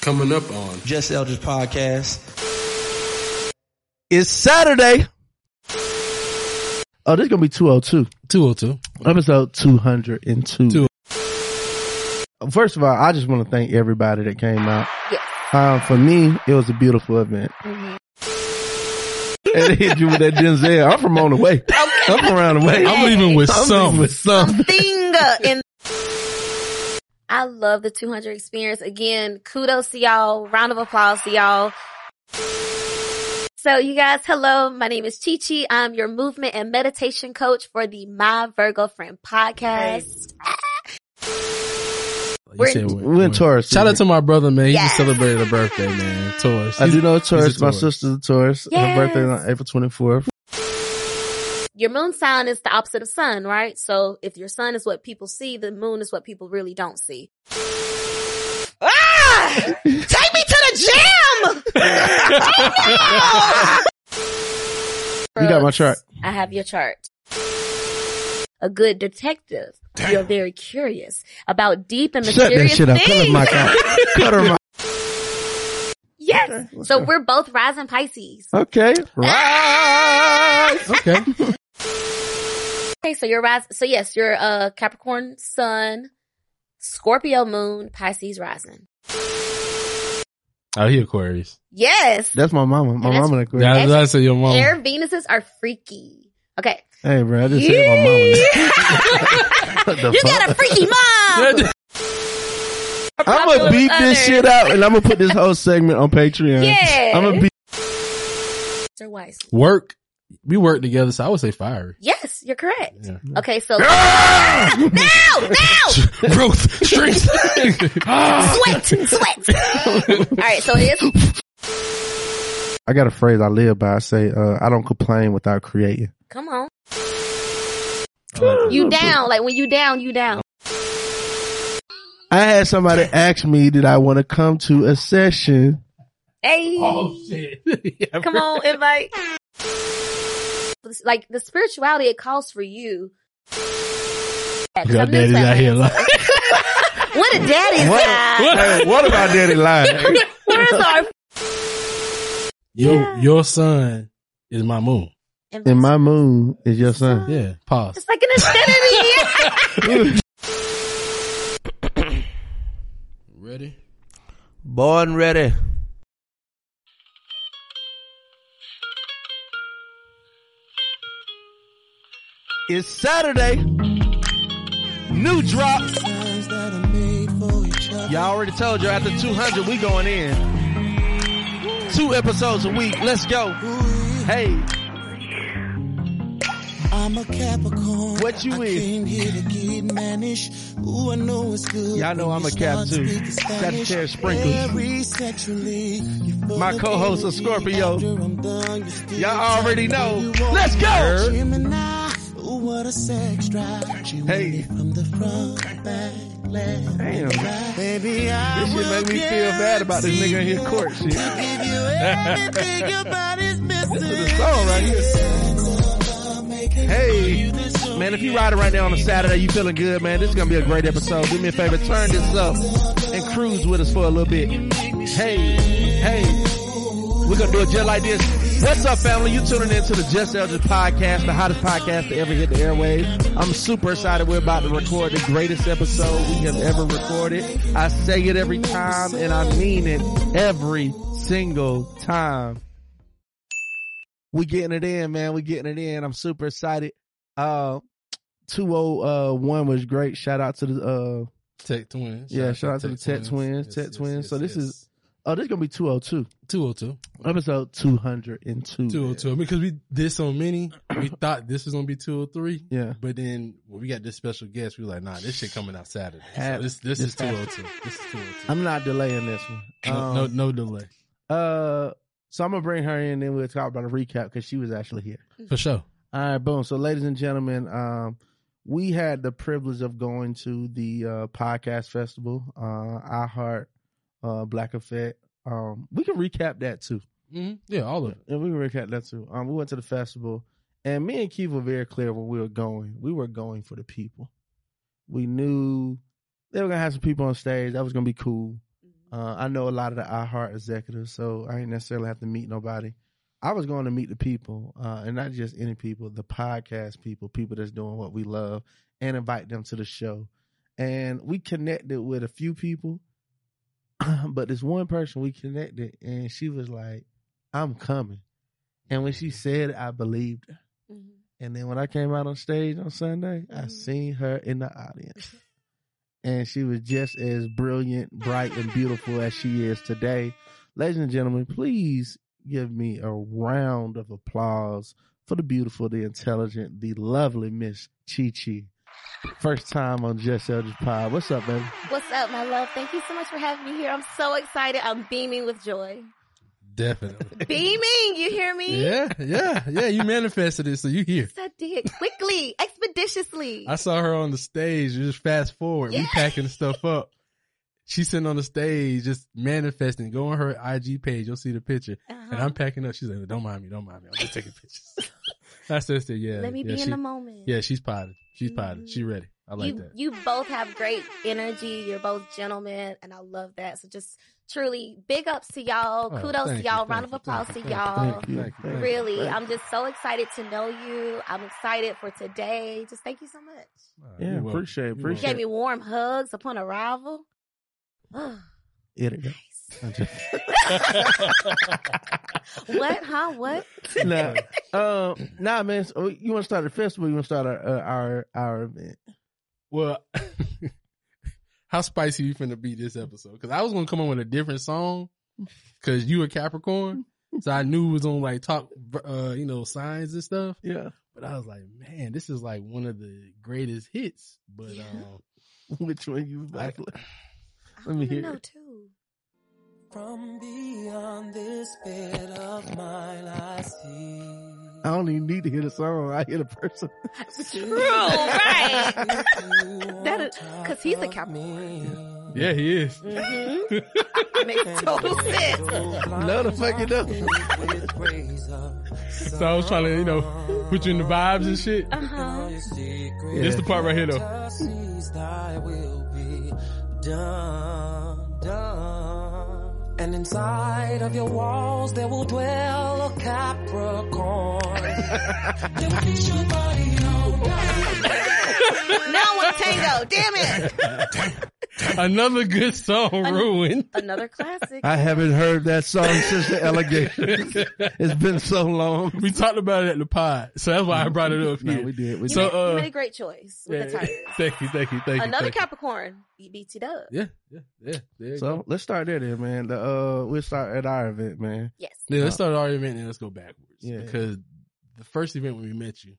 coming up on? Just Elders Podcast. It's Saturday. Oh, this is gonna be 202. 202. Episode 202. Two. First of all, I just want to thank everybody that came out. Yeah. Um, for me, it was a beautiful event. Mm-hmm. and they hit you with that Denzel. I'm from on the way. I'm from around the way. I'm leaving with I'm some. leaving with something. in I love the 200 experience. Again, kudos to y'all. Round of applause to y'all. So you guys, hello. My name is Chi Chi. I'm your movement and meditation coach for the My Virgo Friend podcast. You said We're- We're in Taurus. Shout out to my brother, man. He just Yes. celebrated a birthday, man. Taurus. I do know a he's Taurus. a My Taurus. sister's a Taurus. Yes. Her birthday is on April 24th. Your moon sign is the opposite of sun, right? So if your sun is what people see, the moon is what people really don't see. Ah! Take me to the gym! You got my chart. I have your chart. A good detective. You're very curious about deep and Shut that mysterious shit up. Cut her things. mic out. Cut her mic. yes. So we're both rising Pisces. Okay. Right. Okay. Okay, so you're rising. So yes, you're uh Capricorn Sun, Scorpio Moon, Pisces Rising. Oh, he Aquarius. Yes. That's my mama. My That's- mama that quit. Yeah, I was about to say your mom. Air Venuses are freaky. Okay. Hey, bro. I just said my mama. What the you got a freaky mom. I'm gonna Popular beat with this others. shit out, and I'm gonna put this whole segment on Patreon. Yeah. I'm gonna beat. Mr. Weiss. Work. We work together, so I would say fiery. Yes, you're correct. Yeah. Okay, so now, now, Growth, strength. Ah. sweat, sweat. All right, so it is I got a phrase I live by. I say, uh, "I don't complain without creating." Come on. You down. Like when you down, you down. I had somebody ask me, "Did I want to come to a session?" Hey. Oh, shit. Come on, invite. Like the spirituality it calls for you. Yeah, 'cause Your I'm new daddy's out here to like, that. What a daddy's guy. Hey, what about Daddy Line? Where's our your, Yeah. your son is my moon. And my moon is your son. Yeah, pause. It's like an infinity. Ready? Born ready. It's Saturday. New drop. Y'all already told you after 200 we going in. Two episodes a week. Let's go. Hey. I'm a Capricorn. What you I is? came here to get managed. Ooh, I know it's good. Y'all know when I'm you a Cap start too. speaking Spanish. Sagittarius sprinkles. Very sexually. You full My of co-host is energy. Scorpio. After I'm done, you still Y'all already tell me know. you want Let's me. go. Gemini. Ooh, what a sex drive. She want Hey. it from the front, back, left, Damn. right. Baby, I This shit will make me feel bad about this nigga in his court shit. This Give you everything your body's missing. is a song right here. Hey. Man, if you riding right now on a Saturday, you feeling good, man. This is gonna be a great episode. Do me a favor, turn this up and cruise with us for a little bit. Hey, hey. We're gonna do it just like this. What's up, family? You tuning in to the Just Elders podcast, the hottest podcast to ever hit the airwaves. I'm super excited. We're about to record the greatest episode we have ever recorded. I say it every time, and I mean it every single time. We getting it in, man. We getting it in. I'm super excited. Uh, oh, uh, 201 was great. Shout out to the, uh, Tech twins. Yeah, shout out to the Tech Twins, Tech Twins. So this is- oh, this is gonna be 202. 202. Episode 202. 202. Because we did so many, we thought this was going to be 203. Yeah. But then when we got this special guest, we were like, nah, this shit coming out Saturday. So Have- this, this this is 202. This is 202. I'm not delaying this one. No, Um, no, no delay. Uh, so I'm gonna bring her in, then we'll talk about a recap because she was actually here. For sure. All right, boom. So, ladies and gentlemen, um, we had the privilege of going to the uh, podcast festival, uh, iHeart, uh, Black Effect. Um, we can recap that too. hmm Yeah, all of it. Yeah, we can recap that too. Um, we went to the festival, and me and Keith were very clear when we were going. We were going for the people. We knew they were gonna have some people on stage. That was gonna be cool. Uh, I know a lot of the iHeart executives, so I ain't necessarily have to meet nobody. I was going to meet the people, uh, and not just any people, the podcast people, people that's doing what we love, and invite them to the show. And we connected with a few people, but this one person we connected, and she was like, I'm coming. And when she said it, I believed her. Mhm. And then when I came out on stage on Sunday, I Mhm. seen her in the audience. and she was just as brilliant, bright, and beautiful as she is today. Ladies and gentlemen, please give me a round of applause for the beautiful, the intelligent, the lovely Miss Chi Chi. First time on Just Elders Pod. What's up, man? What's up, my love? Thank you so much for having me here. I'm so excited. I'm beaming with joy. Definitely. Beaming, you hear me? yeah, yeah, yeah. You manifested it, so you here. Yes, I did. Quickly, expeditiously. I saw her on the stage. You just fast forward. We Yeah. packing stuff up. She's sitting on the stage, just manifesting. Go on her IG page. You'll see the picture. Uh-huh. And I'm packing up. She's like, "Don't mind me. Don't mind me. I'm just taking pictures." I said, said, "Yeah, Let me yeah, be in she- the moment. Yeah, she's potted. She's potted. She ready. I like you, that. you both have great energy. You're both gentlemen, and I love that. So just truly big ups to y'all. Oh, Kudos to thank you, y'all. thank Round you, of applause thank to you, y'all. Oh, Thank you. Thank you. Thank you. Really, I'm just so excited to know you. I'm excited for today. Just thank you so much. All right, Yeah, you're welcome. appreciate it, You're You appreciate welcome. gave me warm hugs upon arrival. Oh, Here it go. nice. I'm just- What? Huh? What? nah, um, nah, man. So you want to start a festival? You want to start our, uh, our our event? Well, how spicy you finna be this episode? Because I was gonna come up with a different song because you a Capricorn, so I knew it was on like top, uh, you know, signs and stuff. Yeah, But I was like, man, this is like one of the greatest hits. But um, which one you? I- I Let me wanna hear know it. too. From beyond this bed of mine, I see. I don't even need to hear the song. I hear the person. True, right? That that is- 'cause he's a Capricorn. um, yeah, he is. Mm-hmm. Makes total sense. No, the fuck it up. So I was trying to, you know, put you in the vibes and shit. Uh-huh. This the part right here though. Thy will be done, done. And inside of your walls there will dwell a Capricorn. they will oh fix your body on Oh Now I want tango. Damn it! Another good song ruined. Another classic. I haven't heard that song since the allegation. it's been so long. We talked about it at the pod, so that's why I brought it up No, here. we did. We You, So, made, you uh, made a great choice with the Yeah. title. thank you, thank you, thank you. Another thank you. Capricorn. You beat it up. Yeah, yeah, yeah. There you did. So let's start there, then, man. The, uh, we'll start at our event, man. Yes. Yeah, let's start our event and let's go backwards. uh, Yeah. Because the first event when we met you,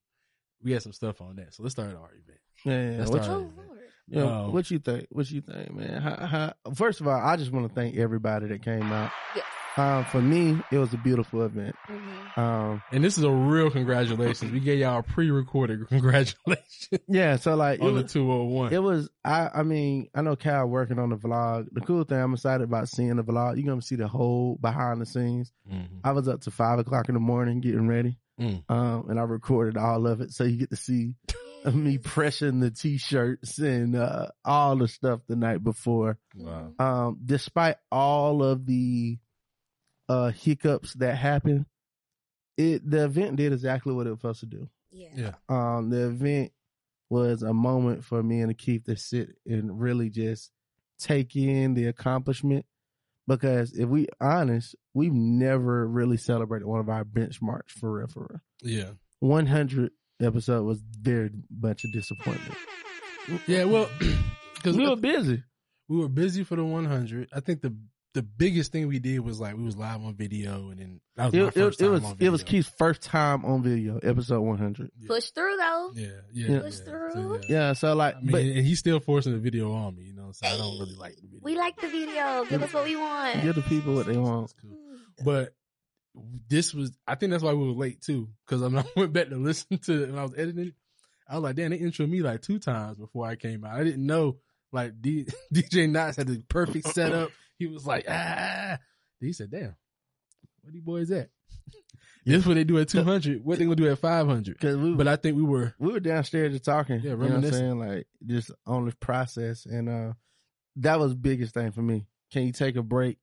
we had some stuff on that. So let's start at our event. Yeah, yeah. Let's What, start. Oh Lord. you, you know, Um, what you think? What you think, man? How, how, first of all, I just want to thank everybody that came out. Yes. Um, for me, it was a beautiful event. Mhm. Um, And this is a real congratulations. We gave y'all a pre-recorded congratulations yeah. So like, it on the was- 201. It was I I mean, I know Kyle working on the vlog. The cool thing I'm excited about seeing the vlog. You're gonna see the whole behind the scenes. Mhm. I was up to five o'clock in the morning getting ready. Mm. Um and I recorded all of it. So you get to see me pressing the t shirts and uh all the stuff the night before. Wow. Um despite all of the uh hiccups that happened, it the event did exactly what it was supposed to do Yeah. Yeah. um the event was a moment for me and Keith to sit and really just take in the accomplishment because if we honest, we've never really celebrated one of our benchmarks for real for real. Yeah. 100 episode was very much a disappointment. Yeah. Well, because We were we, busy. we were busy for the 100. I think the the biggest thing we did was like we was live on video, and then that was It, my it, it first time was on it video. was Keith's first time on video, episode 100. Yeah. Push through though. Yeah. Yeah. Yeah. Push yeah, through. Yeah. Yeah, so like I mean, but and he's still forcing the video on me, you know, so I don't really like the video. We like the video. Give us what we want. give the people what they want. That's cool. But this was, I think that's why we were late too. Cause when I went back to listen to it and I was editing it, I was like, damn, they intro me like two times before I came out. I didn't know like D, DJ Knox had the perfect setup. He was like, ah, he said, damn, where these boys at? This what they do at 200. What they gonna do at 500. Cause we, But I think we were, we were downstairs just talking. Yeah, you know what I'm reminiscing. saying? Like just on the process and uh that was biggest thing for me. can you take a break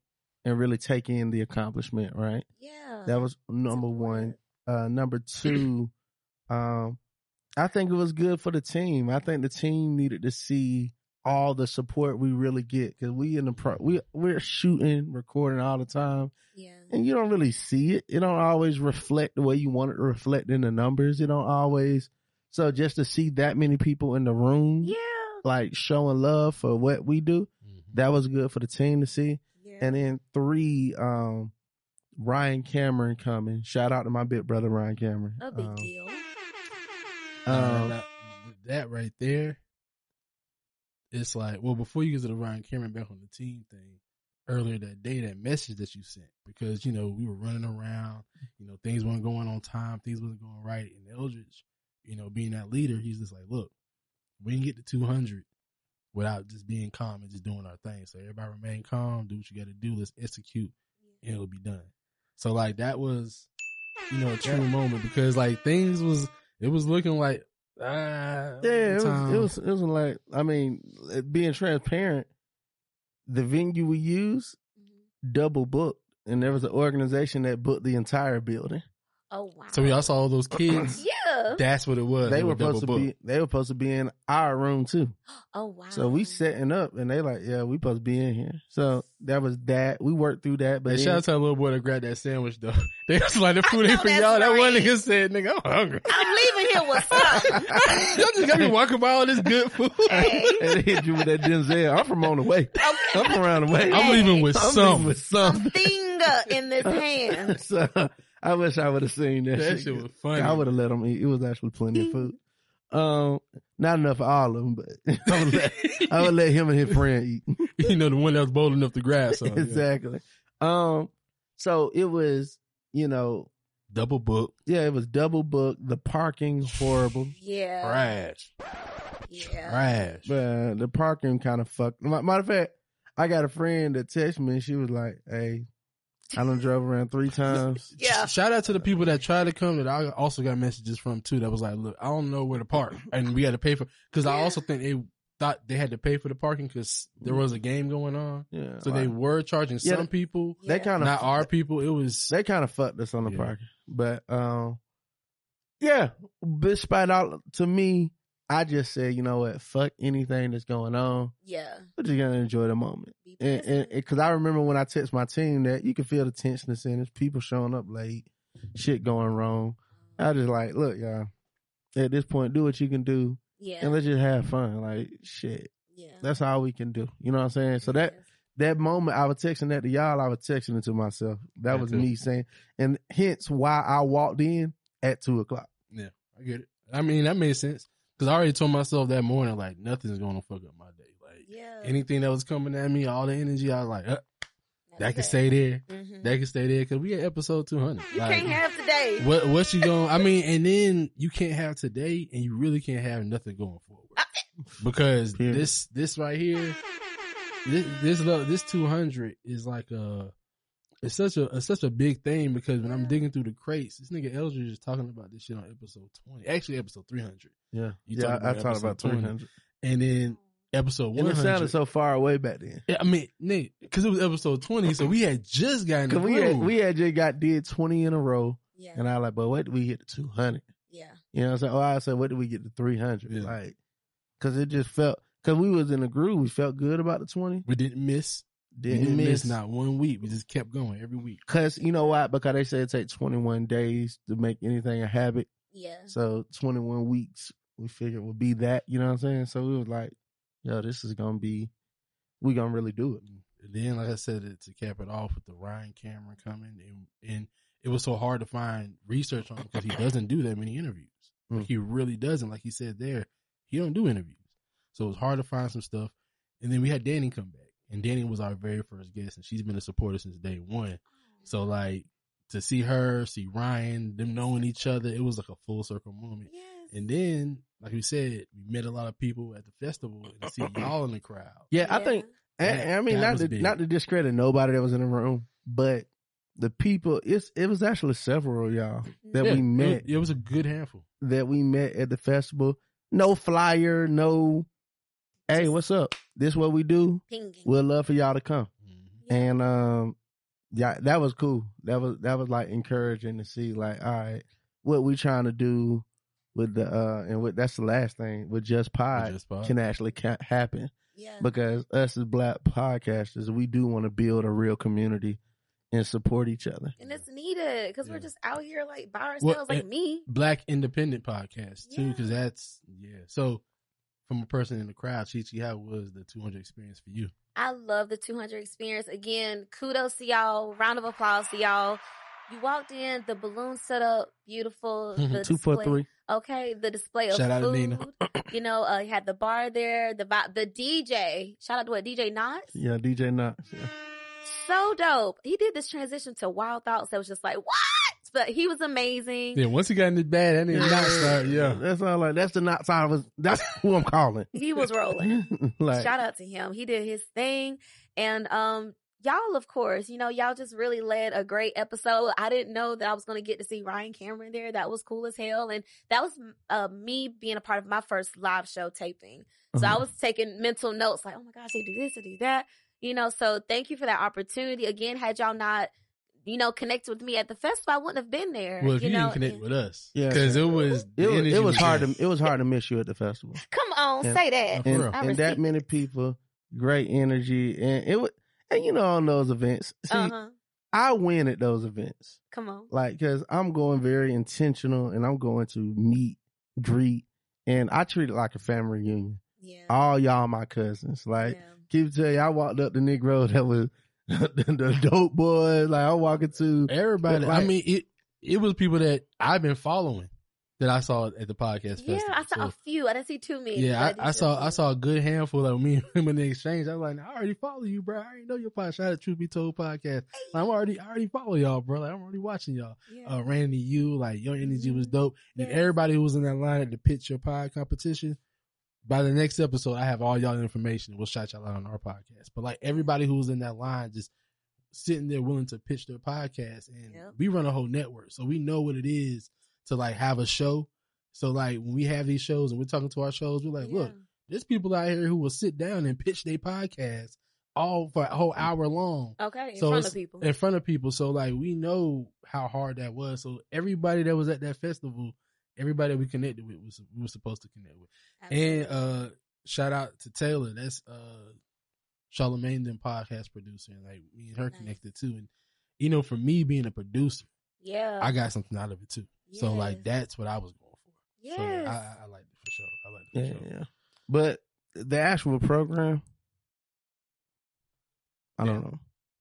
and really take in the accomplishment, right? Yeah. That was number one. Uh, number two, um, I think it was good for the team. I think the team needed to see all the support we really get because we in the pro, we we're shooting, recording all the time, yeah. and you don't really see it. It don't always reflect the way you want it to reflect in the numbers. It don't always. So just to see that many people in the room, Yeah. like showing love for what we do, Mhm. that was good for the team to see. Yeah. And then three, um, Ryan Cameron coming. Shout out to my big brother Ryan Cameron. a big Um, deal. um, that, that right there, it's like, well, before you get to the Ryan Cameron back on the team thing, earlier that day, that message that you sent, because, you know, we were running around, you know, things weren't going on time, things wasn't going right. And Eldridge, you know, being that leader, he's just like, look, we can get to 200 without just being calm and just doing our thing. So everybody remain calm, do what you got to do, let's execute, and it'll be done. So, like, that was, you know, a true moment because, like, things was, it was looking like, ah, Yeah, it was, time. it was. It was like I mean, it being transparent. The venue we use Mhm. double booked, and there was an organization that booked the entire building. Oh wow. So we all saw all those kids. Yeah. That's what it was. they It were was double supposed to be. They were supposed to be in our room too. Oh wow. So we setting up, and they like, yeah, we supposed to be in here. So that was that. We worked through that, but Hey, shout then- out to that little boy that grabbed that sandwich though. They was like the food I ain't for know that's y'all. That one right. nigga said, "Nigga, I'm hungry." I'm leaving here with something. Y'all just got me walking by all this good food. Okay. and they hit you with that Denzel. I'm from on the way. I'm around the way. I'm leaving with I'm some. leaving with something. Finger in this hand. so I wish I would have seen that. that shit. shit was funny. I would have let them eat. It was actually plenty of food. Um, not enough for all of them, but I would let, I would let him and his friend eat. you know, the one that was bold enough to grab something. Yeah. exactly. Um, so it was, you know, Double book, yeah, it was double booked. The parking horrible. Yeah. trash, Yeah. trash. Man, the parking kind of fucked. Ma- Matter of fact, I got a friend that texted me and she was like, hey, I done drove around three times. Yeah. Sh- Shout out to the people that tried to come that I also got messages from too that was like, look, I don't know where to park and we had to pay for, cause I Yeah. also think they thought they had to pay for the parking cause there was a game going on. Yeah. So like, they were charging Yeah. some people, they kind of not our people. It was, they kind of fucked us on the Yeah. parking. But um, yeah, despite all to me, I just said, you know what, fuck anything that's going on. Yeah. We're just gonna enjoy the moment. Be And present. because I remember when I text my team that you can feel the tension that's in. There's people showing up late, shit going wrong. I just like, look, y'all. At this point, do what you can do, yeah. and let's just have fun. Like shit, yeah. that's all we can do. You know what I'm saying? So that that moment I was texting that to y'all, I was texting it to myself. That Yeah, was too. me saying, and hence why I walked in at two o'clock. I get it. I mean, that made sense. Cause I already told myself that morning, like nothing's going to fuck up my day. Like yeah. anything that was coming at me, all the energy, I was like, uh, that can That's stay there. it. Mhm. That can stay there. Cause we at episode 200. You Like, can't have today. What what you going? I mean, and then you can't have today, and you really can't have nothing going forward because Period. this this right here, this this lo- this two hundred is like a it's such a it's such a big thing because when I'm digging through the crates, this nigga Eldridge is talking about this shit on episode twenty, actually episode three hundred, Yeah, You yeah. talking I, I about talked about episode three 200. hundred, and then episode and one it sounded hundred. so far away back then. I mean, Nick, because it was episode twenty, so we had just gotten the Cause we had, groove. we had just got did twenty in a row, Yeah. and I like, but what did we get to two hundred? yeah. You know, what I'm saying, oh, I said, what did we get to three hundred? Yeah. Like, cause it just felt, cause we was in a groove. We felt good about the twenty. We didn't miss. Didn't, we didn't miss. miss not one week. We just kept going every week. Cause you know why? Because they said it take twenty one days to make anything a habit. Yeah. So 21 weeks, we figured would be that, you know what I'm saying? So we was like, yo, this is going to be, we going to really do it. And then, like I said, it- to cap it off with the Ryan Cameron coming, and, and it was so hard to find research on him because he doesn't do that many interviews. Like Mm. he really doesn't. Like he said there, he don't do interviews, so it was hard to find some stuff. And then we had Danny come back, and Danny was our very first guest, and she's been a supporter since day one. So like to see her, see Ryan, them knowing each other, it was like a full circle moment. Yes. And then, like we said, we met a lot of people at the festival, and to see y'all in the crowd. Yeah, I think, and, and I mean, That not was to, big. not to discredit nobody that was in the room, but the people, it's, it was actually several of y'all that Yeah, we met, It, it was a good handful. that we met at the festival. No flyer, no, hey, what's up? This what we do. Pinging. We'd love for y'all to come. Mm-hmm. And um, yeah, that was cool. That was that was like encouraging to see. Like, all right, what we trying to do with the uh, and what that's the last thing with just pod Just fine. can actually ca- happen Yeah. because us as black podcasters, we do want to build a real community and support each other. and it's needed because Yeah. we're just out here like by ourselves, Well, like and- me. black independent podcast too, Yeah. because that's yeah. So from a person in the crowd, Chi Chi, how was the 200 experience for you? I love the 200 experience. Again, kudos to y'all. Round of applause to y'all. You walked in, the balloon set up, beautiful. The Two for display- three. Okay, the display of Shout out to food. Nina. you know, uh, you had the bar there, the vi- the DJ. Shout out to what DJ Knox. Yeah, DJ Knox. Yeah. So dope. He did this transition to Wild Thoughts that was just like what, but he was amazing. Yeah, once he got in the bad, that nigga not start. Yeah, That's all like that's the Knox I was that's who I'm calling. He was rolling. like shout out to him. He did his thing. And, um, y'all, of course, you know, y'all just really led a great episode. I didn't know that I was going to get to see Ryan Cameron there. That was cool as hell. And that was, uh, me being a part of my first live show taping. So Uh-huh. I was taking mental notes like, oh my gosh, they do this, they do that. You know, so thank you for that opportunity. Again, had y'all not, you know, connected with me at the festival, I wouldn't have been there. well, if you, know, didn't connect and- with us, Yeah, because it was it the was, energy it was hard there. to it was hard to miss you at the festival. Come on, Yeah. say that. For And, real. I and that received- many people, great energy and it was and you know on those events. See, Uh-huh. I win at those events. Come on. Like cuz I'm going very intentional and I'm going to meet, greet and I treat it like a family reunion. Yeah. All y'all my cousins. Like yeah. keep tell you I walked up the Negro that was the, the dope boy like I'm walking to everybody. I Like- mean, it it was people that I've been following that I saw at the podcast. Yeah, festival. I saw So- a few. I didn't see too many. Yeah, but I, I did see a saw few. I saw a good handful of me and him in the exchange. I was like, I already follow you, bro. I already know your podcast. Shout out to Truth Be Told podcast. Like, I'm already I already follow y'all, bro. Like, I'm already watching y'all. Yeah. Uh, Randy, you like your energy was dope, and Mm-hmm. Yes. everybody who was in that line at the pitch your pod competition. By the next episode, I have all y'all information. and We'll shout y'all out on our podcast. But like everybody who was in that line, just sitting there willing to pitch their podcast, and Yep. we run a whole network, so we know what it is to like have a show. So like when we have these shows and we're talking to our shows, we're like, Yeah. look, there's people out here who will sit down and pitch their podcast all for a whole hour long Okay, in so front it's- of people. in front of people. So like we know how hard that was. So everybody that was at that festival, everybody we connected with was we were supposed to connect with. Absolutely. And uh shout out to Taylor. That's uh Charlamagne then podcast producer and like me and her Nice. connected too. And you know, for me being a producer, yeah. I got something out of it too. So like that's what I was going for. Yes. So I, I, I liked it for sure. I liked it for Yeah, sure. yeah. But the actual program, I don't know.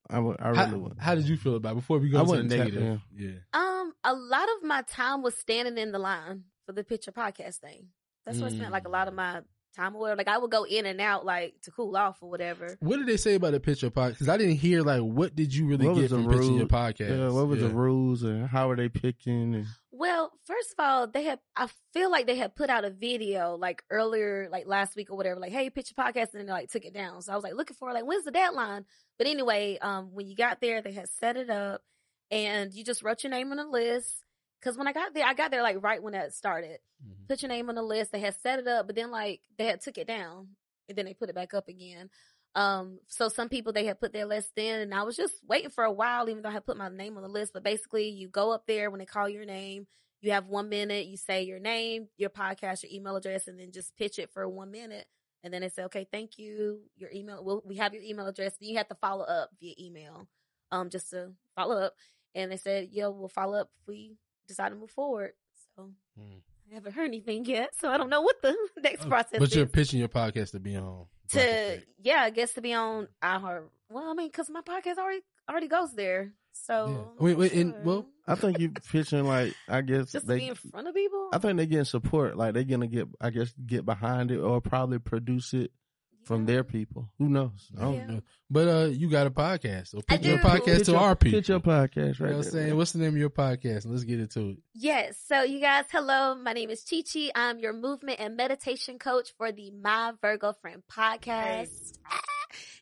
I would. I really How, would. how did you feel about it? before we I go to the wasn't tapped negative? Yeah, um, a lot of my time was standing in the line for the picture podcast thing. That's where I spent like a lot of my time or whatever. Like I would go in and out like to cool off or whatever. what did they say about the picture podcast? Because I didn't hear like what did you really What was get the from pitching your rule? podcast? Yeah, what was Yeah. the rules and how are they picking? And Well, first of all, they had I feel like they had put out a video like earlier, like last week or whatever, like, hey, picture podcast, and then they like took it down. So I was like looking for like when's the deadline? But anyway, um when you got there, they had set it up and you just wrote your name on a list. Cause when I got there, I got there like right when that started. Mhm. Put your name on the list. They had set it up, but then like they had took it down and then they put it back up again. Um, so some people they had put their list in and I was just waiting for a while, even though I had put my name on the list. But basically you go up there when they call your name, you have one minute, you say your name, your podcast, your email address, and then just pitch it for one minute. And then they say, okay, thank you. Your email, we'll, we have your email address. Then you have to follow up via email, um, just to follow up. And they said, yeah, we'll follow up if we decide to move forward. So Mm. I haven't heard anything yet. So I don't know what the next Oh, process But is you're pitching your podcast to be on. Black to Effect. yeah, I guess to be on iHeart. Well, I mean, because my podcast already already goes there, so Yeah. Wait, wait, and- sure. well, I think you pitching like I guess just to be they. in front of people. I think they getting support. Like they're gonna get. I guess get behind it or probably produce it from their people. Who knows? I I don't Yeah. know. But uh, you got a podcast, so pitch do. your podcast Pitch to your- our people. Pitch your podcast, you right? know what I'm there, saying? man. What's the name of your podcast? Let's get into it. Yes. So you guys, hello. My name is Chi Chi. I'm your movement and meditation coach for the My Virgo Friend podcast.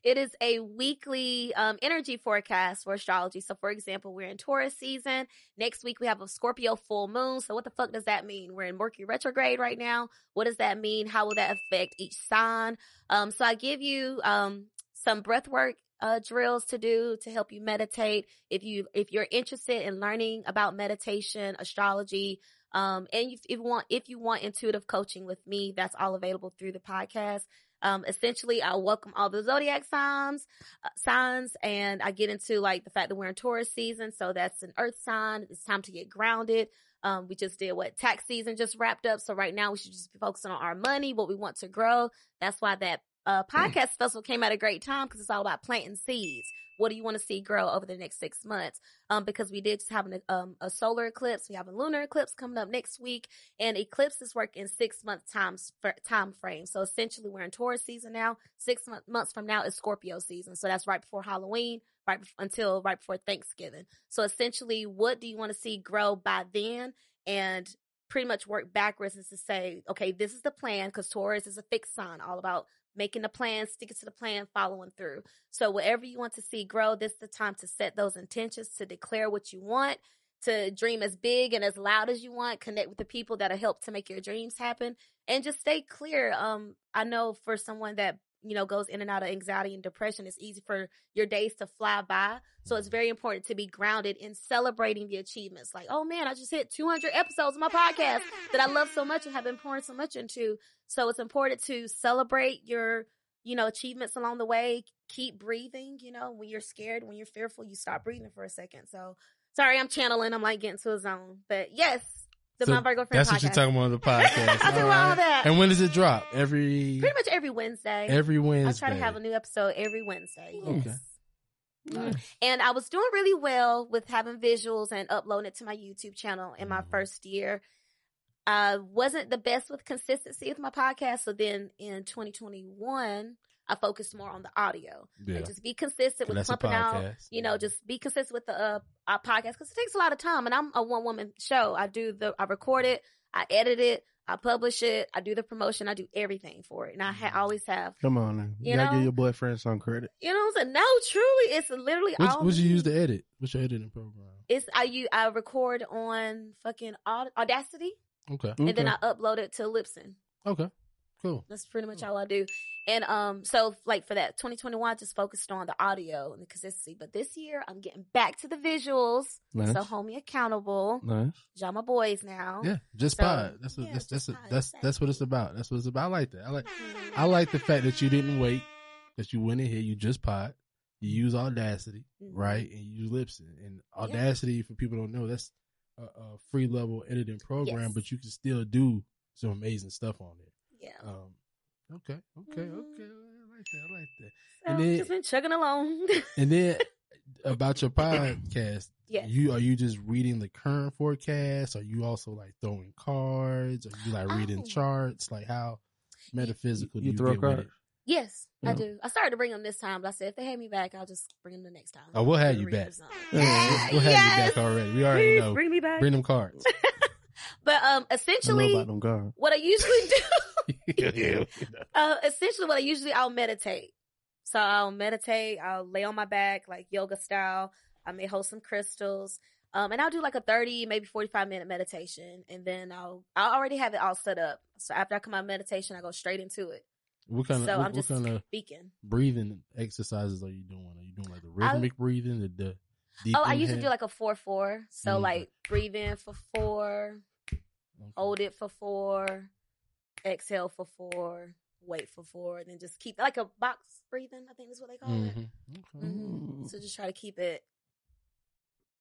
It is a weekly um, energy forecast for astrology. So, for example, we're in Taurus season. Next week, we have a Scorpio full moon. So, what the fuck does that mean? We're in Mercury retrograde right now. What does that mean? How will that affect each sign? Um, so, I give you um, some breath work uh, drills to do to help you meditate. If you, if you're interested in learning about meditation, astrology, um, and if, if you want, if you want intuitive coaching with me, that's all available through the podcast. Um, essentially I welcome all the zodiac signs, uh, signs, and I get into like the fact that we're in Taurus season. So that's an earth sign. It's time to get grounded. Um, we just did what tax season just wrapped up. So right now we should just be focusing on our money, what we want to grow. That's why that uh, podcast festival came at a great time because it's all about planting seeds. What do you want to see grow over the next six months? Um, because we did have an, um, a solar eclipse. We have a lunar eclipse coming up next week and eclipses work in six month times time frame. So essentially we're in Taurus season now. Six month, months from now is Scorpio season. So that's right before Halloween, right before, until right before Thanksgiving. So essentially what do you want to see grow by then? And pretty much work backwards is to say, okay, this is the plan because Taurus is a fixed sign all about making the plan, sticking to the plan, following through. So whatever you want to see grow, this is the time to set those intentions, to declare what you want, to dream as big and as loud as you want, connect with the people that'll help to make your dreams happen and just stay clear. Um, I know for someone that you know goes in and out of anxiety and depression it's easy for your days to fly by so it's very important to be grounded in celebrating the achievements like oh man i just hit 200 episodes of my podcast that i love so much and have been pouring so much into so it's important to celebrate your you know achievements along the way keep breathing you know when you're scared when you're fearful you stop breathing for a second so sorry i'm channeling i'm like getting to a zone but yes the So my virgo friend That's podcast what you're talking about on the podcast. I do all Alright. that. And when does it drop? Every pretty much every wednesday every Wednesday. I try to have a new episode every Wednesday. Yes. Okay. Mm. And I was doing really well with having visuals and uploading it to my YouTube channel in my Mhm. first year. I wasn't the best with consistency with my podcast. So then in 2021, I focused more on the audio. yeah. Like just be And consistent with that's a pumping out, podcast. you know, just be consistent with the uh, our podcast because it takes a lot of time. And I'm a one woman show. I do the, I record it, I edit it, I publish it, I do the promotion, I do everything for it. And I ha- always have Come on, now. you, You gotta know? give your boyfriend some credit. you know what I'm saying? No, truly, it's literally What's, all. what'd you me. use to edit? What's your editing program? It's I you I record on fucking Aud- Audacity Okay. and then I upload it to Libsyn. Okay. Cool. That's pretty Mm. much all I do. And um, so like for that 2021, I just focused on the audio and the consistency. But this year, I'm getting back to the visuals. Nice. So hold me accountable. nice. Y'all my boys now. Yeah. Just So, pod. That's what yeah, that's that's just that's, pod, that's that's what it's exactly. about. That's what it's about. I like that. I like Mm-hmm. I like the fact that you didn't wait, that you went in here, you just pod, you use Audacity, Mhm. right? And you use Libsyn. And Audacity, for people who don't know, that's a, a free level editing program, Yes. Oh. but you can still do some amazing stuff on it. Yeah. Um, okay, okay, Mhm. okay. I like that. I like that. So and then- just been chugging along. And then about your podcast, yes. you are you just reading the current forecast? Are you also like throwing cards? Are you like reading Oh. charts? Like how metaphysical You do throw you get with cards? it? Yes, Yeah. I do. I started to bring them this time, but I said if they had me back, I'll just bring them the next time. Oh, we'll have Get a you read or back. something. Yeah, We'll have you Yes. back already. We already Please know. bring me back. Bring them cards. But um, I know essentially, about them guards. what I usually do, yeah. uh, essentially what I usually I'll meditate. So I'll meditate. I'll lay on my back like yoga style. I may hold some crystals. Um, and I'll do like a thirty, maybe forty-five minute meditation, and then I'll I already have it all set up. So after I come out of meditation, I go straight into it. What kind of so what, I'm just what kind of speaking. breathing exercises are you doing? Are you doing like the I- rhythmic breathing? The, the deep Oh, I used to do inhale? like a four-four. So Mm. like breathe in for four, Okay. hold it for four, exhale for four, wait for four, and then just keep like a box breathing. I think that's what they call it. Mhm. Okay. Mm. Mhm. So just try to keep it.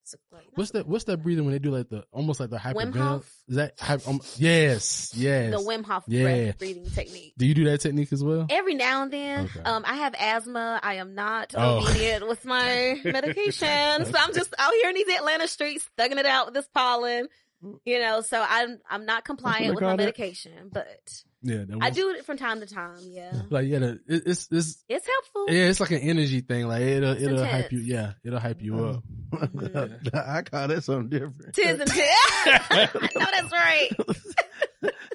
so, like, not What's so- that? What's that breathing when they do like the almost like the Wim hyperventil? Hof? Is that hy- um, yes, yes. The Wim Hof Yeah. breath breathing technique. do you do that technique as well? Every now and then, Okay. um, I have asthma. I am not Oh. obedient with my medication, so I'm just out here in these Atlanta streets, thugging it out with this pollen. Mm. You know, so I'm I'm not compliant with my call it. medication, but yeah, that I Wim- do it from time to time. Yeah, Like Mm. yeah, the, it, it's it's it's helpful. yeah, it's like an energy thing. Like it'll it'll hype intense. you. Yeah, it'll hype you up. Mhm. uh, I call that something different. Tis and tis. I know that's right.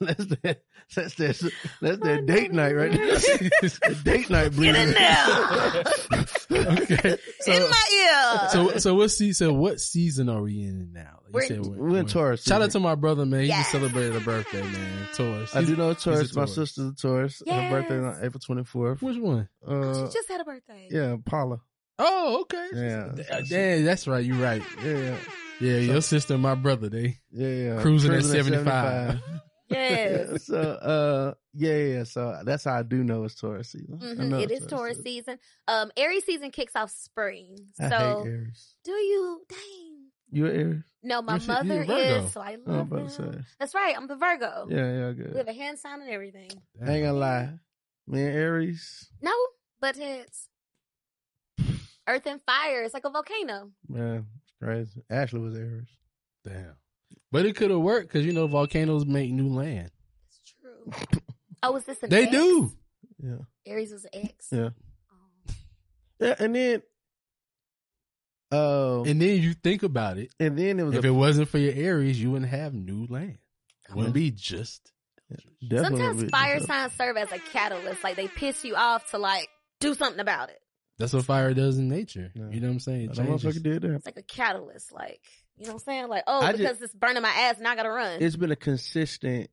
that's that. That's that. That's that date night right there. date night blues. Get in there. okay. in So, my ear. so, so what season? So what season are we in now? Like you We're- said, what- We're in what- Taurus. Shout out to my brother, man. He Yes. just celebrated a birthday, man. Taurus. I He's- do know it's Taurus. He's a My Taurus. sister's a Taurus. Yes. Her birthday is on April twenty fourth. Which one? Uh, she just had a birthday. yeah, Paula. Oh, okay. Yeah. Damn, that's right. You're right. Yeah, yeah, Yeah, your sister and my brother, they yeah. yeah. cruising, at 75. Yes. Yeah, so uh yeah, yeah, yeah, so uh, that's how I do know it's Taurus season. I Mhm, know It it's is Taurus season. season. Um, Aries season kicks off spring. I hate So Aries. do you? Dang. You an Aries? No, my You're shit- you're mother a Virgo. is. So I I'm love about to them. say. That's right. I'm the Virgo. Yeah, yeah, We have good. a hand sign and everything. I ain't gonna lie. Me and Aries, No, but it's Earth and fire. It's like a volcano. man, it's crazy. Ashley was Aries. Damn. But it could have worked because you know volcanoes make new land. It's true. Oh, is this an They X? do. Yeah. Aries was an X. Yeah. Oh. Yeah, and then uh and, And then you think about it. then it was If a, it wasn't for your Aries, you wouldn't have new land. It wouldn't be just. definitely a Sometimes bit- fire signs serve as a catalyst. Like they piss you off to like do something about it. That's what fire does in nature. Yeah. You know what I'm saying? That It motherfucker changes. did that. It's like a catalyst. Like you know what I'm saying? Like oh, I just- because it's burning my ass and I gotta run. It's been a consistent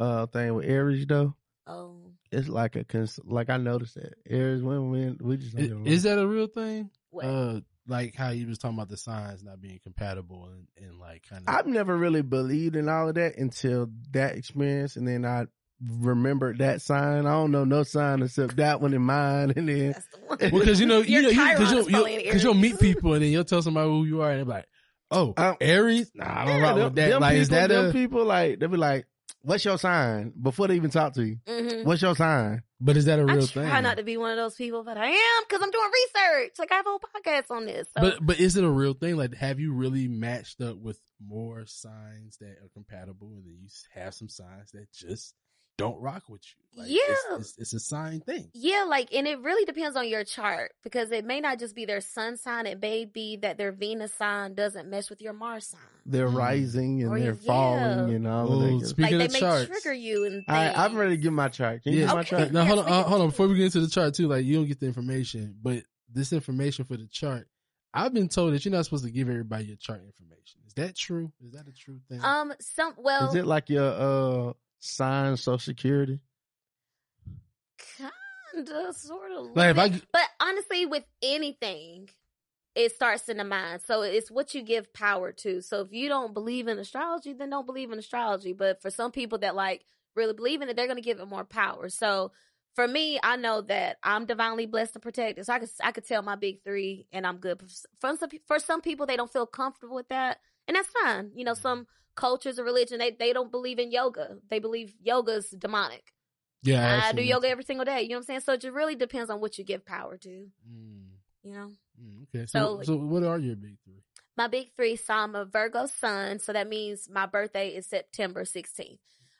uh thing with Aries though. oh, It's like a cons- like I noticed that Aries women we, we just don't I- get along. Is that a real thing? what? Uh, like how you was talking about the signs not being compatible and, and like kind of. I've never really believed in all of that until that experience, and then I remembered that sign. I don't know no sign except that one in mine, and then That's the one. Well, because you know, you Your know, you, Chiron cause is you'll, probably an you'll, cause you'll Aries. meet people and then you'll tell somebody who you are and they're like, oh, Um, Aries? Nah, I don't rock with that. Them Like, people, is that them a, people like they'll be like, "What's your sign?" Before they even talk to you, Mhm. "What's your sign?" but is that a I real try thing? not to be one of those people, but I am because I'm doing research. Like I have a whole podcast on this. So But but is it a real thing? Like, have you really matched up with more signs that are compatible, and then you s- have some signs that just don't rock with you? Like, it's- Yeah. it's, it's a sign thing. yeah, like, and it really depends on your chart because it may not just be their sun sign. It may be that their Venus sign doesn't mesh with your Mars sign. They're Mm. rising and Or they're Mm-hmm. Oh, yeah. falling and all of Oh, that. good- Like speaking they of may charts, trigger you and things. All right, I'm ready to give my chart. Can you Yeah. give my Okay. chart? Now hold on, Yes, uh, we can hold on. do Before it. we get into the chart too, like you don't get the information, but this information for the chart, I've been told that you're not supposed to give everybody your chart information. Is that true? Is that a true thing? Um, some well, Is it like your uh sign, Social Security? kinda, sort of. like if I g- But honestly, with anything, it starts in the mind. So it's what you give power to. So if you don't believe in astrology, then don't believe in astrology. But for some people that like really believe in it, they're going to give it more power. So for me, I know that I'm divinely blessed and protected. So I could I could tell my big three, and I'm good. For some for some people, they don't feel comfortable with that, and that's fine. You know, some cultures or religion they they don't believe in yoga. They believe yoga's demonic. yeah, I uh, do absolutely. yoga every single day. You know what I'm saying? So it just really depends on what you give power to. Mm, You know, mm, okay, so, So- so what are your big three? my big three. So I'm a Virgo sun, so that means my birthday is September 16th.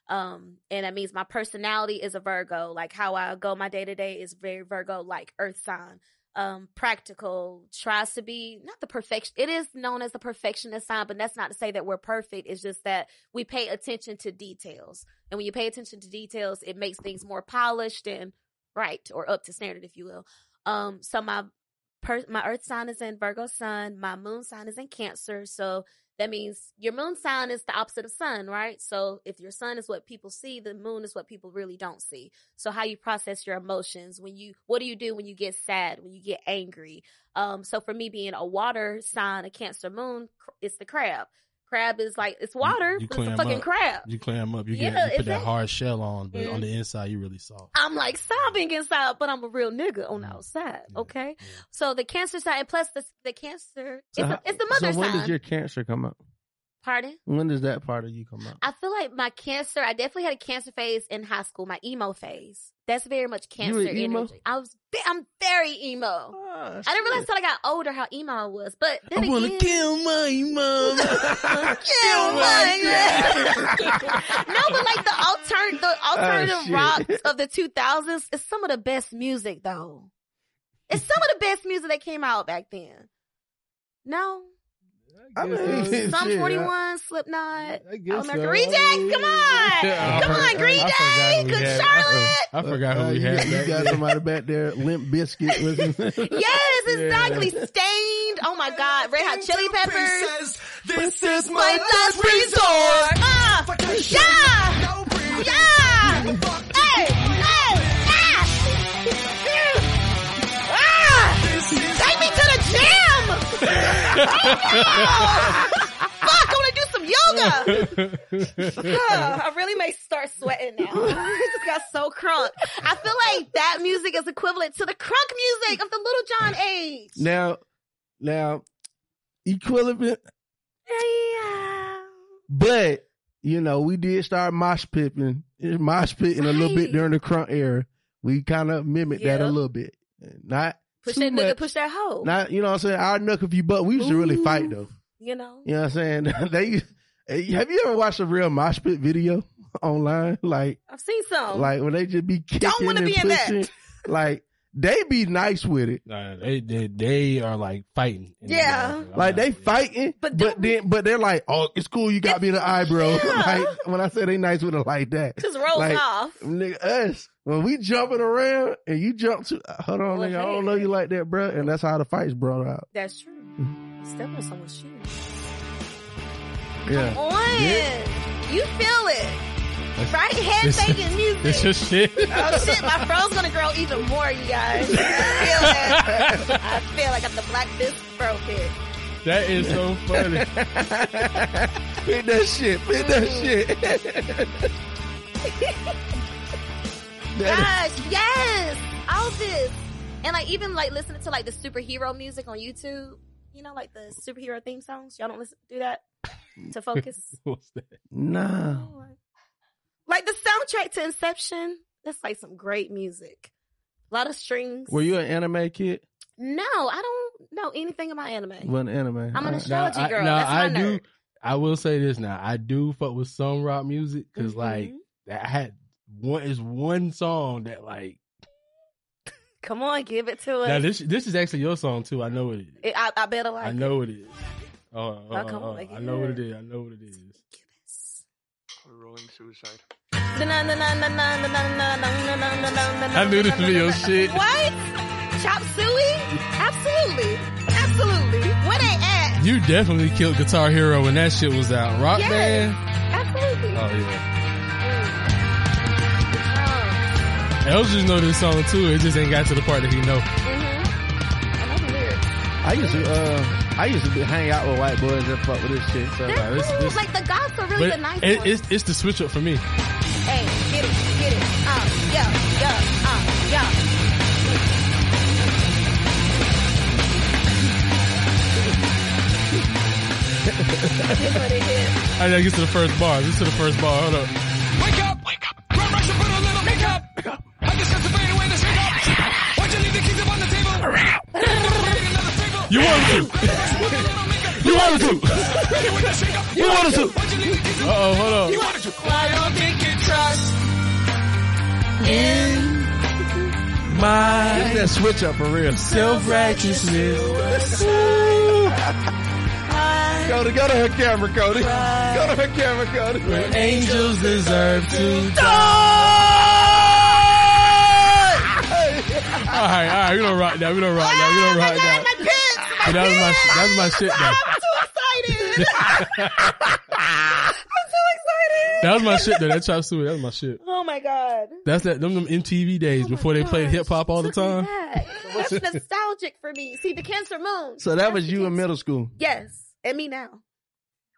Um, and that means my personality is a Virgo. Like how I go my day to day is very Virgo, like Earth sign. Um, practical tries to be not the perfection. It is known as the perfectionist sign, but that's not to say that we're perfect. It's just that we pay attention to details, and when you pay attention to details, it makes things more polished and right or up to standard, if you will. Um, so my per- my earth sign is in Virgo sun, my moon sign is in Cancer. So that means your moon sign is the opposite of sun, right? So if your sun is what people see, the moon is what people really don't see. So how you process your emotions when you what do you do when you get sad, when you get angry? Um so for me being a water sign, a Cancer moon, cr- it's the crab. Crab is like it's water, you but it's clam a fucking up. crab. You clam up. You Yeah, get you put that exactly. hard shell on, but Mhm. on the inside you really soft. I'm like sobbing inside, but I'm a real nigga on the outside. Yeah. Okay. Yeah. So the cancer sign, and plus the the cancer, So it's, how- a, it's the mother So when sign. does your Cancer come out? Pardon? When does that part of you come out? I feel like my cancer. I definitely had a cancer phase in high school. My emo phase. That's very much You were cancer emo? energy. I was. ve- I'm very emo. Oh, Ah, I didn't realize shit. until I got older how emo I was. But then I again, want to kill my mom. Kill Oh, my my dad. no, but like the altern the Oh, alternative shit. rock of the 2000s is some of the best music though. It's some of the best music that came out back then. No, I mean, Some shit, 41, I- Slipknot. I guess American so. Rejects, come on! Yeah, I Come forgot- on, Green I Day, forgot who we Good had. Charlotte. I forgot Uh, who we you, had. got- you back got then. somebody back there, Limp Biscuit. Was, Yes, exactly. Stained. Oh my God. Red Hot Chili Peppers. This is My last resort. Ah, yeah, yeah. Hey, hey, ah. Ah, take me to the gym. Fuck, I want to do some yoga. Ugh, I really may start sweating now. I just got so crunk. I feel like that music is equivalent to the crunk music of the Little John age. now, now, equivalent, Yeah. but you know, we did start mosh pitting, mosh pitting a little bit Right. during the crunk era. We kind of mimicked that a Yeah. little bit, not Push too that nigga, much. push that hoe. Not you know what I'm saying. Our knuck if you butt. We used to really Ooh. fight though. you know? You know what I'm saying. they hey, have you ever watched a real mosh pit video online? Like I've seen some. like when they just be kicking Um, wanna and be in that. pushing. Like they be nice with it. Nah, they, they they are like fighting. in the Yeah. bathroom. I'm not- Like they fighting, But but, don't- then but they're like, oh, it's cool. You got me the eyebrow. Yeah. like when I say they nice with it like that. just rolls like, off. Nigga, us when we jumping around and you jump to hold on, Well, nigga, I hey. don't know you like that, bruh. And that's how the fight's brought out. That's true. Mm-hmm. Step on someone's shoe. Yeah, On. You feel it. Right? Head This- faking music. It's just shit. Oh shit, my fro's gonna grow even more, you guys. I feel it. I feel like I got the black fist fro here. That is so funny. fit that shit, fit that shit. That Gosh, yes! All this. And like even like listening to like the superhero music on YouTube, you know, like the superhero theme songs. Y'all don't listen do that to focus. What's that? is- nah, Oh. Like the soundtrack to Inception. That's like some great music. A lot of strings. were you an anime kid? no, I don't know anything about anime. Wasn't anime. I'm an Alright. astrology I- girl. now, That's my I do- nerd. I will say this now. I do fuck with some rock music because Mhm. like that had one is one song that like come on, give it to us. now this this is actually your song too. I know it is. It- I, I better like I know it is. Oh, oh, Oh, come oh, oh, on, like, I know what it yeah. is. I know what it is. Rolling suicide. I I knew this was your shit. What? Chop suey? Absolutely. Absolutely. Where they at? You definitely killed Guitar Hero when that shit was out. Rock Yes. Band. Absolutely. Uh, Oh yeah. Mm. Els just know this song too. It just ain't got to the part that he know. Mhm. I know the lyrics. I used to, uh, I used to be- hang out with white boys and fuck with this shit. So They're Nah, this- cool. this- like the gods are really the nice But it, ones. it's it's the switch up for me. hey, get it, get it. Uh, yeah, yeah, uh, yeah. Here's what it is. I gotta get to the first bar. This is to the first bar. Hold up. Wake up! Wake up! Grab rice and put a little makeup! I discuss the brain away to shake up! Why'd you leave the kingdom on the table? Create another table! You wanted to. Put a little makeup! You wanted to. Ready with the shake up! You wanted to. Why'd you leave the kingdom? Uh oh, hold up. You wanted to. I don't think you trust in my that switch up for real. self-righteousness. Cody, go to her camera, Cody. Go to her camera, Cody. Angels deserve to die. all right, all right, we don't rock now. We don't rock now. We don't my rock now. God, Ah, my pants, my But that was my pants. shit- that was my shit, though. I'm too excited. Ah, I'm so excited. That was my shit though. That chop suey. That was my shit. Oh my God. That's that them them MTV days Oh my before they played gosh, hip hop all the took me time. back. That's nostalgic for me. See, the Cancer Moon. So that That's was the you in Cancer- middle school. Yes, and me now.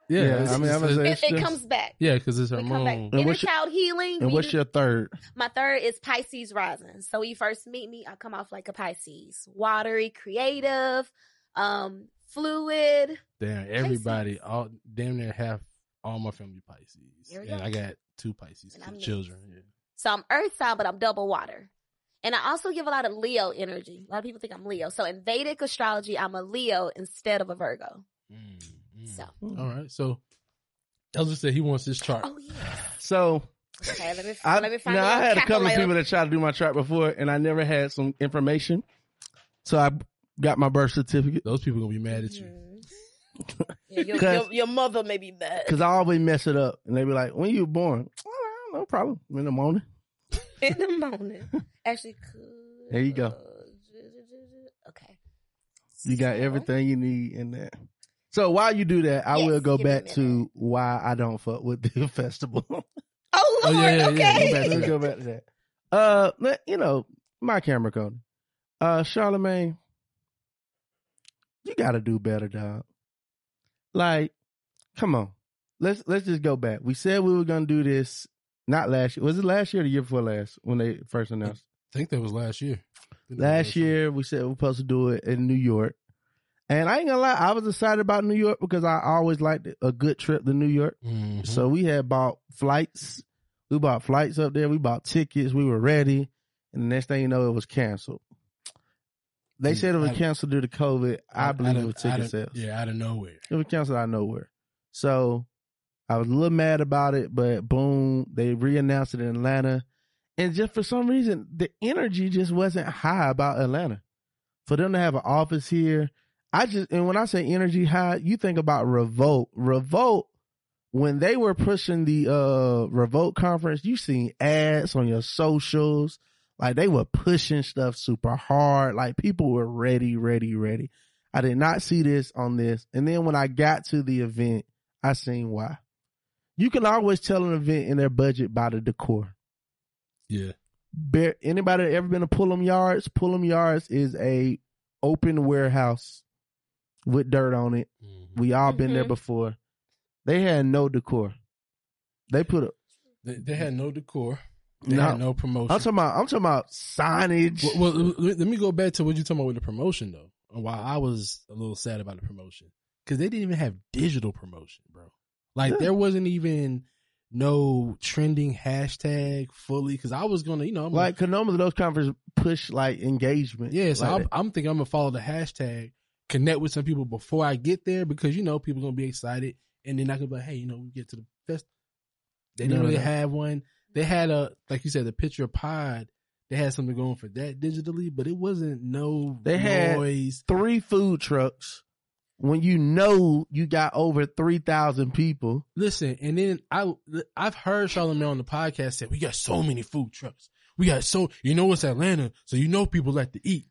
Yeah, Yeah, I mean, I would say- It, It's it just- comes back. yeah, because it's her We come mom. back. And Inner what's your- child healing. And we what's do- your third? my third is Pisces rising. So when you first meet me, I come off like a Pisces, watery, creative, um, fluid. Damn, everybody, all damn near half all my family Pisces, There we and go. I got two Pisces And I'm two mixed. children. Yeah. So I'm earth sign, but I'm double water. And I also give a lot of Leo energy. A lot of people think I'm Leo. So in Vedic astrology, I'm a Leo instead of a Virgo. Mm, Hmm. mm. So, all right, so Elsa said he wants this chart. oh yeah. So Okay, let me, I, let me find now I little had a couple of calculator. people that tried to do my chart before, and I never had some information. So I got my birth certificate. Those people gonna be mad at you. Mhm. Yeah, your, 'Cause- your, your mother may be mad. Cause I always mess it up, and they be like, "When you born? "Oh, no problem. In the morning. in the morning. Actually, could. There you go. Okay. You got So, everything you need in that." So while you do that, I Yes, will go give me a back to minute. why I don't fuck with the festival. Go Oh Oh, Lord, yeah, yeah, yeah. okay. back to- go back to that. Uh, let- you know my camera code. Uh, Charlemagne, you got to do better, dog. Like, come on. Let's let's just go back. We said we were gonna do this. Not last year. Was it last year or the year before last when they first announced? think that was last year. Last year we said we are supposed to do it in New York. And I ain't gonna lie, I was excited about New York because I always liked a good trip to New York. Mhm. So we had bought flights. We bought flights up there. We bought tickets. We were ready. And the next thing you know, it was canceled. They said it was Out- canceled due to COVID. Mm, I Out believe of- it was out ticket of- sales. Yeah, out of nowhere. It was canceled out of nowhere. So I was a little mad about it, but boom, they reannounced it in Atlanta. And just for some reason, the energy just wasn't high about Atlanta. For them to have an office here, I just, and when I say energy high, you think about Revolt. Revolt, when they were pushing the uh Revolt conference, you seen ads on your socials. Like they were pushing stuff super hard. Like people were ready, ready, ready. I did not see this on this. And then when I got to the event, I seen why. You can always tell an event in their budget by the decor. Yeah. Bear, anybody that ever been to Pullum Yards? Pullum Yards is a open warehouse with dirt on it. Mhm. We all been there Mhm. before. They had no decor. They put a They, they had no decor. They no. had no promotion. I'm talking about. I'm talking about signage. Well, well, let me- let me go back to what you talking about with the promotion though. And Why I was a little sad about the promotion because they didn't even have digital promotion, bro. Like Yeah. there wasn't even no trending hashtag fully because I was gonna, you know, I'm like, like Konoma, those conferences push like engagement. yeah. So Like I'm, that. I'm thinking I'm gonna follow the hashtag, connect with some people before I get there because you know people gonna be excited and then I could be like, hey, you know, we get to the fest. They didn't No, no, really no. have one. They had a like you said the picture pod. They had something going for that digitally, but it wasn't no They had- noise. three food trucks when you know you got over 3,000 people. Listen, and then I I've heard Charlamagne on the podcast say we got so many food trucks. We got so you know it's Atlanta, so you know people like to eat.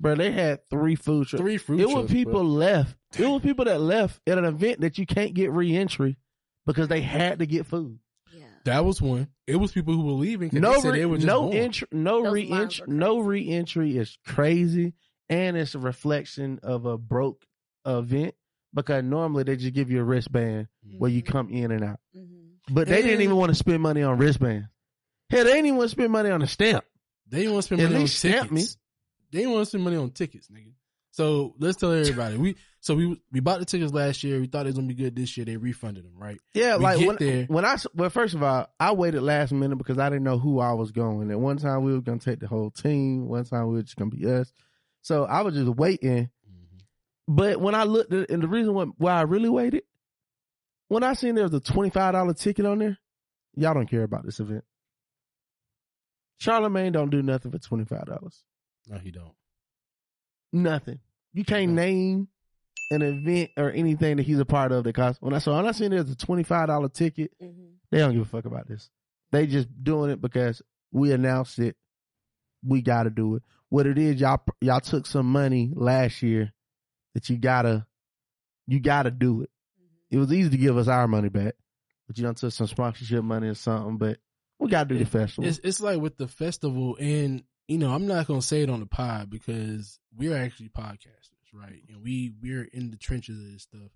Bro, they had three food trucks. Three food it trucks. was people bro. left. It was people that left at an event that you can't get re-entry because they had to get food. Yeah. That was one. It was people who were leaving. 'cause No, they said re- they were just no born. entry, no Those re-entry, lines were no re-entry is crazy, and it's a reflection of a broke event because normally they just give you a wristband where you come in and out. Mm-hmm. But they didn't And- even want to spend money on wristbands. Hell, they didn't even want to spend money on a stamp. They didn't want to spend At money on least stamp tickets. me. They didn't want to spend money on tickets, nigga. So let's tell everybody we so we we bought the tickets last year. We thought it was gonna be good this year. They refunded them, right? Yeah, We like get when, there. when I s- well, first of all, I waited last minute because I didn't know who I was going. At one time, we were gonna take the whole team. One time, we were just gonna be us. So I was just waiting. Mm-hmm. But when I looked, at, and the reason why, why I really waited, when I seen there was a twenty five dollar ticket on there, y'all don't care about this event. Charlemagne don't do nothing for twenty five dollars. No, he don't. Nothing. You can't name an event or anything that he's a part of that costs. When I saw, when I seen there was a twenty five dollar ticket. Mm-hmm. They don't give a fuck about this. They just doing it because we announced it. We got to do it. What it is, y'all y'all took some money last year that you gotta you gotta do it. Mm-hmm. It was easy to give us our money back, but you done took some sponsorship money or something. But we gotta do the festival. It's it's like with the festival, and you know, I'm not gonna say it on the pod because we're actually podcasters, right? And we we're in the trenches of this stuff.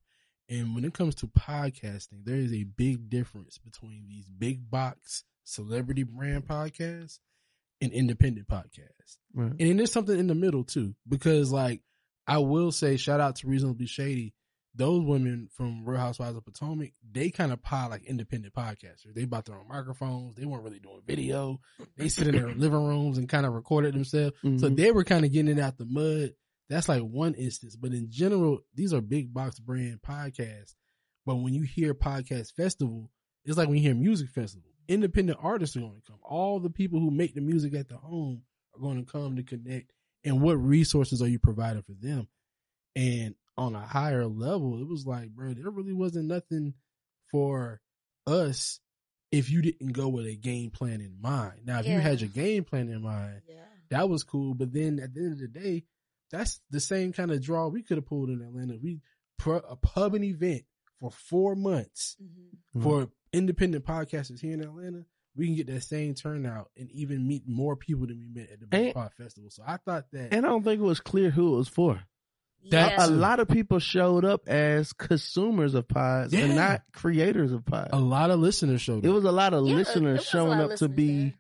And when it comes to podcasting, there is a big difference between these big box celebrity brand podcasts and independent podcasts. Right. And then there's something in the middle too, because like I will say, shout out to Reasonably Shady. Those women from Real Housewives of Potomac, they kind of pod like independent podcasters. They bought their own microphones. They weren't really doing video. They sit in their living rooms and kind of recorded themselves. So Mhm. they were kind of getting it out the mud. That's like one instance. But in general, these are big box brand podcasts. But when you hear podcast festival, it's like when you hear music festival. Independent artists are going to come. All the people who make the music at the home are going to come to connect. And what resources are you providing for them? And on a higher level. It was like, bro, there really wasn't nothing for us if you didn't go with a game plan in mind. Now, if you Yeah. had your game plan in mind, Yeah. that was cool. But then at the end of the day, that's the same kind of draw we could have pulled in Atlanta. We pro- a pub and event for four months Mm-hmm. Mm-hmm. for independent podcasters here in Atlanta. We can get that same turnout and even meet more people than we met at the Black And- Pod Festival. So I thought that And I don't think it was clear who it was for. That- A Too. lot of people showed up as consumers of pods Yeah. and not creators of pods. a lot of listeners showed It up. was a lot of Oh, Yeah, it listeners was a lot showing of up to listeners be. there.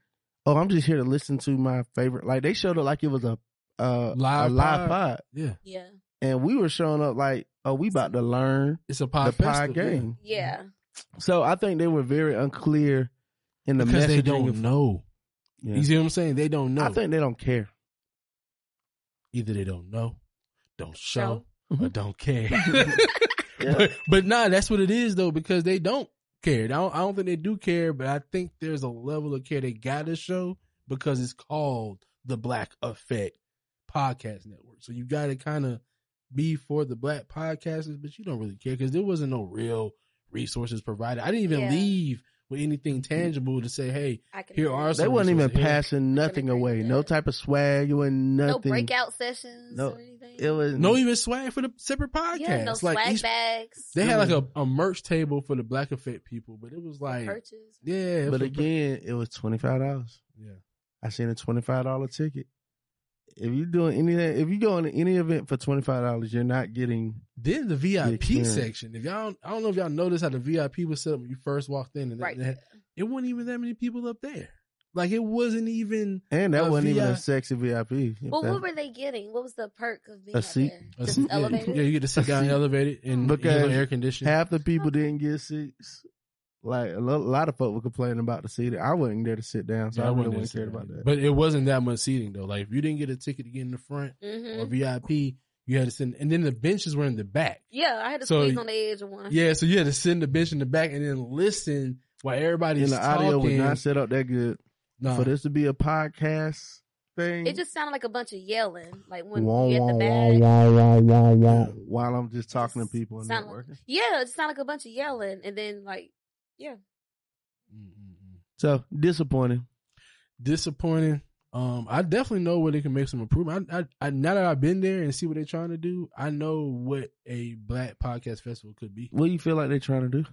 Oh, I'm just here to listen to my favorite. Like they showed up like it was a uh, Live a pod. live pod. yeah, Yeah. and we were showing up like, oh, we about to learn it's a the pod pod festival, yeah. game. Yeah. So I think they were very unclear in the because messaging. they don't of- know. Yeah. You see what I'm saying? They don't know. I think they don't care. Either they don't know, don't show, Show. or don't care. Yeah. but, but nah, that's what it is though, because they don't care. I don't, I don't think they do care, but I think there's a level of care they gotta show because it's called the Black Effect Podcast Network. So you gotta kind of be for the black podcasters, but you don't really care because there wasn't no real resources provided. I didn't even Yeah. leave with anything tangible to say, hey, I can Here agree. are They some- wasn't even Yeah. passing nothing agree away. with No that. type of swag. It wasn't No nothing. breakout sessions No, or anything. It was no even swag for the separate podcast. yeah, no like swag each- bags. they had like a, a merch table for the Black Effect people, but it was like, purchase. yeah, it was But for- again, it was twenty five dollars. yeah. I seen a twenty five dollar ticket. If you doing anything, if you going to any event for twenty five dollars, you're not getting. Then the VIP experience. section. If y'all, I don't know if y'all noticed how the VIP was set up when you first walked in, and Right. that, it wasn't even that many people up there. Like it wasn't even And that A wasn't even VI. a sexy VIP. Well, That- uh, what were they getting? What was the perk of being A up seat. there? A Just seat, yeah, elevated. Yeah, you get to sit down seat. elevated and Because air conditioning. half the people didn't get seats. Like a lo- lot of folk were complaining about the seat. I wasn't there to sit down, so I, really wouldn't care about that. But it wasn't that much seating though. Like if you didn't get a ticket to get in the front hmm or VIP, you had to sit. And then the benches were in the back. Yeah, I had to So- squeeze on the edge of one. Yeah, so you had to sit in the bench in the back and then listen while everybody's and the audio was talking. not set up that good Nah. for this to be a podcast thing. It just sounded like a bunch of yelling, like when Wah, you wah, at the wah, bag. wah, wah, wah, wah, while I'm just talking to Just people and sound- networking. Yeah, it just sounded like a bunch of yelling, and then like Mm, Mm-mm-mm. So disappointing. disappointing. Um, I definitely know where they can make some improvement. I, I, I now that I've been there and see what they're trying to do, I know what a black podcast festival could be. What do you feel like they're trying to do?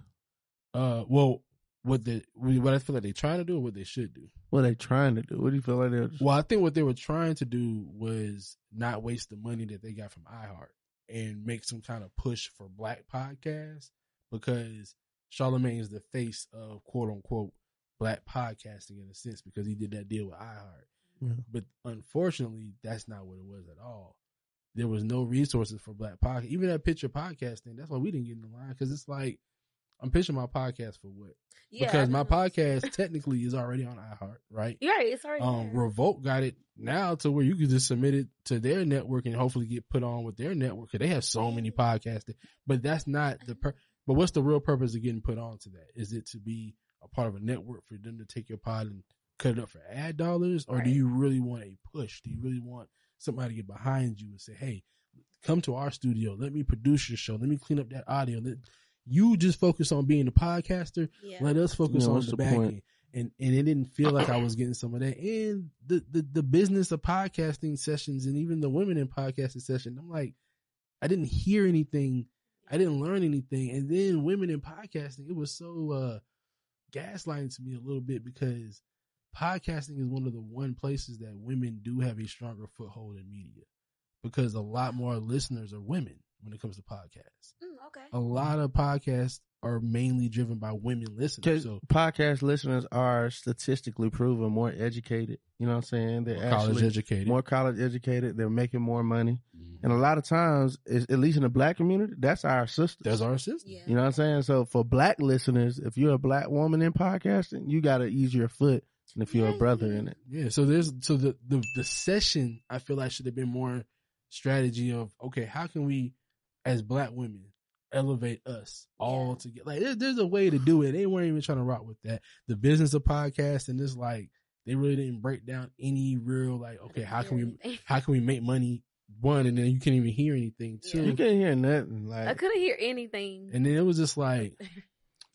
Uh, well, what the what I feel like they're trying to do, or what they should do. What are they trying to do? What do you feel like they're? Well, I think what they were trying to do was not waste the money that they got from iHeart and make some kind of push for black podcasts because Charlemagne is the face of quote unquote black podcasting in a sense because he did that deal with iHeart. Yeah. But unfortunately, that's not what it was at all. There was no resources for black podcast. Even that picture podcast thing, that's why we didn't get in the line because it's like, I'm pitching my podcast for what? yeah, because I my don't know. podcast technically is already on iHeart, right? You're right. It's already um, there. Revolt got it now to where you can just submit it to their network and hopefully get put on with their network. 'cause they have so many podcasts, that- but that's not the per- but what's the real purpose of getting put on to that? Is it to be a part of a network for them to take your pod and cut it up for ad dollars, or do Right. you really want a push? Do you really want somebody to get behind you and say, "Hey, come to our studio. Let me produce your show. Let me clean up that audio." Let, you just focus on being a podcaster. yeah. Let us focus Yeah, on what's the, the back point? end. And and it didn't feel like I was getting some of that. And the, the the business of podcasting sessions and even the women in podcasting session, I'm like, I didn't hear anything. I didn't learn anything. And then women in podcasting, it was so uh gaslighting to me a little bit because podcasting is one of the one places that women do have a stronger foothold in media because a lot more listeners are women when it comes to podcasts Mm, okay. a lot of podcasts are mainly driven by women listeners. Because So podcast listeners are statistically proven more educated. You know what I'm saying? They're college actually educated. more college educated. They're making more money, Mhm. and a lot of times, is- at least in the black community, that's our sisters. That's our system. Yeah. You know what I'm saying? So for black listeners, if you're a black woman in podcasting, you got to ease your foot than if you're a brother in it. Yeah. So there's so the, the the session I feel like should have been more strategy of okay, how can we as black women elevate us all Yeah. together? Like there, there's a way to do it. They weren't even trying to rock with that. The business of podcasting is like they really didn't break down any real like okay, how can we Anything. how can we make money one, and then you can't even hear anything Yeah. too. You can't hear nothing. I Like, couldn't hear anything. And then it was just like,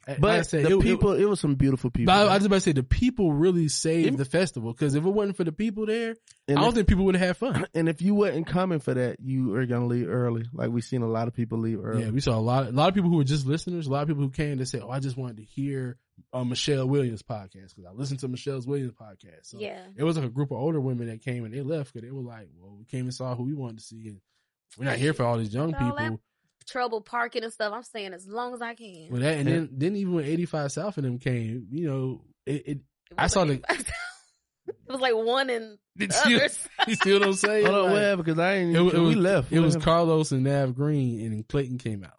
like I but said, the it- it- people, it, was some beautiful people. But I, I was about to say the people really saved It- the festival because if it wasn't for the people there, and, I don't if, think people would have had fun. and if you wasn't coming for that, you were gonna leave early. Like we seen a lot of people leave early. Yeah, we saw a lot, a lot of people who were just listeners, a lot of people who came to say, "Oh, I just wanted to hear uh, Michelle Williams' podcast because I listened to Michelle's Williams podcast." So yeah. it was like a group of older women that came and they left because they were like, "Well, we came and saw who we wanted to see, and we're not here for all these young All that- people." Trouble parking and stuff. I'm staying as long as I can. Well, that, and then, then even when 85 South and them came, you know, it, It I was saw like- it was like one and it, still, others. you still don't say Hold on, what happened? Because I ain't. it, wa- it we was left. It What was happened? Carlos and Nav Green, and then Clayton came out.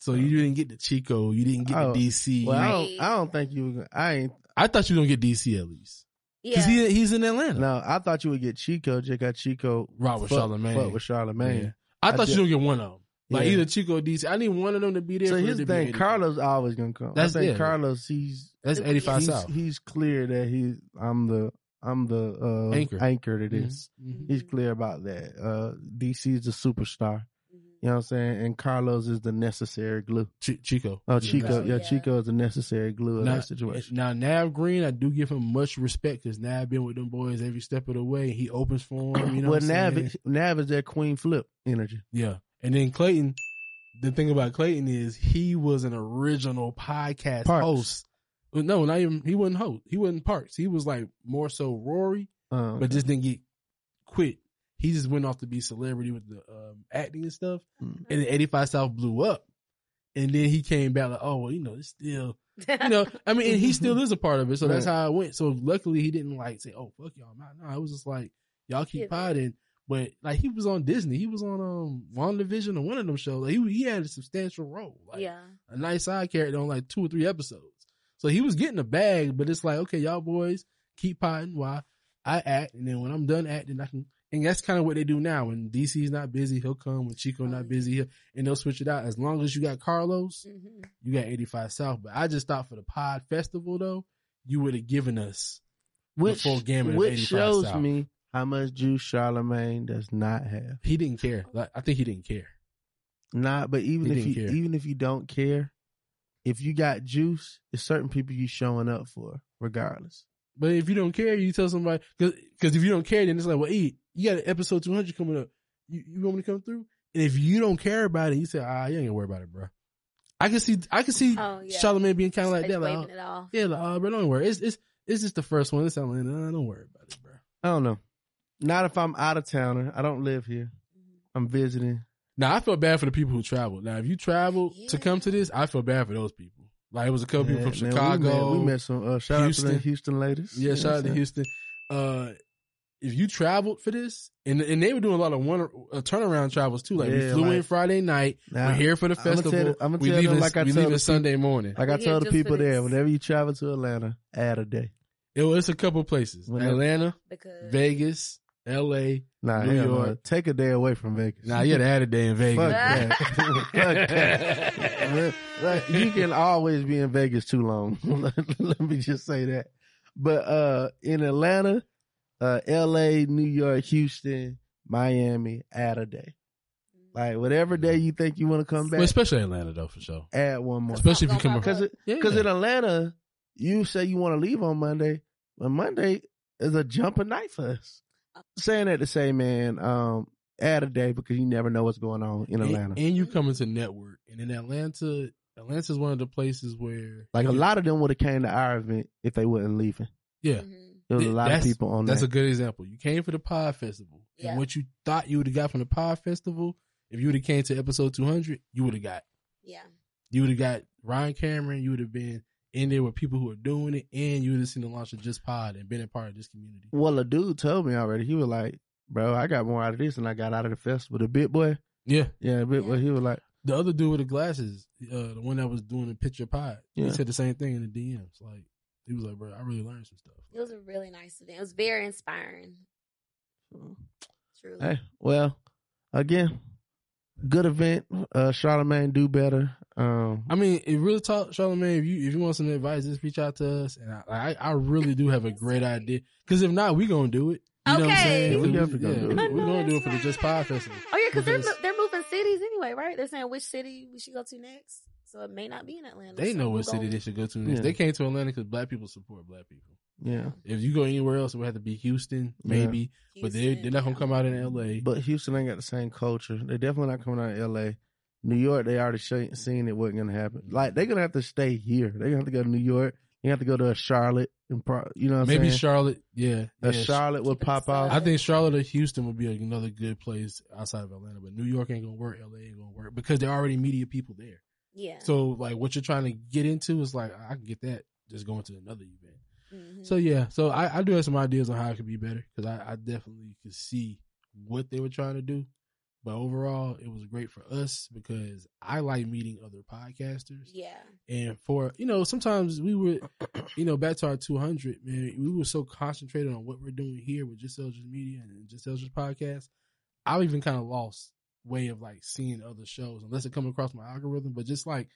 So you didn't get the Chico, you didn't get Oh, the DC. Well, I Right. don't, I don't think you. Were gonna, I ain't. I thought you were gonna get DC at least Yeah. because he he's in Atlanta. No, I thought you would get Chico. Just got Chico. Rob with fuck- Charlamagne. fuck with Charlemagne. Yeah. I I thought you did. were gonna get one of them, like Yeah. either Chico or DC. I need one of them to be there. So for here's it to be the thing, 85. Carlos always gonna come. That's- I think yeah. Carlos, he's That's eighty five he's, South. he's clear that he's I'm the I'm the uh, Anchor. anchor. to this. Mhm. He's clear about that. Uh, DC is the superstar. Mhm. You know what I'm saying? And Carlos is the necessary glue. Chi- Chico. Oh, Chico, that's- yeah, Yeah. Chico is the necessary glue in Now- that situation. Now Nav Green, I do give him much respect because Nav been with them boys every step of the way. He opens for him. You know well, what I'm Nav, saying? Nav is that Queen Flip energy. Yeah. And then Clayton, the thing about Clayton is he was an original podcast Parks. host. Well, No, not even he wasn't host. He wasn't Parks. He was like more so Rory, Um, but just didn't get quit. He just went off to be celebrity with the um, acting and stuff. Mm. And then 85 South blew up. And then he came back like, oh well, you know, it's still Mm-hmm. you know, I mean, and he still is a part of it. So that's Right. how it went. So luckily he didn't like say, Oh, fuck y'all. Nah, nah. It was just like, y'all keep Yeah. potting. But like he was on Disney. He was on um WandaVision or one of them shows. Like, he he had a substantial role. Like yeah. a nice side character on like two or three episodes. So he was getting a bag, but it's like, okay, y'all boys keep potting while I act, and then when I'm done acting, I can. And that's kind of what they do now. When DC's not busy, he'll come. When Chico Oh, not yeah. busy, he'll, and they'll switch it out. As long as you got Carlos, Mhm. you got 85 South. But I just thought for the Pod Festival though, you would have given us which full gamut of which 85 shows South. me how much juice Charlemagne does not have. he didn't care. Like, I think he didn't care. Nah, but even He if you didn't care. even if you don't care, if you got juice, it's certain people you showing up for, regardless. But if you don't care, you tell somebody because if you don't care, then it's like, well, E, you got an episode two hundred coming up. You, you want me to come through? And if you don't care about it, you say, ah, you ain't gonna worry about it, bro. I can see, I can see Oh, yeah. Charlamagne being kind of like that, Just like, uh, waving it off. yeah, like, oh, bro, don't worry. It's it's it's just the first one. It's Atlanta. Nah, don't worry about it, bro. I don't know. Not if I'm out of towner. I don't live here. I'm visiting. Now I feel bad for the people who traveled. Now if you traveled to come to this, I feel bad for those people. Like it was a couple people from Yeah, man, Chicago. we met, we met some uh, shout out to Houston. the Houston ladies. Yeah, shout out to Houston. Uh, if you traveled for this, and and they were doing a lot of one uh, turnaround travels too. Like we Yeah, flew in like- Friday night, Now, we're here for the I'ma tell festival. you- I'ma we tell leave them it- like I we tell leave the it Sunday morning. Like I told We here the just people for there, this. whenever you travel to Atlanta, add a day. It was a couple places: When- Atlanta, Because Vegas, L.A. Nah, New hell no. York. take a day away from Vegas. Now you had to add a day in Vegas. Fuck man. that. Fuck that. Like, you can always be in Vegas too long. let, let me just say that. But uh in Atlanta, uh LA, New York, Houston, Miami, add a day. mm-hmm. Like whatever day you think you want to come Well, back, especially Atlanta though, for sure. add one more. Especially if you come Cause from Cuz yeah. cuz in Atlanta, you say you want to leave on Monday, but Monday is a jumping night for us. Saying that to say, man, um add a day because you never know what's going on in And- Atlanta. And, you come into network, and in Atlanta, Atlanta is one of the places where Like a lot of them would have came to our event if they wasn't leaving. Yeah, Mhm. There was a Th- lot of that's- people on that's a that. good example. You came for the Pod Festival, Yeah. and what you thought you would have got from the Pod Festival, if you would have came to episode two hundred, you would have got Yeah. you would have got Ryan Cameron. You would have been in there with people who are doing it, and you would have seen the launch of Just Pod and been a part of this community. well, a dude told me already. He was like, "Bro, I got more out of this than I got out of the festival." The bit boy, Yeah, yeah, bit boy. Yeah. He was like, the other dude with the glasses, uh, the one that was doing the picture pod, Yeah. he said the same thing in the DMs. Like he was like, "Bro, I really learned some stuff." It was a really nice event. It was very inspiring. Truly. "Hey, well, again, good event. Uh, Charlemagne do better. Um, I mean, it really talk, Charlamagne. If you if you want some advice, just reach out to us, and I I, I really do have a great idea. Because if not, we gonna do it. You know what I'm Okay. saying? We So definitely gonna yeah, do it. we- We're gonna do it for the Just Pod Festival. Oh yeah, because they're Because- mo- they're moving cities anyway, right? They're saying which city we should go to next, so it may not be in Atlanta. They so know we're what city gonna- they should go to next. Yeah. They came to Atlanta because black people support black people. Yeah. If you go anywhere else, it would have to be Houston, Yeah. maybe. But they Houston, they're not gonna yeah. come out in L.A. But Houston ain't got the same culture. They're definitely not coming out of L.A. New York, they already sh- seen it wasn't gonna happen. Like they're gonna have to stay here. They're gonna have to go to New York. You have to go to a Charlotte and pro- you know what I'm maybe saying? Charlotte. Yeah, a yeah. Charlotte would Keep it pop solid. I off. think Charlotte or Houston would be another good place outside of Atlanta. But New York ain't gonna work. L.A. ain't gonna work because they're already media people there. Yeah. So like what you're trying to get into is like I can get that just going to another event. Mhm. So yeah, so I, I do have some ideas on how it could be better because I, I definitely could see what they were trying to do, but overall it was great for us because I like meeting other podcasters yeah. and for you know sometimes we were you know back to our 200 man we were so concentrated on what we're doing here with just Eldridge Media and just Eldridge Podcast I've even kind of lost way of like seeing other shows unless it come across my algorithm but just like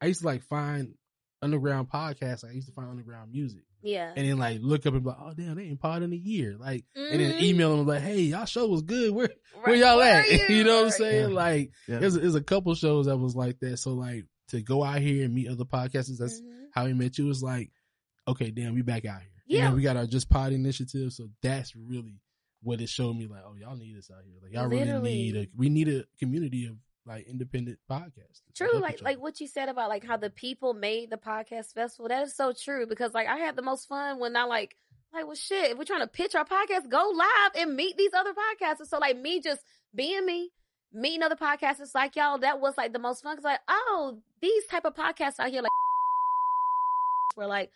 I used to like find underground podcasts I used to find underground music Yeah. and then like look up and be like, oh damn, they ain't pod in a year. Like, and Mhm. then email them like, hey, y'all show was good. Where Right. where y'all Where at? are You? know what I'm saying? Yeah. Like, Yeah. there's there's a couple shows that was like that. So like to go out here and meet other podcasters, that's Mhm. how we met you. It's like, okay, damn, we back out here. You Yeah. know, we got our just pod initiative. So that's really what it showed me. Like, oh, y'all need us out here. Like, y'all Literally. really need a we need a community of like independent podcasts. True, like like what you said about like how the people made the podcast festival. That is so true because like I had the most fun when I like like well shit. If we're trying to pitch our podcast, go live and meet these other podcasters. So like me just being me, meeting other podcasters like y'all. That was like the most fun. Cause like oh these type of podcasts out here like were like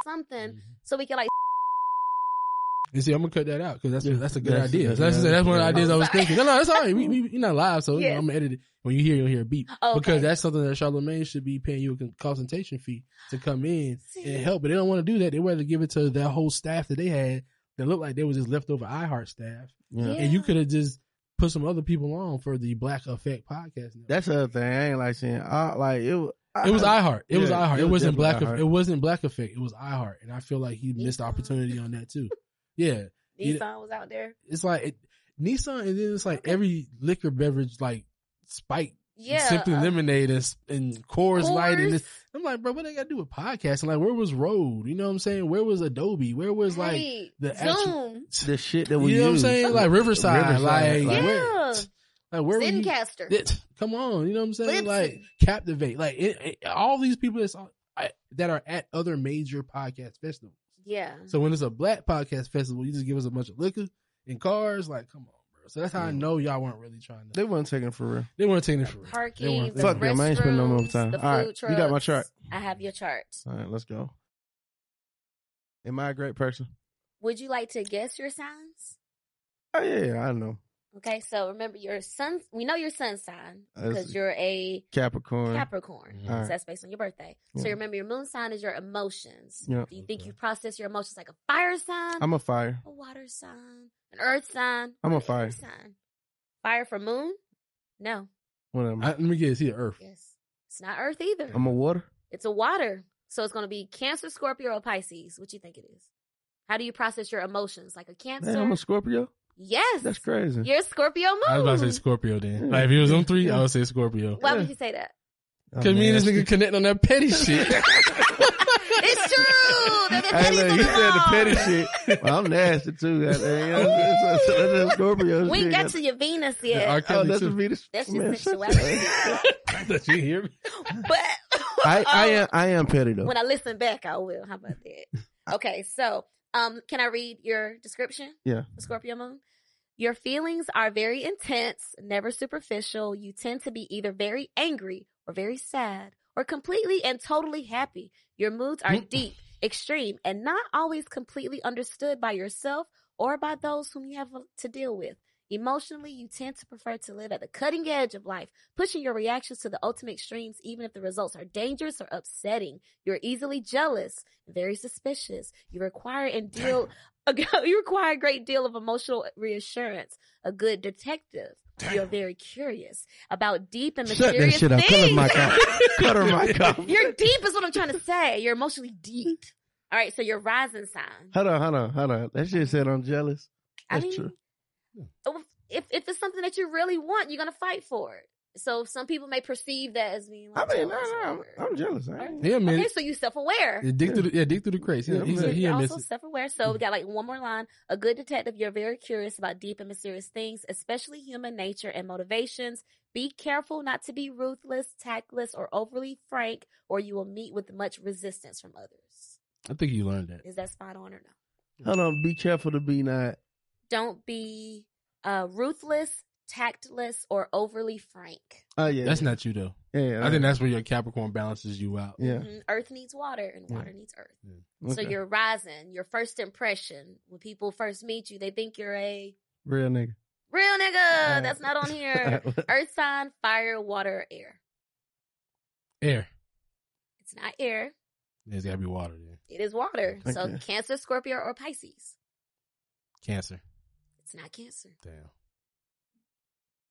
something so we can like Mm-hmm. And see, I'm gonna cut that out because that's Yeah, that's a good that's- idea. that's- That's, that's, one of the yeah. ideas I was I'm sorry. thinking. No, no, that's all right. We, we, you're not live, so you know, Yes. I'm gonna edit it. When you hear, you'll hear a beat oh, Okay. because that's something that Charlemagne should be paying you a con- consultation fee to come in See. and help. But they don't want to do that. They wanted to give it to that whole staff that they had that looked like they was just leftover iHeart staff, Yeah. and you Yeah. could have just put some other people on for the Black Effect podcast. Network. That's the other thing. I ain't like saying I, like it. wa- I, It was iHeart. It was Yeah, iHeart. it It was wasn't definitely Black. iHeart. It wasn't Black Effect. It was iHeart, and I feel like he missed the opportunity on that too. Yeah. You- Nissan was out there. it's like it, Nissan, and then it's like every liquor beverage like Spike, Yeah, Simply uh, Lemonade, and, s- and Coors Light, and this. Coors. I'm like, bro, what they got to do with podcasting? Like, where was Road? You know what I'm saying? Where was Adobe? Where was like Right. the Zoom. actual- the shit that you know we. what I'm used. saying? Like Riverside, like, Riverside, like- where, Yeah. like where were you? Zencaster. It- come on, you know what I'm saying? Libsyn. Like captivate, like it, it- all these people that's on, I, that are at other major podcast festivals. yeah. So when it's a black podcast festival, you just give us a bunch of liquor and cars. Like, come on, bro. So that's how I know y'all weren't really trying They to. weren't taking it for real. They weren't taking it for real. They Parking, weren't- the they weren't. Fuck them, I ain't spending no more restrooms, time. the All right, food you got my trucks. chart. I have your chart. All right, let's go. Am I a great person? Would you like to guess your signs? Oh yeah, I know. Okay, so remember your sun. We know your sun sign because That's- you're a Capricorn. Capricorn. Mhm. All So right. that's based on your birthday. So Yeah. remember your moon sign is your emotions. Yeah. Do you think Okay. you process your emotions like a fire sign, I'm a fire. a water sign, an earth sign? I'm a or an air fire. sign. Fire for moon? No. What am I, I? let me guess. He a Earth. Yes. It's not earth either. I'm a water. It's a water. So it's going to be Cancer, Scorpio, or Pisces. What you think it is? How do you process your emotions? Like a Cancer? Man, I'm a Scorpio. yes. That's crazy. You're a Scorpio moon. I was about to say Scorpio. Then, Yeah. like, if it was on three, Yeah. I would say Scorpio. Why Yeah. would you say that? Oh, Cause me and this man. nigga connect on that petty shit. It's true. They're the Hey, petties look, on you the said the wall. petty shit. Well, I'm nasty too. goddamn. You know, that's, that's, that's Scorpio. We shit. ain't got to your Venus yet. R. Oh, Kelly that's too. me. That's That's just man, shut sexuality. up. Did you hear me? but um, I, I am I am petty though. when I listen back, I will. How about that? Okay, so um, can I read your description? Yeah. The Scorpio moon. Your feelings are very intense, never superficial. You tend to be either very angry or very sad or completely and totally happy. Your moods are Mm. deep, extreme, and not always completely understood by yourself or by those whom you have to deal with. Emotionally, you tend to prefer to live at the cutting edge of life, pushing your reactions to the ultimate extremes, even if the results are dangerous or upsetting. You're easily jealous, very suspicious. You require and deal, you require a great deal of emotional reassurance. A good detective. You're very curious about deep and Shut that mysterious shit up. Cut her things. mic off. Cut her mic off. You're deep is what I'm trying to say. You're emotionally deep. All right, so your rising sign. Hold on, hold on, hold on. That shit said I'm jealous. I That's mean, uh, true. if if it's something that you really want, you're gonna fight for it. So some people may perceive that as being. I Like mean, no, jealous or no, I'm, whatever. I'm jealous. I ain't- Yeah, man. Okay, so you self-aware. Yeah, dick through the, yeah, dick through the cracks. He, Yeah, Mm. he's man. a, he You're ain't also missing. self-aware. So we got like one more line. A good detective, you're very curious about deep and mysterious things, especially human nature and motivations. Be careful not to be ruthless, tactless, or overly frank, or you will meet with much resistance from others. I think you learned that. Is that spot on or no? Hold on. Be careful to be not. Don't be uh, ruthless, tactless, or overly frank. Oh yeah, That's not you though. Yeah, I think that's where your Capricorn balances you out. Yeah. Mhm. Earth needs water, and water needs earth. So okay. you're rising. Your first impression when people first meet you, they think you're a real nigga. real nigga. Uh, That's not on here. Earth sign, fire, water, air. Air. It's not air. There's gotta be water there. It is water. So Okay. Cancer, Scorpio, or Pisces. Cancer. It's not Cancer. Damn.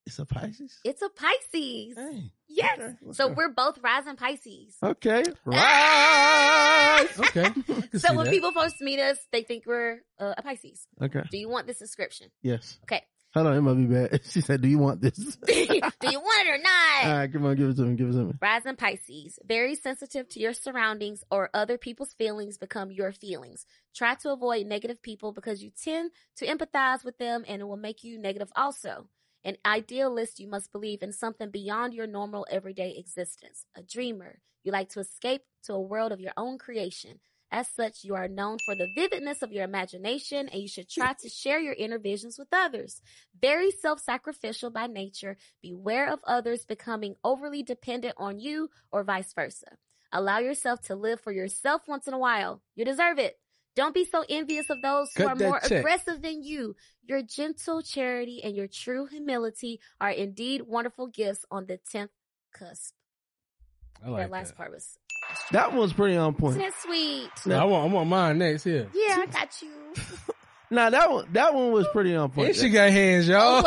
it's a Pisces. It's a Pisces. Dang. Yes. Eh, okay, let's so go. we're both rising Pisces. Okay. Okay. I can see So when that. people first meet us, they think we're uh, a Pisces. Okay. Do you want this inscription? Yes. Okay. Hold on, it might be bad. She said, "Do you want this?" Do you want it or not? All right, come on, give it to me. Give it to me. Rising Pisces, very sensitive to your surroundings or other people's feelings become your feelings. Try to avoid negative people because you tend to empathize with them and it will make you negative also. An idealist, you must believe in something beyond your normal everyday existence. A dreamer, you like to escape to a world of your own creation. As such, you are known for the vividness of your imagination and you should try to share your inner visions with others. Very self-sacrificial by nature, Beware of others becoming overly dependent on you or vice versa. Allow yourself to live for yourself once in a while. You deserve it. Don't be so envious of those who Cut are that more check. aggressive than you. Your gentle charity and your true humility are indeed wonderful gifts on the 10th cusp. I like that last that. part was, That one's pretty on isn't point. that sweet? No, I want I want mine next here. Yeah, I got you. Now that one, that one was pretty on point. And she got hands, y'all. Lord,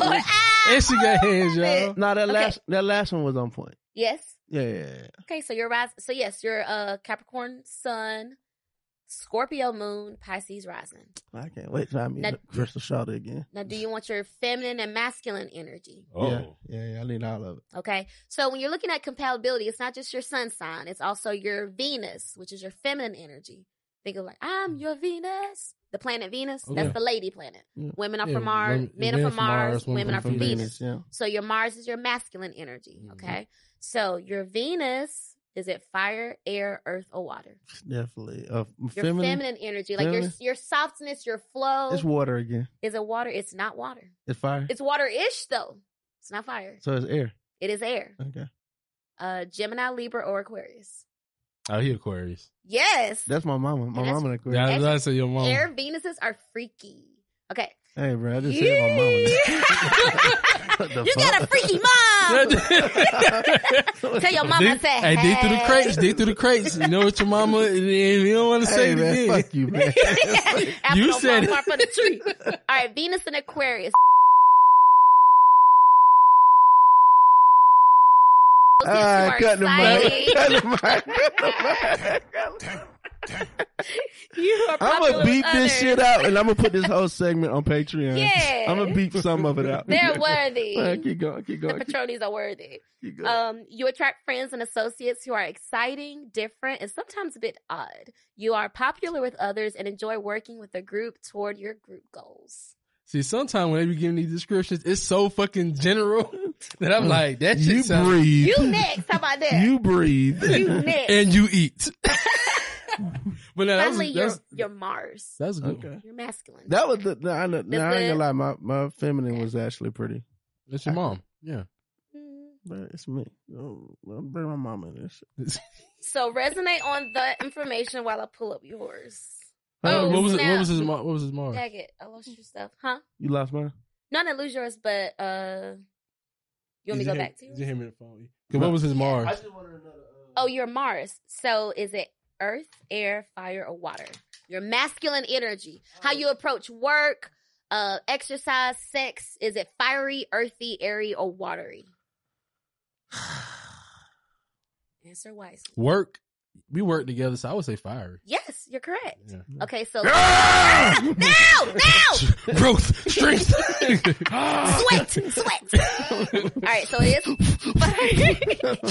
ah, and she got oh, hands, love y'all. it. now that Okay. last, that last one was on point. Yes. Yeah, yeah, yeah. Okay, so your rise. So yes, your uh, Capricorn Sun, Scorpio Moon, Pisces Rising. I can't wait till I meet Now- Crystal Shawty again. Now, do you want your feminine and masculine energy? Yeah, Oh. yeah, yeah, I need all of it. Okay. So when you're looking at compatibility, it's not just your sun sign, it's also your Venus, which is your feminine energy. Think of like, I'm your Venus. The planet Venus, Okay. that's the lady planet. Yeah. Women are Yeah, from Mars, women- men, are from Mars, women are from Venus. yeah. So your Mars is your masculine energy. Mm-hmm. Mhm. Okay. So your Venus is it fire, air, earth, or water? Definitely. Uh, Your feminine. feminine, energy, like Feminine? your your softness, your flow It's water again. is it water? It's not water. It's fire. It's water ish though. It's not fire. so it's air. It is air. Okay. Uh Gemini, Libra, or Aquarius. Oh, he Aquarius. Yes. That's my mama. My And that's- mama that Yeah, quit. I was about to say your mom. Air Venuses are freaky. Okay. Hey, bro, I just said my mama. What the you got a fuck? freaky mom. Tell your mama I Dig- said, Hey, dig through the hey. crates. Dig through the crates. You know what your mama? You don't want to say Hey, it man, again. fuck you, man. Apple You don't said fall far from the tree. All right, Venus and Aquarius. Those kids who Ah, are cut the mic. Cut excited. the mic. Cut the mic. You are I'm popular gonna with beat others. this shit out, and I'm gonna put this whole segment on Patreon. Yeah. I'm gonna beat some of it out. They're worthy. All right, keep going, keep The going, keep, Patronies are worthy. keep going. Um, you attract friends and associates who are exciting, different, and sometimes a bit odd. You are popular with others and enjoy working with a group toward your group goals. See, sometimes when they be giving these descriptions, it's so fucking general that I'm like, that shit you sounds- breathe. You next, how about that? You breathe. You next. and you eat. but now, that's, Finally, your that's, your Mars, that's good. Okay. your masculine. That was the. Nah, I, know- nah, I ain't it. gonna lie. My my feminine was actually pretty, That's your mom. Yeah. Mm. but it's me. Oh, I'll bring my mama in this. shit. so resonate on the information while I pull up yours. Uh, Oh, what was it? What snap. was his? mo- What was his mom? Dang it, I lost your stuff, huh? You lost mine. Not to lose yours, but uh, you want me to go back to You yours? hear me the phone? 'Cause What was his Mars? just wanted another. Oh, your Mars. So is it earth, air, fire, or water? Your masculine energy. Oh. How you approach work, uh, exercise, sex. Is it fiery, earthy, airy, or watery? Answer wisely. Work we worked together, so I would say fiery. Yes, you're correct. Yeah. Okay, so Ah! now, now, Growth, strength. Oh. sweat, sweat. All right, so it Oh, is fire.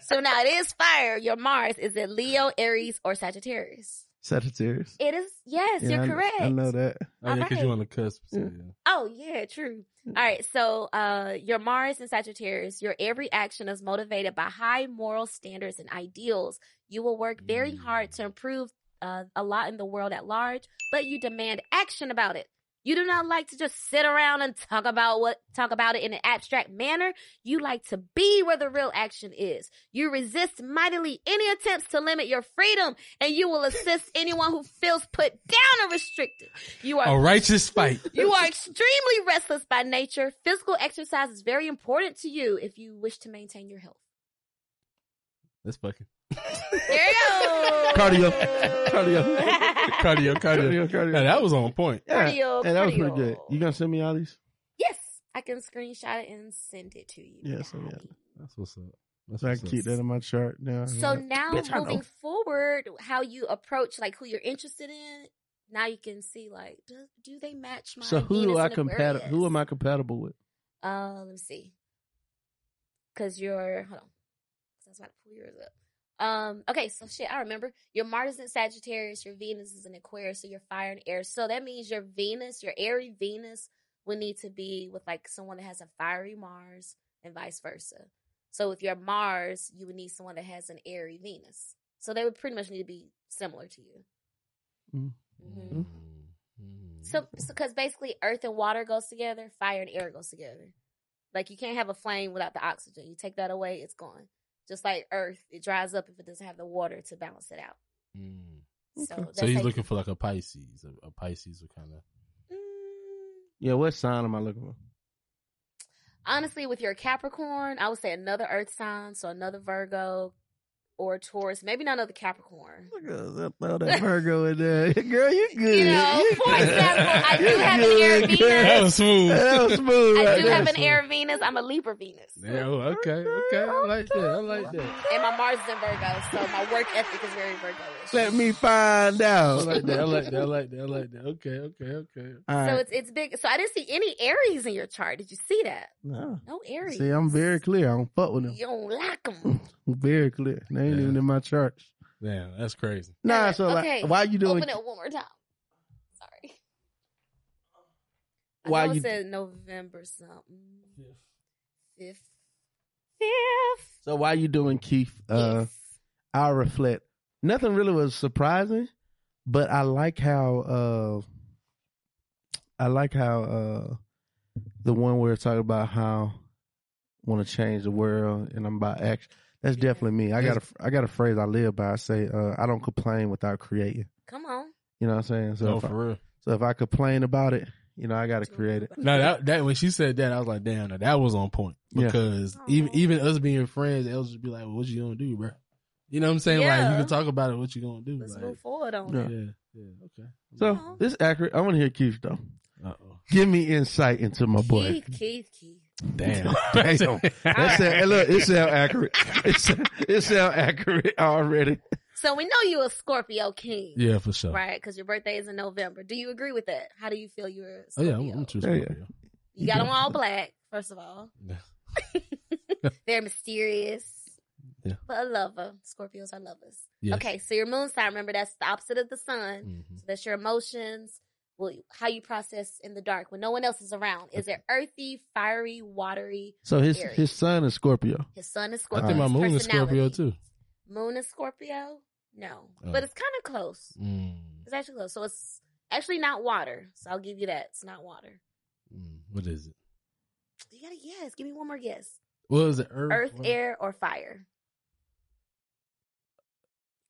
so now it is fire. Your Mars is it Leo, Aries, or Sagittarius? Sagittarius. It is. Yes, Yeah, you're I- correct. I know that. Oh, yeah, because Alright. you're on the cusp. So, yeah. Oh yeah, true. All right, so uh your Mars and Sagittarius, your every action is motivated by high moral standards and ideals. You will work very Mm. hard to improve uh, a lot in the world at large, but you demand action about it. You do not like to just sit around and talk about what talk about it in an abstract manner. You like to be where the real action is. You resist mightily any attempts to limit your freedom, and you will assist anyone who feels put down or restricted. You are A Oh, righteous fight. you are extremely restless by nature. Physical exercise is very important to you if you wish to maintain your health. That's fucking There you go. Cardio. Cardio. cardio, cardio. Cardio, cardio. Yeah, that was on point. Yeah. Cardio, Hey, that was pretty cardio. good. You gonna send me all these? Yes, I can screenshot it and send it to you. Yeah, send me that. That's what's up. That's So I what's can up. keep that in my chart now. So now Bitch, I moving know. forward, how you approach like who you're interested in, now you can see like do, do they match my So who do Venus I and compatible? Aquarius? Who am I compatible with? Uh, let me see. Cause you're hold on. 'Cause I was about to pull yours up. Um, okay, so shit, I remember. Your Mars is in Sagittarius, your Venus is in Aquarius, so you're fire and air. So that means your Venus, your airy Venus, would need to be with like someone that has a fiery Mars and vice versa. So with your Mars, you would need someone that has an airy Venus. So they would pretty much need to be similar to you. Mm. Mhm. Mm. So, because basically, earth and water goes together, fire and air goes together. Like you can't have a flame without the oxygen. You take that away, it's gone. Just like earth, it dries up if it doesn't have the water to balance it out. Mm. So, that's So he's how you- looking for like a Pisces. A, a Pisces would kind of. Mm, Yeah, what sign am I looking for? honestly, with your Capricorn, I would say another earth sign, so another Virgo or Taurus, maybe not another Capricorn. Look at that, throw that Virgo in there, girl. You good? You know, for good. example, I do You have an air good, Venus. girl. That was smooth. That was smooth. I right do there. have an air Venus. I'm a Libra Venus. Yeah, oh, okay, okay. I like that. I like that. And my Mars is in Virgo, so my work ethic is very Virgo-ish. Let me find I out. like that. I like that. I like that. I like that. Okay, okay, okay. All So right. it's it's big. So I didn't see any Aries in your chart. Did you see that? No. No Aries. See, I'm very clear. I don't fuck with them. You don't like them. I'm very clear. They ain't Yeah. even in my charts. Man, that's crazy. Nah, so Okay. like, why you doing? Open it one more time. Sorry. I Why know it you- said November something. Fifth. Fifth. So why you doing Keith? Uh, Yes. I'll reflect. Nothing really was surprising, but I like how uh I like how uh the one where it's talking about how want to change the world and I'm about action. That's Yeah. definitely me. I got a I got a phrase I live by. I say uh, I don't complain without creating. Come on. You know what I'm saying? So No, if I, for real. so if I complain about it, you know I got to Do it. create it. No, that that when she said that, I was like, damn, now that was on point Yeah. because Aw. even even us being friends, Els would be like, well, what you gonna do, bro? You know what I'm saying? Like Yeah. you can talk about it. What you gonna do? Let's like, move forward on Yeah. it. Yeah, yeah, okay. Aw. So this is accurate. I want to hear Keith though. uh oh, Give me insight into my boy. Keith, Keith, Keith. damn, Damn. That sound, hey, look, it sound accurate. It sound, it sound accurate already. So we know you a Scorpio king. yeah, for sure. Right, because your birthday is in November. Do you agree with that? How do you feel you're a Oh yeah, Scorpio? I'm, I'm true. Yeah, yeah. Scorpio. You got them all black, first of all. Yeah. They're mysterious. Yeah. But a lover. Scorpios are lovers. Yes. Okay, so your moon sign, remember that's the opposite of the sun. Mhm. So that's your emotions, well, how you process in the dark when no one else is around. Is it earthy, fiery, watery? So his Aries. his son is Scorpio. His sun is I Scorpio. think my His moon is Scorpio personality. too. Moon is Scorpio? No. Oh. But it's kind of close. Mm, It's actually close. So it's actually not water. So I'll give you that. It's not water. mm, what is it? You got to guess. Give me one more guess. What is it? Earth, Earth, what? air, or fire?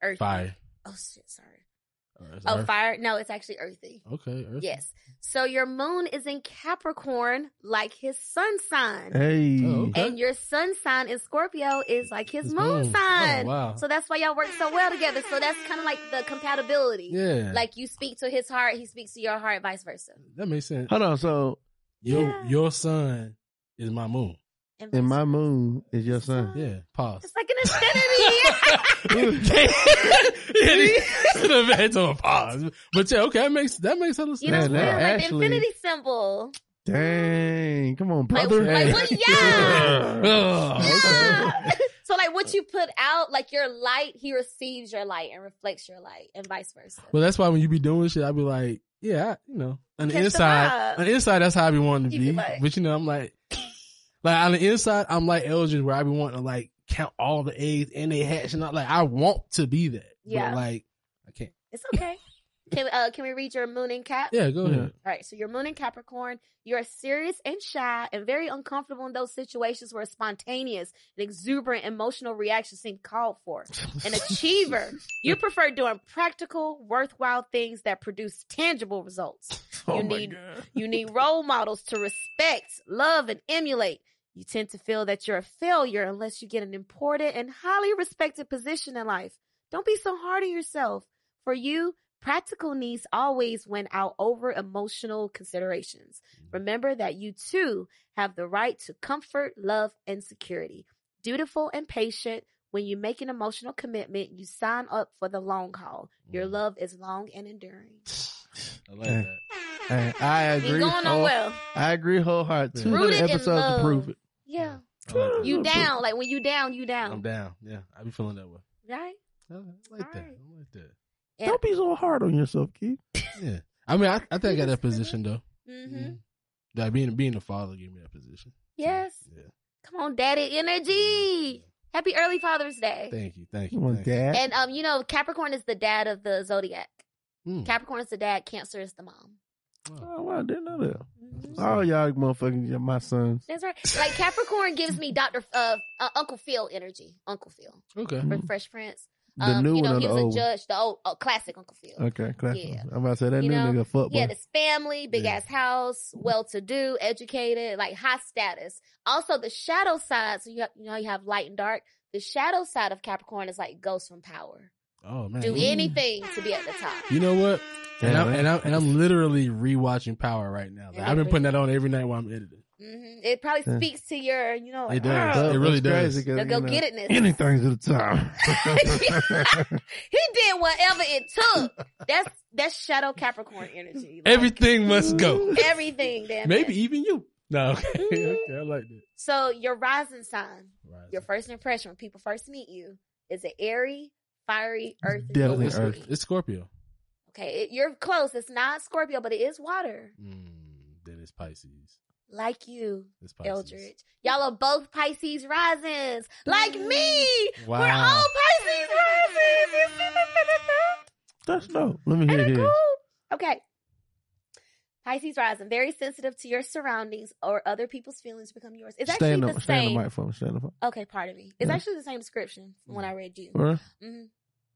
Earth. fire. Oh shit, sorry. Oh, it's Oh, Earth. fire. No, it's actually earthy. Okay, Earth. Yes. So your moon is in Capricorn, like his sun sign. Hey, Oh, okay. And your sun sign in Scorpio is like his His moon, moon. sign. Oh, wow. So that's why y'all work so well together. So that's kind of like the compatibility. Yeah, like Like you speak to his heart, he speaks to your heart, vice versa. that makes sense. hold on. So Your Yeah. your sun is my moon. And in vice my versa. moon is your son. Yeah, pause. It's like an infinity. had to pause. But yeah, okay, that makes that makes hella You sense. know, Yeah, that it's real, like the actually- infinity symbol. Dang. Come on, Like, brother. like what? Yeah. Ugh. Yeah. so like what you put out, like your light, he receives your light and reflects your light, and vice versa. Well, that's why when you be doing shit, I be like, yeah, I, you know, on the Catch the inside, vibe. on the inside, that's how I be wanting to You be be. like- but you know, I'm like, like on the inside, I'm like Elgin, where I be wanting to like count all the eggs and they hatch, and I like I want to be that. Yeah. But like, I can't. It's okay. Can uh can we read your moon and cap? Yeah, go ahead. All right, so your moon in Capricorn, you are serious and shy and very uncomfortable in those situations where spontaneous and exuberant emotional reactions seem called for. An achiever, you prefer doing practical, worthwhile things that produce tangible results. Oh you my need you need role models to respect, love, and emulate. You tend to feel that you're a failure unless you get an important and highly respected position in life. Don't be so hard on yourself. For you, practical needs always win out over emotional considerations. Remember that you too have the right to comfort, love, and security. Dutiful and patient, when you make an emotional commitment, you sign up for the long haul. Your love is long and enduring. I like Okay. that. Hey, I You're agree. Oh. going on whole- well. I agree wholeheartedly. Two Rooted good in episodes to love. prove it. Yeah. I like that. You down. Like when you down, you I'm down. down. Yeah, I be feeling that way. Right? I like that. Alright. I like that. Yeah. Don't be so hard on yourself, Keith. Yeah. I mean, I, I think I got that position though. Mm-hmm. Like being being a father gave me that position. Yes. Yeah. Come on, daddy energy. Mm-hmm. Happy early Father's Day. Thank you. Thank you. You want thank you. that? And um, you know, Capricorn is the dad of the zodiac. Mm. Capricorn is the dad, Cancer is the mom. Wow. Oh, wow, I didn't know that. Mhm. Oh, y'all motherfucking, yeah, my sons. That's right. Like Capricorn gives me Doctor uh, uh, Uncle Phil energy. Uncle Phil Okay. from Mhm. Fresh Prince. Um, The new you know, one he or the old was a one? judge. The old uh, classic Uncle Phil. Okay, classic. Yeah. I'm about to say that You new know? nigga fuck He had boy. his family, big Yeah. ass house, well to do, educated, like high status. Also, the shadow side. So you have, you know, you have light and dark. The shadow side of Capricorn is like ghost from power. Oh man. Do anything to be at the top. You know what? And Yeah, I'm, man. and I'm and I'm literally rewatching Power right now. Like, I've been putting that on every night while I'm editing. hmm It probably Yeah. speaks to your, you know, like, It does. "Ah, It really does. crazy 'cause, the you go know, get itness. Anything's at the time. he did whatever it took. That's that's shadow Capricorn energy. Like, Everything must go. everything. Damn Maybe it. even you. No. Okay. okay I like that. So your rising sign, Right. your first impression when people first meet you, is an airy, fiery, earth. and Oh, definitely it's, watery. earth. it's Scorpio. Okay, it, you're close. It's not Scorpio, but it is water, Mm, then it's Pisces. like you, It's Pisces. Eldridge. Y'all are both Pisces risings, like me. Wow. We're all Pisces risings. You see that? That's dope. Let me hear Ain't that it. cool? Okay. Pisces rising, very sensitive to your surroundings or other people's feelings become yours. It's actually Stand the up, stand the same. mic for me. Stand the mic. Okay, pardon me. It's Yeah. actually the same description from when I read you, Bruh. hmm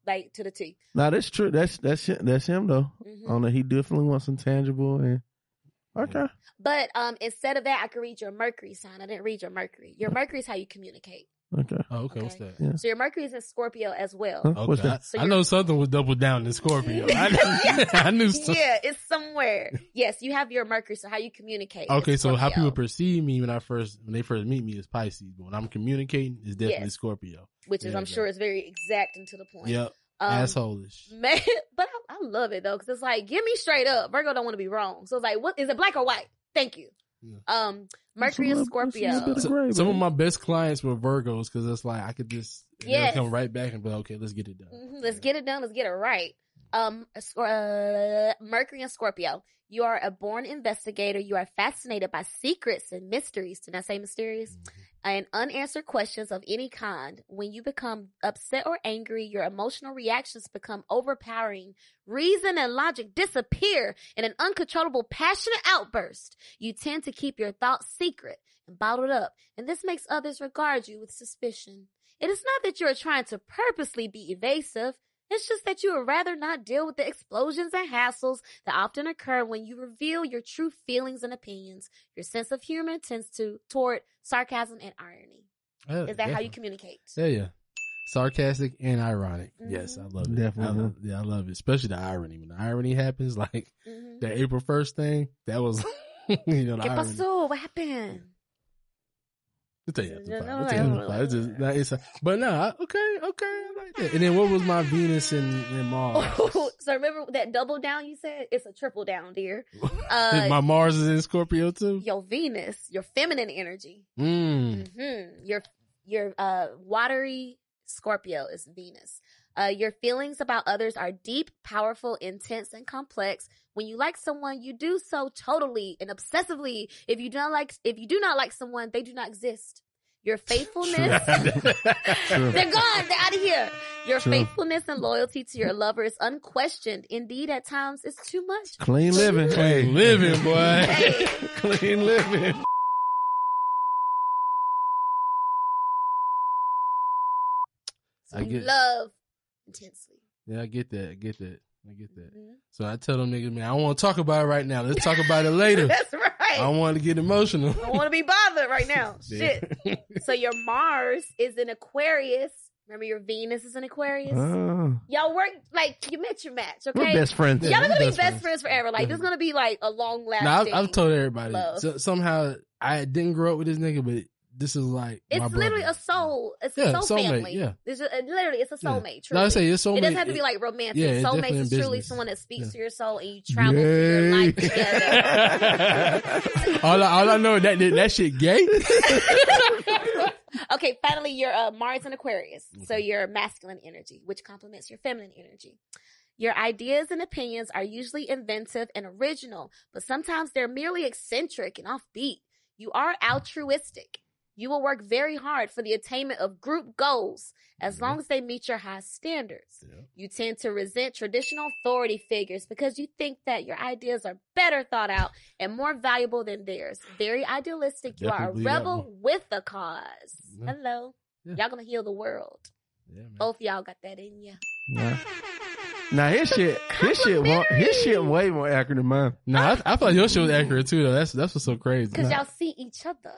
like to the T. Now that's true. That's that's him, that's him though. Mhm. On that he definitely wants some tangible and okay. But um, instead of that, I could read your Mercury sign. I didn't read your Mercury. Your Mercury is how you communicate. Okay. Oh, okay. What's that? So your Mercury is in Scorpio as well. Huh? What's Okay. I, that? So I you're- know something was double down in Scorpio. I knew, I knew some- Yeah, it's somewhere. Yes, you have your Mercury. So how you communicate? is Okay, so how Scorpio. people perceive me when I first when they first meet me is Pisces, but when I'm communicating, it's definitely Yes. Scorpio. which is Yeah, I'm yeah. sure is very exact and to the point. Yep, Um, assholeish. Man, but I, I love it though because it's like, give me straight up. Virgo don't want to be wrong, so it's like, what is it, black or white? Thank you. Yeah. Um, Mercury That's a is little- that's a little Scorpio. bit Gray, Some of man. my best clients were Virgos because it's like I could just and they'll Yes. come right back and be like, okay, let's get it done. Mhm, Let's get it done. Let's get it right. Um, Sc- uh, Mercury and Scorpio. You are a born investigator. You are fascinated by secrets and mysteries. Did I say mysterious? And unanswered questions of any kind. When you become upset or angry, your emotional reactions become overpowering. Reason and logic disappear in an uncontrollable, passionate outburst. You tend to keep your thoughts secret and bottled up, and this makes others regard you with suspicion. It is not that you are trying to purposely be evasive. It's just that you would rather not deal with the explosions and hassles that often occur when you reveal your true feelings and opinions. Your sense of humor tends to toward sarcasm and irony. Yeah, Is that how definitely. you communicate? Yeah, yeah. Sarcastic and ironic. Yes, I Mhm. love it. Definitely. I love- yeah, I love it. Especially the irony. When the irony happens, like Mm-hmm. that April first thing, that was you know the ¿Qué irony. pasó? What happened? It take after five. It take after five. It's just, like, it's a, but no, I, okay, okay, I like that. And then what was my Venus and, and Mars? so remember that double down you said? It's a triple down, dear. Uh, my Mars is in Scorpio too. your Venus, your feminine energy. Mm. Mm-hmm. Your your uh, watery Scorpio is Venus. Uh, your feelings about others are deep, powerful, intense, and complex. When you like someone, you do so totally and obsessively. If you don't like, if you do not like someone, they do not exist. Your faithfulness, True. they're gone. They're out of here. Your True. faithfulness and loyalty to your lover is unquestioned. Indeed, at times, it's too much. Clean living. Hey, living boy. Hey. Clean living. So I you get- love intensely. Yeah, I get that. I get that. I get that. Mhm. So I tell them niggas, man, I don't want to talk about it right now. Let's talk about it later. That's right. I don't want to get emotional. I don't want to be bothered right now. Shit. Yeah. So your Mars is in Aquarius. Remember your Venus is in Aquarius. Uh-huh. Oh, Y'all work like you met your match, we're okay? best friends. Y'all are gonna be best friends. friends, forever. Like this is gonna be like a long lasting. Now I've, I've told everybody. love. So, somehow I didn't grow up with this nigga, but this is like my It's brother. literally a soul. It's Yeah, a soul soulmate, family. yeah. It's just, uh, literally it's a Yeah. soulmate. Truly. No, I say it's soulmate. it doesn't have to be like romantic. yeah, it's soulmate definitely is in truly business. someone that speaks Yeah. to your soul and you travel through your Yay. life together. all, I, all I know is that that, that shit gay. okay, finally, your uh, Mars and Aquarius. So Mm-hmm. your masculine energy, which complements your feminine energy. Your ideas and opinions are usually inventive and original, but sometimes they're merely eccentric and offbeat. You are altruistic. You will work very hard for the attainment of group goals as Mhm. long as they meet your high standards. Yeah. You tend to resent traditional authority figures because you think that your ideas are better thought out and more valuable than theirs. Very idealistic. You are a Definitely that rebel with a cause. Yeah. Hello. Yeah. Y'all gonna heal the world. Yeah, man. Both y'all got that in you. Nah. Now his shit, his shit, wa- his shit way more accurate than mine. Nah, I, I thought your shit was accurate too. Though that's that's what's so crazy. Cause y'all see each other.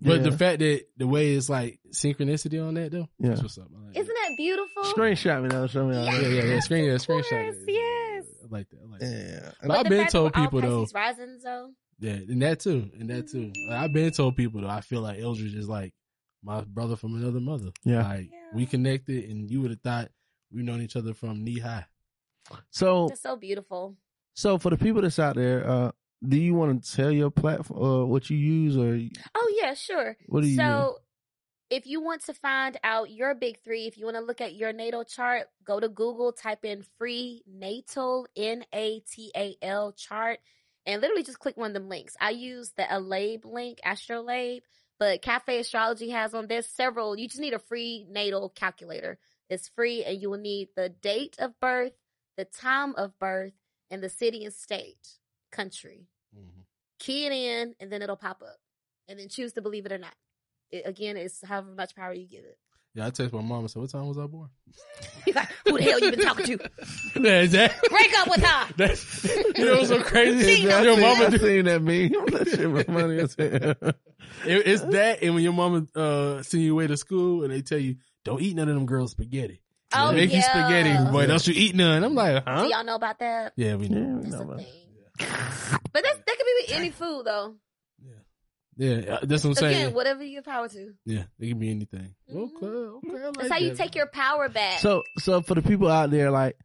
But Yeah. the fact that the way it's like synchronicity on that though, Yeah. that's what's up. I like Isn't that beautiful? screenshot me now, show me. that. Yeah. Yeah, yeah, yeah. Screen, yeah, Of course, screenshot. it. yes. I like that. I like that. yeah. But I've the been fact told we're all people though. Pisces Rising, though. Yeah, and that too, and that too. Like, I've been told people though. I feel like Eldridge is like my brother from another mother. Yeah. like Yeah. we connected, and you would have thought we've known each other from knee high. Oh. So, That's so beautiful. so for the people that's out there, uh, do you want to tell your platform uh, what you use or Oh yeah, sure. what do you? so if you want to find out your big three, if you want to look at your natal chart, go to Google, type in free natal N A T A L chart, and literally just click one of them links. I use the Alabe link, Astrolabe, but Cafe Astrology has on this several. You just need a free natal calculator. It's free, and you will need the date of birth, the time of birth, and the city and state, country Mm-hmm. key it in, and then it'll pop up, and then choose to believe it or not. It, again, it's however much power you give it. Yeah, I text my mom and said, "What time was I born?" He's like, who the hell you been talking to? yeah, exactly. Break up with her. That's, you know what's so crazy? is Tina. when your mama I seen that meme. that shit was funny as hell. It- it's that, and when your mama uh, send you away to school, and they tell you don't eat none of them girls' spaghetti. Oh, They make you yeah. spaghetti, boy. Don't you eat none? I'm like, huh? Do y'all know about that? Yeah, we know. Yeah, we That's know a about it. thing. But that that could be with any food though. Yeah, uh, that's what I'm saying. Again, whatever you have power to. yeah, it can be anything. Mhm. Okay, okay. I like That's how you that. take your power back. So, so for the people out there, like,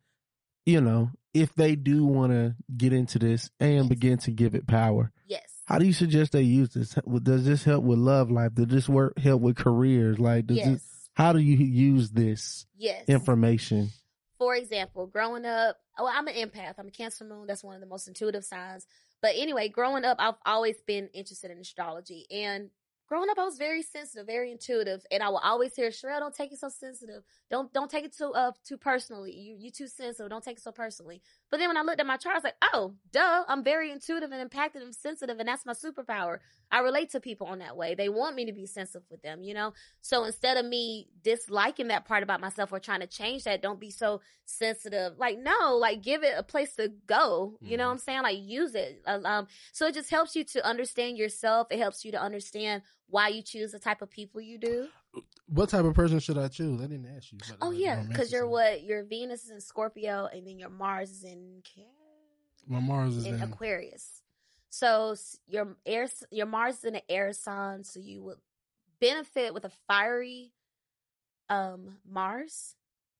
you know, if they do want to get into this and begin to give it power, yes. how do you suggest they use this? Does this help with love life? Does this work help with careers? Like, does this, Yes. how do you use this Yes. information? for example, growing up, well, I'm an empath. I'm a Cancer moon. That's one of the most intuitive signs. But anyway, growing up, I've always been interested in astrology. And growing up, I was very sensitive, very intuitive. And I will always hear, Sherelle, don't take it so sensitive. Don't don't take it too uh too personally. You you too sensitive. Don't take it so personally. But then when I looked at my chart, I was like, oh, duh, I'm very intuitive and impacted and sensitive, and that's my superpower. I relate to people on that way. They want me to be sensitive with them, you know? So instead of me disliking that part about myself or trying to change that, don't be so sensitive. Like, no, like give it a place to go. You know what I'm saying? Like use it. Uh, Um, so it just helps you to understand yourself. It helps you to understand why you choose the type of people you do. What type of person should I choose? I didn't ask you. about Oh the yeah, romantic because you're side. what your Venus is in Scorpio, and then your Mars is in Ca- My Mars is in. in Aquarius. So s- your air, s- your Mars is in the air sign, so you would benefit with a fiery um Mars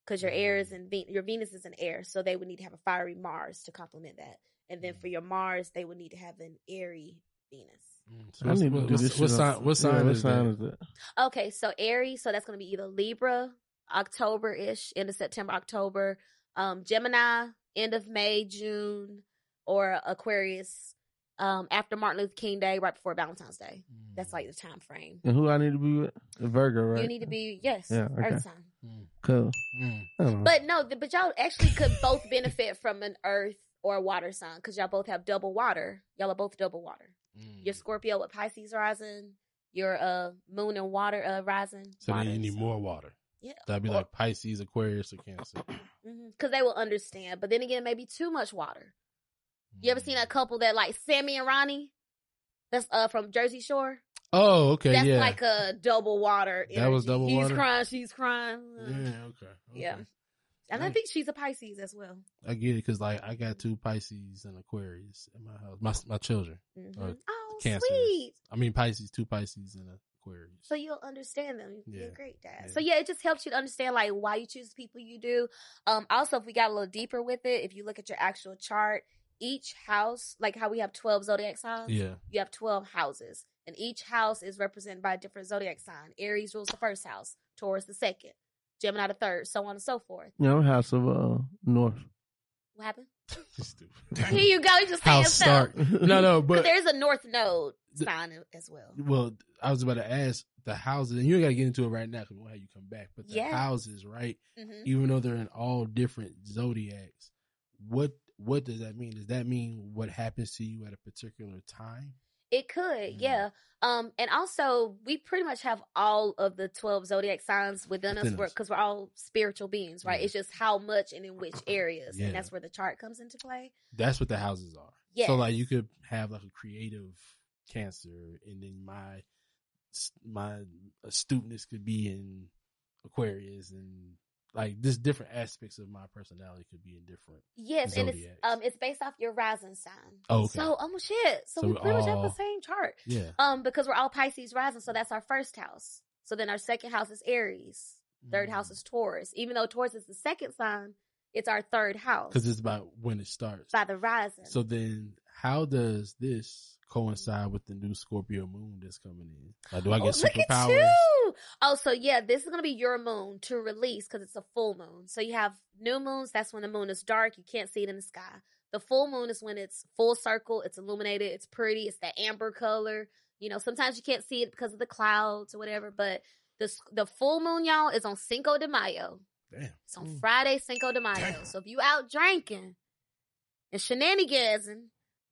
because your air Mm-hmm. is in Ve- your Venus is in air, so they would need to have a fiery Mars to complement that. And then Mm-hmm. for your Mars, they would need to have an airy Venus. Mm, So what's- what, what's- what shit sign? on- What yeah, sign is that? that? Okay, so Aries, so that's going to be either Libra, October ish, end of September, October, um, Gemini, end of May, June, or Aquarius, um, after Martin Luther King Day, right before Valentine's Day. That's like the time frame. And who I need to be with? A Virgo, right? You need to be yes, Yeah, okay. Earth sign. Cool. Mm. I don't know. But no, th- but y'all actually could both benefit from an Earth or a water sign because y'all both have double water. Y'all are both double water. mm, Your Scorpio with Pisces rising, your uh Moon and water uh rising. So then you waters. need more water. Yeah. That'd be like Pisces, Aquarius, or Cancer. Mm-hmm. because they will understand. But then again, maybe too much water. You ever Mm-hmm. seen a couple that like Sammy and Ronnie? That's uh from Jersey Shore. Oh, okay, That's yeah. like a double water. That was energy. double He's water? crying, she's crying. Uh, yeah, okay, Yeah. okay. And I Nice. think she's a Pisces as well. I get it because like I got two Pisces and Aquarius in my house. My my children. Mhm. Or Oh, Cancer. sweet. I mean Pisces, two Pisces and Aquarius. So you'll understand them. You'll be Yeah. a great dad. Yeah. So yeah, it just helps you to understand like why you choose the people you do. Um, also if we got a little deeper with it, if you look at your actual chart, each house, like how we have twelve zodiac signs, yeah. you have 12 houses and each house is represented by a different zodiac sign aries rules the first house taurus the second gemini the third so on and so forth You know, House of uh, North. what happened here Stupid. you go you just saying House yourself Stark. No, no, but but there's a north node The- sign as well well, I was about to ask the houses, and you ain't got to get into it right now because we'll have you come back. But the Yeah. houses, right? hmm Even though they're in all different zodiacs, what what does that mean? Does that mean what happens to you at a particular time? it could Mhm. yeah um and also we pretty much have all of the 12 zodiac signs within us Within us. because we're all spiritual beings right Yeah. it's just how much and in which areas Yeah. and that's where the chart comes into play That's what the houses are. Yes. So like you could have like a creative cancer, and then my my astuteness could be in Aquarius, and like just different aspects of my personality could be in different. Yes, and it's Zodiacs. um it's based off your rising sign. Oh, okay. So oh shit. So, So we we pretty much have all- the same chart. Yeah. Um, because we're all Pisces rising, so that's our first house. So then our second house is Aries. Mm. Third Hmm. house is Taurus. Even though Taurus is the second sign, it's our third house because it's about when it starts. by the rising. So then, how does this coincide with the new Scorpio moon that's coming in? Like, do I Oh, get look at superpowers? you! Oh, so yeah, this is gonna be your moon to release because it's a full moon. So you have new moons. That's when the moon is dark; you can't see it in the sky. The full moon is when it's full circle, it's illuminated, it's pretty, it's that amber color. You know, sometimes you can't see it because of the clouds or whatever. But the s- the full moon, y'all, is on Cinco de Mayo. Damn. Mm. It's on Friday, Cinco de Mayo. So if you out drinking and shenanigansing,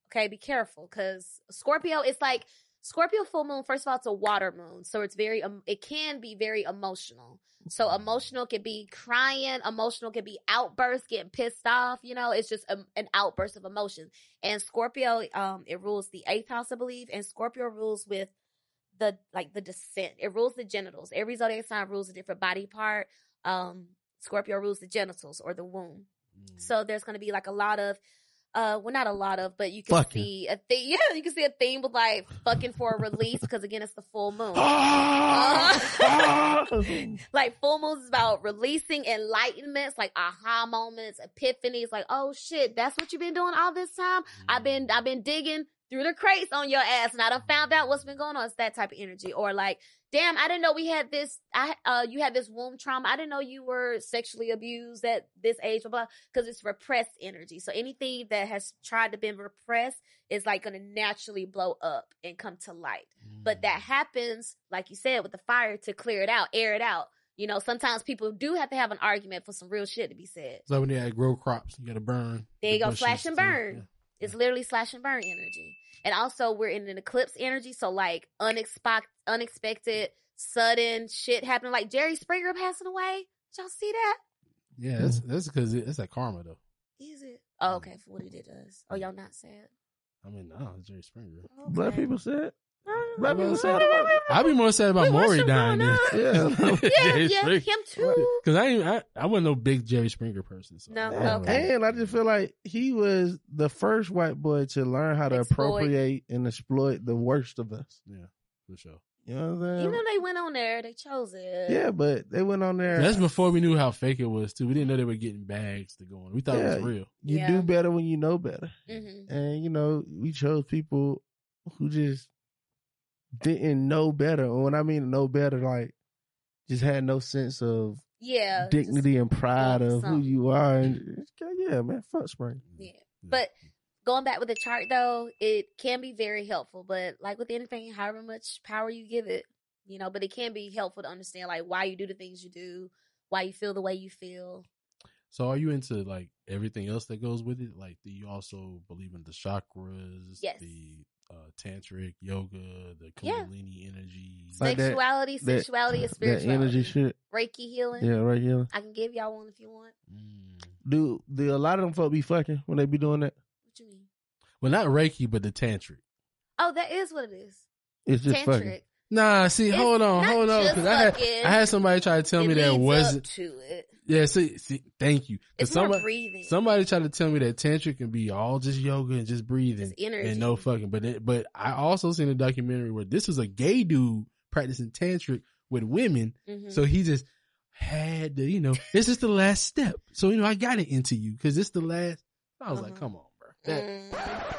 okay, be careful because Scorpio, it's like Scorpio full moon. First of all, it's a water moon, so it's very um, it can be very emotional. So emotional can be crying, emotional can be outbursts, getting pissed off. You know, it's just um an outburst of emotion. And Scorpio, um, it rules the eighth house, I believe, and Scorpio rules with the like the descent. It rules the genitals. Every zodiac sign rules a different body part. Um, Scorpio rules the genitals or the womb. So there's going to be like a lot of, uh, well, not a lot of, but you can Fucking. see a thing. Yeah, you can see a theme with like fucking for a release because again, it's the full moon. Ah! like full moons is about releasing enlightenments, like aha moments, epiphanies. Like, oh shit, that's what you've been doing all this Mm. time. I've been, I've been digging through the crates on your ass, and I done found out what's been going on. It's that type of energy, or like, damn, I didn't know we had this. I, uh, you had this womb trauma. I didn't know you were sexually abused at this age, blah blah. Because it's repressed energy. So anything that has tried to been repressed is like going to naturally blow up and come to light. But that Mm. happens, like you said, with the fire to clear it out, air it out. You know, sometimes people do have to have an argument for some real shit to be said. So when they had grow crops, you got to burn. There you the go, bushes slash and to- burn. It's literally slash and burn energy. And also we're in an eclipse energy, so like unexpected, unexpected, sudden shit happening, like Jerry Springer passing away. Did y'all see that? Yeah, yeah Mm. that's that's because it, that's like karma though. Is it? Oh, okay, for what he did to us. Oh, y'all not sad? I mean, no, it's Jerry Springer. Oh, Black Okay. people said. Oh, Black people Well, said. about it. I'd be more sad about Wait, what's Maury your dying. going on? Yeah. Yeah, yeah, him too. Because I, ain't- I I wasn't no big Jerry Springer person. So. No, I don't know. okay. And I just feel like he was the first white boy to learn how to Exploit. appropriate and exploit the worst of us. Yeah. for sure. You know what I'm saying? You know they went on there. They chose it. yeah, but they went on there. That's before we knew how fake it was too. We didn't know they were getting bags to go on. We thought it was Yeah. real. you Yeah. do better when you know better. Mm-hmm. And you know, we chose people who just didn't know better. And when I mean know better, like just had no sense of Yeah. just- dignity and pride of want something. who you are. And yeah, man, fuck spring. yeah. Mm-hmm. But going back with the chart though, it can be very helpful. But like with anything, however much power you give it, you know, but it can be helpful to understand like why you do the things you do, why you feel the way you feel. So are you into like everything else that goes with it? Like do you also believe in the chakras, Yes. the uh, tantric yoga, the Yeah. kundalini energy? Like that- sexuality, that- sexuality, is that spirituality. energy shit. Reiki healing. Yeah, right here. I can give y'all one if you want. Mm. Do do a lot of them folk be fucking when they be doing that? What you mean? Well, not Reiki, but the tantric. Oh, that is what it is. It's just Tantric. fucking. Nah, see, It's hold on, not hold on, just because I had fucking. I had somebody try to tell It me that leads wasn't. up to it. Yeah, see, see, thank you. 'Cause It's more somebody breathing. somebody tried to tell me that tantric can be all just yoga and just breathing. It's energy. and no fucking. But it, but I also seen a documentary where this was a gay dude practicing tantric with women. Mhm. So he just had to, you know, this is the last step. So you know, I got it into you because it's the last. I was like, Uh-huh. come on, bro, that, Mm.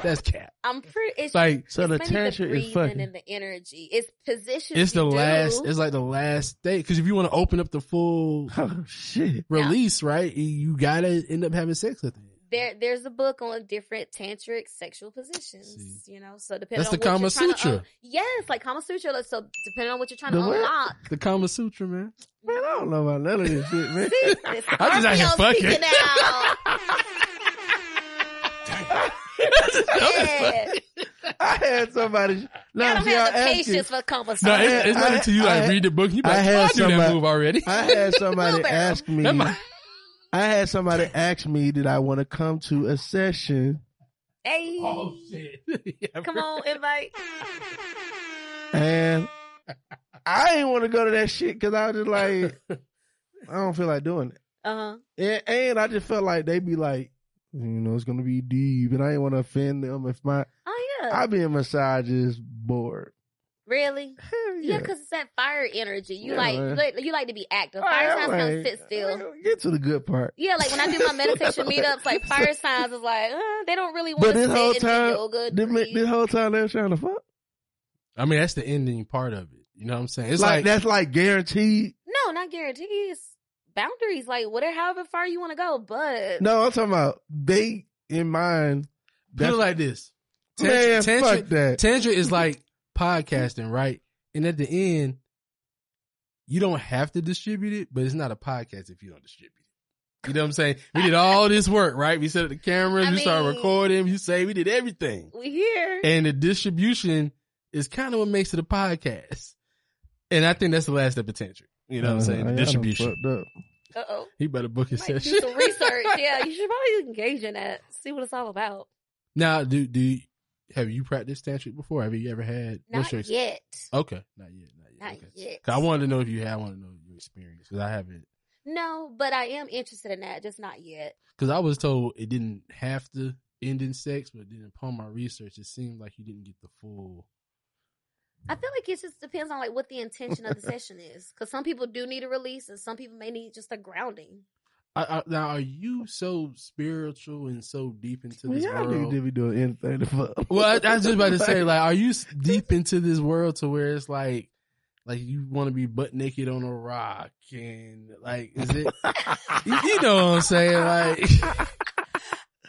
that's cap. I'm pretty. It's Like So the it's mainly tantric the is breathing fucking. and the energy. It's position. it's the last. It's like the last state because if you want to open up the full Oh shit! release, right, you gotta end up having sex with it. there, there's a book on different tantric sexual positions. See. You know, so depending That's on the what Kama you're trying to Sutra. un- yes, like Kama Sutra. like, So depending on what you're trying The to what? unlock. The Kama Sutra, man. Man, I don't know about none of this shit, man. See, this I'm just out here Scorpio fucking. speaking out. Yeah. I had somebody. I Now, don't see, have I the asked you, patience for Kama No, Sutra. it's, it's not I- until you I- like read the book. You be like, I had I, do that somebody- move already. I had somebody Blueberry. ask me. That might- I had somebody ask me did I want to come to a session, hey, Oh shit! Yeah, come bro. on, invite. and I didn't want to go to that shit because I was just like, I don't feel like doing it, Uh huh. and, and I just felt like they'd be like, you know, it's gonna be deep, and I didn't want to offend them if my Oh yeah. I be a massages bored. really? Hell Yeah, yeah. because it's that fire energy. You Yeah, like you man. like you like to be active. All right, Fire I'm signs kind of like, sit still. Get to the good part. Yeah, like when I do my meditation Like- meetups, like fire signs is like uh, they don't really want But to this sit whole and do time- yoga. This, ma- breathe. this whole time they was trying to fuck. I mean, that's the ending part of it. You know what I'm saying? It's like, like, that's like guaranteed. no, not guaranteed. It's boundaries, like whatever, however far you want to go. But No, I'm talking about they in mind. put it That's, like this. Tantra, man, fuck tantra, that. tantra is like podcasting, right? And at the end, you don't have to distribute it, but it's not a podcast if you don't distribute it. You know what I'm saying? We did all this work, right? We set up the cameras, I we started mean- recording, you say we did everything. we here. Eh. and the distribution is kind of what makes it a podcast. And I think that's the last step of tantric. You know what I'm saying? The Y'all done distribution. fucked up. Uh oh. He better book his Might session. do some research. Yeah, you should probably engage in that. See what it's all about. now, do do you- have you practiced tantric before? Have you ever had? Not your ex- yet. Okay, not yet. Not yet. Not okay. yet. 'Cause I wanted to know if you had. I wanted to know your experience because I haven't. No, but I am interested in that. Just not yet. Because I was told it didn't have to end in sex, but then upon my research, it seemed like you didn't get the full. I feel like it just depends on like what the intention of the session is, because some people do need a release, and some people may need just a grounding. I, I, now, are you so spiritual and so deep into this Y'all world? niggas did be doing anything to fuck. Well, I, I was just about to say, like, are you s- deep into this world to where it's like, like you want to be butt naked on a rock and like, is it? you know what I'm saying? Like,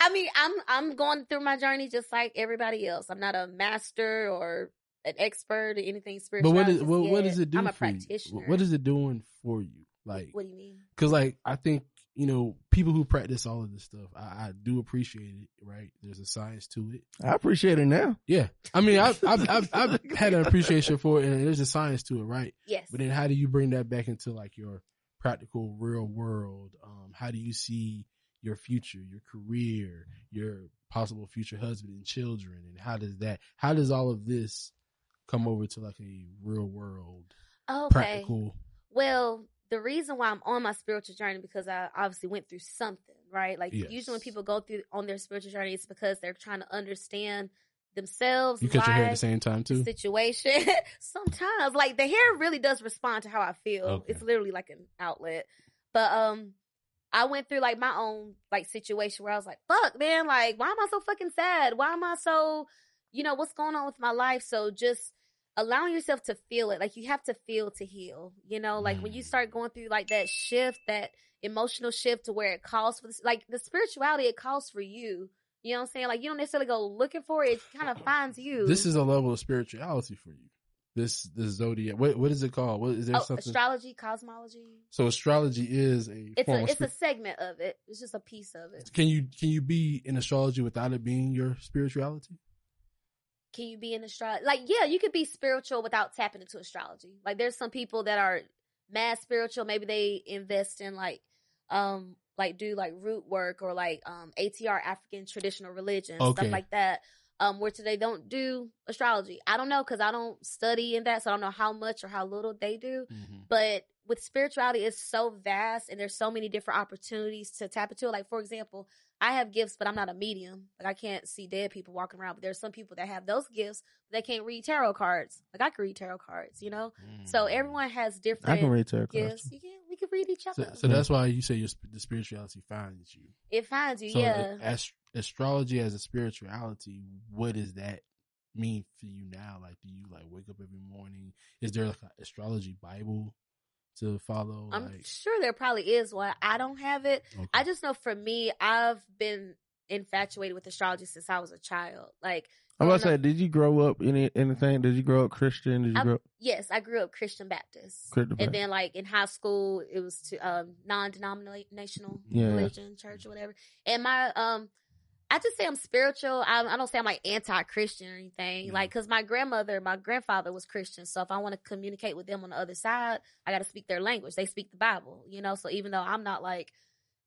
I mean, I'm I'm going through my journey just like everybody else. I'm not a master or an expert or anything but spiritual. what is what, what does it do I'm a for practitioner. you? What is it doing for you? Like, What do you mean? because like I think you know people who practice all of this stuff, I, I do appreciate it. Right? There's a science to it. I appreciate it now. Yeah, I mean, I've I've, I've, I've had an appreciation for it, and there's a science to it, right? Yes. But then how do you bring that back into like your practical real world? Um, how do you see your future, your career, your possible future husband and children? And how does that, how does all of this come over to like a real world okay. practical? Well, the reason why I'm on my spiritual journey because I obviously went through something, right? Like Yes. usually when people go through on their spiritual journey, it's because they're trying to understand themselves. You cut your hair at the life, same time too. situation. Sometimes, like the hair really does respond to how I feel. Okay. It's literally like an outlet. But um, I went through like my own like situation where I was like, "Fuck, man! Like, why am I so fucking sad? Why am I so, you know, what's going on with my life?" So just allowing yourself to feel it. Like you have to feel to heal. You know, like when you Mm. start going through like that shift, that emotional shift to where it calls for this, like the spirituality it calls for you. You know what I'm saying? Like you don't necessarily go looking for it; it kind of finds you. This is a level of spirituality for you. This this zodiac. What what is it called? What is there Oh, something? astrology, cosmology. so astrology is a It's form a of it's a spir- segment of it. It's just a piece of it. Can you can you be in astrology without it being your spirituality? Can you be in astrology? Like, yeah, you could be spiritual without tapping into astrology. Like, there's some people that are mad spiritual. Maybe they invest in like, um, like do like root work or like um ATR African traditional religion Okay. stuff like that. Um, where today don't do astrology. I don't know because I don't study in that, so I don't know how much or how little they do. Mm-hmm. but with spirituality it's so vast and there's so many different opportunities to tap into like for example i have gifts but i'm not a medium like i can't see dead people walking around but there's some people that have those gifts but they can't read tarot cards like i can read tarot cards you know Mm. so everyone has I different can read tarot cards. gifts you can we can read each So, other so that's why you say your sp- the spirituality finds you. it finds you So uh, yeah as- astrology as a spirituality, what does that mean for you now? Like, do you like wake up every morning? Is there like an astrology Bible to follow? i'm like, sure there probably is one i don't have it okay. I just know for me, I've been infatuated with astrology since I was a child. Like, I'm about to say, growing up- did you grow up any anything? Did you grow up Christian? Did you I- grow up yes, I grew up Christian Baptist. Christian? And then, like in high school, it was to um, non-denominational Yeah. religion, church, or whatever. And my um, I just say I'm spiritual. I, I don't say I'm like anti-Christian or anything. Mhm. Like, cause my grandmother, my grandfather was Christian, so if I want to communicate with them on the other side, I got to speak their language. They speak the Bible, you know. So even though I'm not like,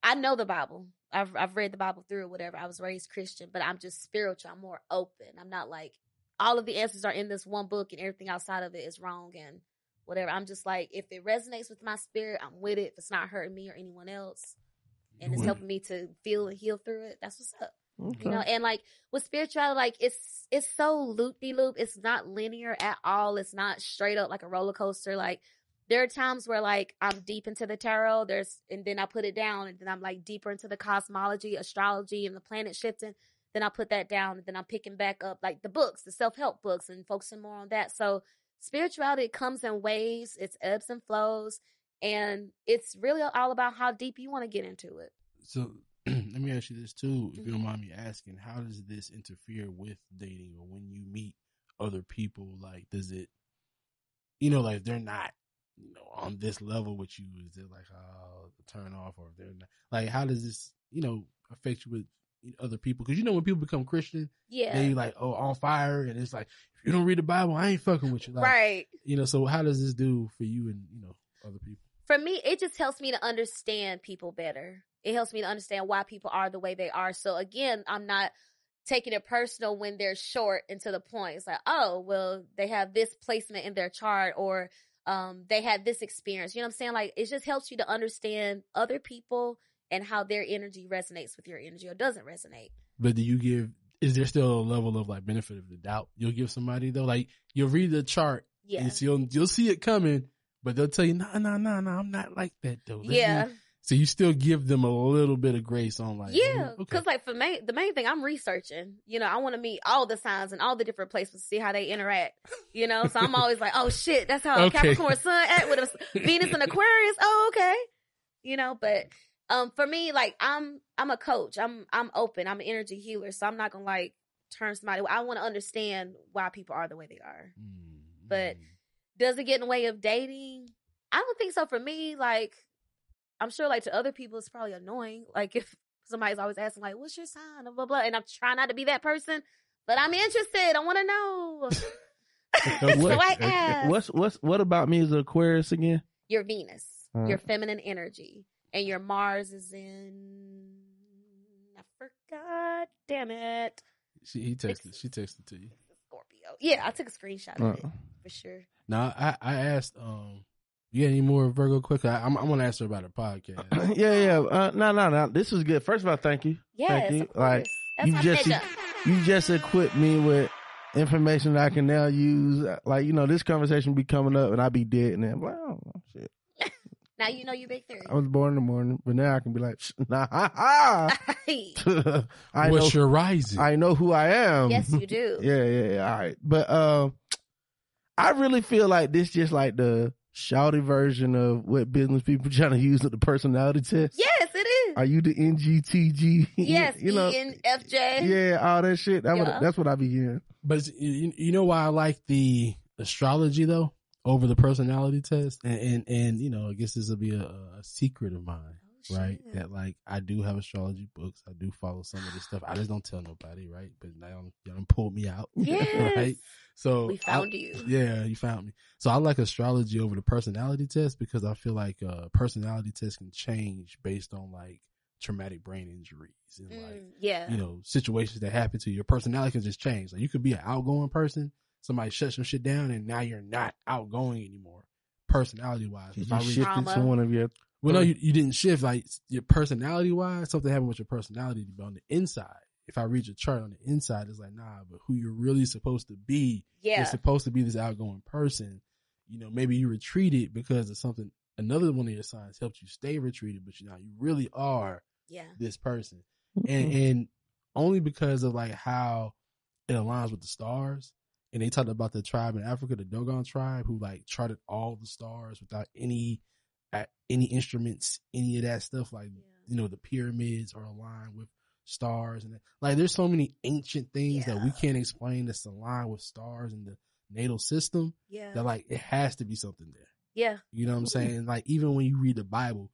I know the Bible. I've I've read the Bible through or whatever. I was raised Christian, but I'm just spiritual. I'm more open. I'm not like all of the answers are in this one book and everything outside of it is wrong and whatever. I'm just like, if it resonates with my spirit, I'm with it. If it's not hurting me or anyone else, and it's Right. helping me to feel and heal through it, that's what's up. Okay. You know, and like with spirituality, like it's it's so loop de loop. It's not linear at all. It's not straight up like a roller coaster. Like there are times where like I'm deep into the tarot, there's and then I put it down, and then I'm like deeper into the cosmology, astrology, and the planet shifting. Then I put that down, and then I'm picking back up like the books, the self help books, and focusing more on that. So spirituality comes in waves. It's ebbs and flows, and it's really all about how deep you want to get into it. so let me ask you this too, if you Mm-hmm. don't mind me asking, how does this interfere with dating or when you meet other people? Like, does it, you know, like if they're not, you know, on this level with you, is it like oh, turn off or if they're not? Like, how does this, you know, affect you with other people? Because you know, when people become Christian, Yeah. they like oh on fire, and it's like if you don't read the Bible, I ain't fucking with you. Like, right. You know, so how does this do for you and you know other people? for me, it just helps me to understand people better. It helps me to understand why people are the way they are. So again, I'm not taking it personal when they're short and to the point. It's like, oh, well, they have this placement in their chart or um they had this experience. You know what I'm saying? Like it just helps you to understand other people and how their energy resonates with your energy or doesn't resonate. But do you give? Is there still a level of like benefit of the doubt you'll give somebody though? Like you'll read the chart, Yeah. and so you'll you'll see it coming, but they'll tell you, nah, nah, nah, nah, I'm not like that though. Let me-" yeah. So you still give them a little bit of grace on like, yeah, "Mm, because like for me, the main thing I'm researching. You know, I want to meet all the signs and all the different places, see how they interact. You know, so I'm always like, oh shit, that's how a Okay. Capricorn Sun act with a Venus and Aquarius. Oh, okay. You know, but um, for me, like I'm I'm a coach. I'm I'm open. I'm an energy healer, so I'm not gonna like turn somebody. I want to understand why people are the way they are. mm, But- mm." Does it get in the way of dating? I don't think so. For me, like I'm sure, like to other people, it's probably annoying. Like if somebody's always asking, like, "What's your sign?" blah blah, blah and I'm trying not to be that person, but I'm interested. I want to know. so I What- ask. What's what's what about me is Aquarius again? Your Venus, Uh. your feminine energy, and your Mars is in. I forgot. Damn it. she he texted, she texted to you. Scorpio. Yeah, I took a screenshot of it Uh. for sure. Now I I asked, um, you got any more Virgo quick? I, I'm I'm gonna ask her about her podcast. yeah, yeah. Uh, no, no, no. This was good. First of all, thank you. Yes, you. of course. Like, That's you my just- nigga. You just equipped me with information that I can now use. Like, you know, this conversation be coming up and I be dead and then I'm like, oh, shit. Now you know your big three. I was born in the morning, but now I can be like, nah, ha, ha. I, know, What's your rising? I know who I Um, am. yes, you do. Yeah, yeah, yeah. All right. But um I really feel like this just like the shouty version of what business people trying to use with the personality test. Yes, it is. Are you the NGTG? yes, E you know. ENFJ. Yeah, all that shit. That Yeah. what, that's what I be hearing. But it's- you, you know why I like the astrology though over the personality test, and and, and you know I guess this will be a, a secret of mine, Oh, right? shit. That like I do have astrology books, I do follow some of this stuff. I just don't tell nobody, right? But now I'm, y'all done pulled me out, Yes. right? So We I- found you. yeah, you found me. So I like astrology over the personality test because I feel like uh personality test can change based on like traumatic brain injuries and like Mm, yeah. you know, situations that happen to you. Your personality can just change. Like you could be an outgoing person, somebody shuts some shit down and now you're not outgoing anymore. Personality wise. You If I shifted read, shift- to Trauma. one of your well, no, you, you didn't shift. Like your personality wise, something happened with your personality, but on the inside, if I read your chart on the inside, it's like, nah, but who you're really supposed to be yeah. is supposed to be this outgoing person. You know, maybe you retreated because of something. Another one of your signs helped you stay retreated, but you now you really are yeah. this person and and only because of like how it aligns with the stars. And they talked about the tribe in Africa, the Dogon tribe, who like charted all the stars without any uh, any instruments, any of that stuff. Like you know, the pyramids are aligned with stars, and that. like there's so many ancient things that we Yeah. can't explain that's aligned with stars and the natal system. Yeah. That like it has to be something there. yeah. You know what I'm saying? Like even when you read the Bible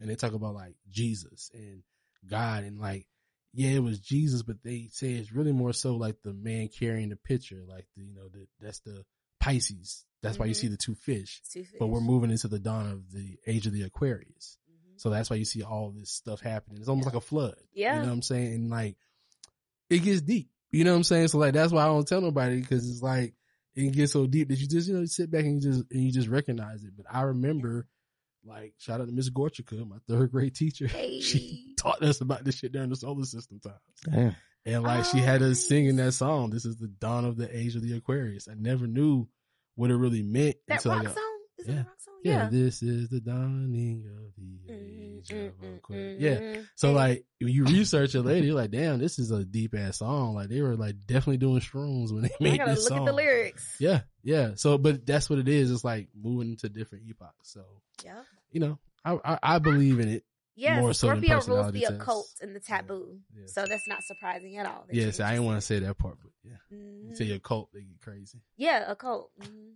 and they talk about like Jesus and God and like yeah, it was Jesus, but they say it's really more so like the man carrying the pitcher, like the, you know the, that's the Pisces. That's why you Mhm. see the two fish. Two fish. But we're moving into the dawn of the age of the Aquarius, Mhm. so that's why you see all this stuff happening. It's almost like a flood. Yeah. you know what I'm saying? And like it gets deep. You know what I'm saying? So like that's why I don't tell nobody because it's like it gets so deep that you just you know you sit back and you just and you just recognize it. But I remember, like shout out to Miss Gorchika, my third grade teacher. Hey. She taught us about this shit during the solar system time, Damn. and like she Oh, had us nice. singing that song. This is the dawn of the age of the Aquarius. I never knew what it really meant that until I rock got. song? Is Yeah. it a rock song? Yeah, this is the dawning of the age of Aquarius. Yeah, so Mm. like when you research it later, you're like, damn, this is a deep ass song. Like they were like definitely doing shrooms when they I made gotta this look song. at the lyrics. Yeah, yeah. So, but that's what it is. It's like moving to different epochs. So Yeah. you know, I I, I believe in it. Yeah, More so than Scorpio rules personality the tests. occult and the taboo. Yeah. So that's not surprising at all. that you Yes, I didn't just- want to say that part, but yeah, Mhm. you say your cult, they get crazy. Yeah, occult. Mhm.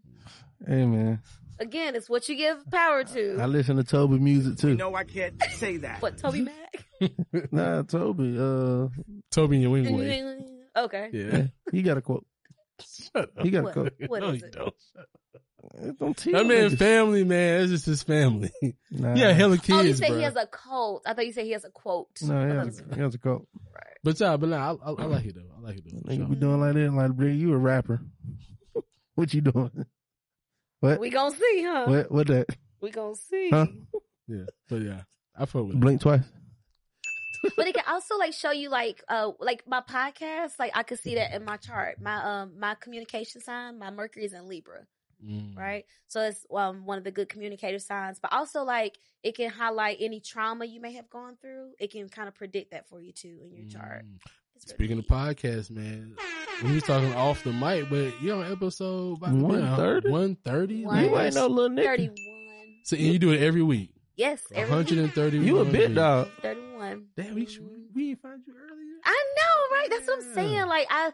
Hey man. Again, it's what you give power to. I listen to Toby music too. No, I can't say that. what, Toby Mac? Nah, Toby, uh Toby and your wing way. okay. Yeah, he got a quote. shut up. He got a What? quote. What no, is you it? don't. Don't tease That man, niggas. family man, that's just his family. Nah. yeah, hella kids, Oh, you said bruh. he has a cult. I thought you said he has a quote. No, I he thought it has, was- he has a quote. But yeah, but nah, I, I, I like it though. I like it though. Nigga be doing like that, like bring you a rapper. what you doing? What? We gonna see, huh? what? What that? Uh, We gonna see. Huh? Yeah, but yeah, I fuck with it. Blink twice. But it can also like show you like uh like my podcast. Like I could see that in my chart. My um my communication sign. My Mercury is in Libra, Mm. right? So it's um one of the good communicator signs. But also like it can highlight any trauma you may have gone through. It can kind of predict that for you too in your chart. Mm. It's really Speaking of neat. podcasts, man, we was talking off the mic, but you're on episode about 130? One thirty. One- You ain't no little nigga. thirty-one. So and you do it every week. Yes, One every hundred and thirty. You a bit dog. thirty-one. Damn, we should, we didn't find you earlier. I know, right? That's what I'm Yeah. saying. Like I,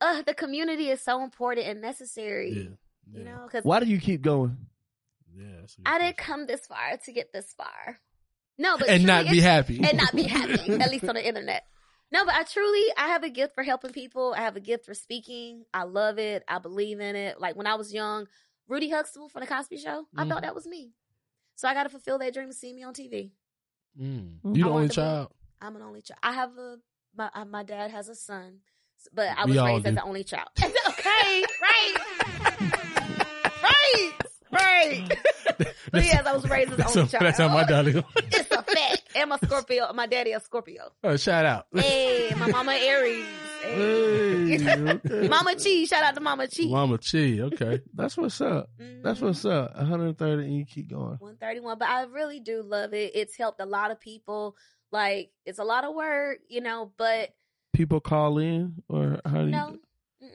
uh, the community is so important and necessary. Yeah, yeah, You know, because Why do you keep going? yeah. that's a good I didn't question. come this far to get this far. No, but and truly, not be it's- happy. and not be happy, at least on the internet. No, but I truly, I have a gift for helping people. I have a gift for speaking. I love it. I believe in it. Like when I was young, Rudy Huxtable from the Cosby Show, I Mhm. thought that was me. So I got to fulfill that dream to see me on TV. Mm. You I the want only the- child. I'm an only child. I have a my uh, my dad has a son, s- but I We was all raised as do. the only child. okay, right, right, right. But yes, I was raised as the Mm. That's, only how- child. that's how my daughter. It's a fact. And my Scorpio, my daddy a Scorpio. Oh, shout out. Hey, my mama Aries. Hey, okay. Mama Chi, shout out to Mama Chi. Mm-hmm. Mama Chi, okay. That's what's up. That's what's up. 130 and you keep going. 131. But I really do love it. It's helped a lot of people. Like it's a lot of work, you know, but People call in or how do no. you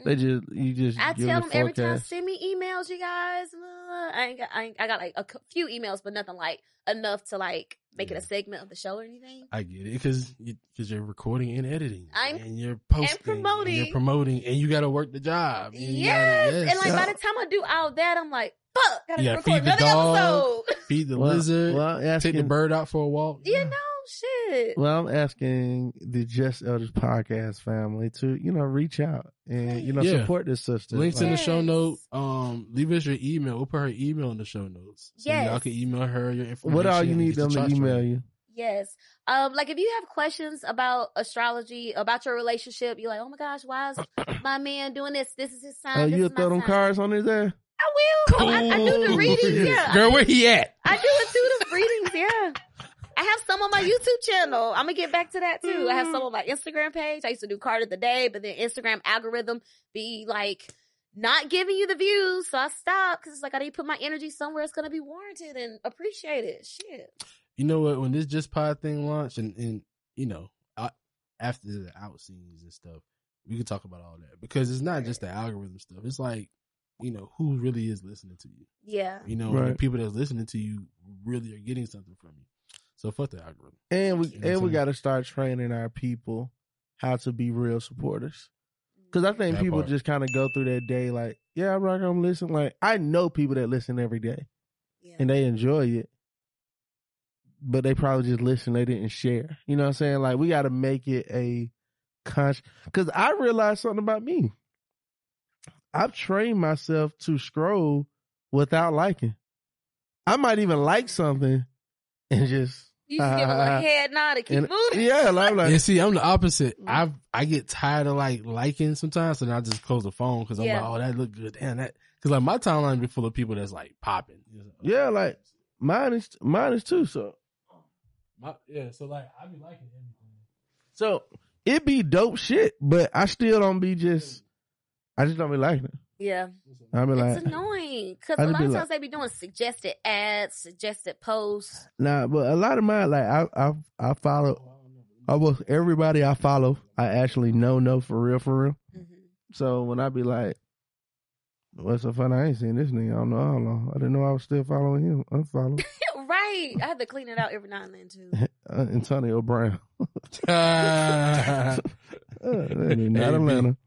they mm-mm. just you just I give tell them every time, forecast. send me emails, you guys. Uh, I ain't got, I, ain't, I got like a c- few emails, but nothing like enough to like make it Yeah. a segment of the show or anything. I get it because because you, are recording and editing, I'm- and you're posting, promoting. and you're promoting, and you got to work the job. and you Yes. gotta- And like yeah. by the time I do all that, I'm like, fuck, gotta Yeah, record feed the another dog. episode. feed the Well, lizard, Well, I'm take the asking, bird out for a walk. you know, shit. well, I'm asking the Just Elders podcast family to you know reach out and you know Yeah. support this sister. Links in the Yes. show note. Um, leave us your email. We'll put her email in the show notes. So Yes. y'all can email her your information. what all you and get need them your to charts email right. you? Yes. Um, like if you have questions about astrology, about your relationship, you're like, oh my gosh, why is my man doing this? This is his sign. Oh, Uh, this you is my throw them sign. cards on his ass? I will. Oh, I, I do the readings. Yeah, Girl, where he at? I do it too. The readings. Yeah. I have some on my YouTube channel. I'm gonna get back to that too. I have some on my Instagram page. I used to do card of the day, but then Instagram algorithm be like not giving you the views, so I stopped because it's like I need to put my energy somewhere it's gonna be warranted and appreciated. Shit. You know what? When this Just Pod thing launched, and and you know, I, after the out scenes and stuff, we can talk about all that because it's not just the algorithm stuff. It's like you know who really is listening to you. Yeah. You know, the Right. people that's listening to you really are getting something from you. So fuck the algorithm. And we You know what and I'm we saying? got to start training our people how to be real supporters. Because I think That people part. just kind of go through their day like, yeah, I rock, I'm listening. Like I know people that listen every day Yeah. and they enjoy it, but they probably just listen. They didn't share. You know what I'm saying? Like we got to make it a conscious. Because I realized something about me. I've trained myself to scroll without liking. I might even like something and just You just give a little head nod and keep and- moving. yeah, like, I'm like, Yeah, see, I'm the opposite. Mm-hmm. I I get tired of like liking sometimes, and I just close the phone because I'm Yeah. like, oh, that looked good, damn that. Because like my timeline be full of people that's like popping. You know? Yeah, like mine is mine is too. So My, yeah, so like I be liking everything. so it be dope shit, but I still don't be just I just don't be liking it. Yeah. I be It's like annoying because I a just lot be of like- times they be doing suggested ads, suggested posts. nah, but a lot of mine like I I I follow almost everybody I follow. I actually know no for real for real. Mm-hmm. So when I be like, what's the fun? I ain't seen this nigga. I don't know how long. I didn't know I was still following him. Unfollow right. I have to clean it out every now and then too. uh, Antonio Brown. Ah. Uh, that nigga not Hey, B. Atlanta.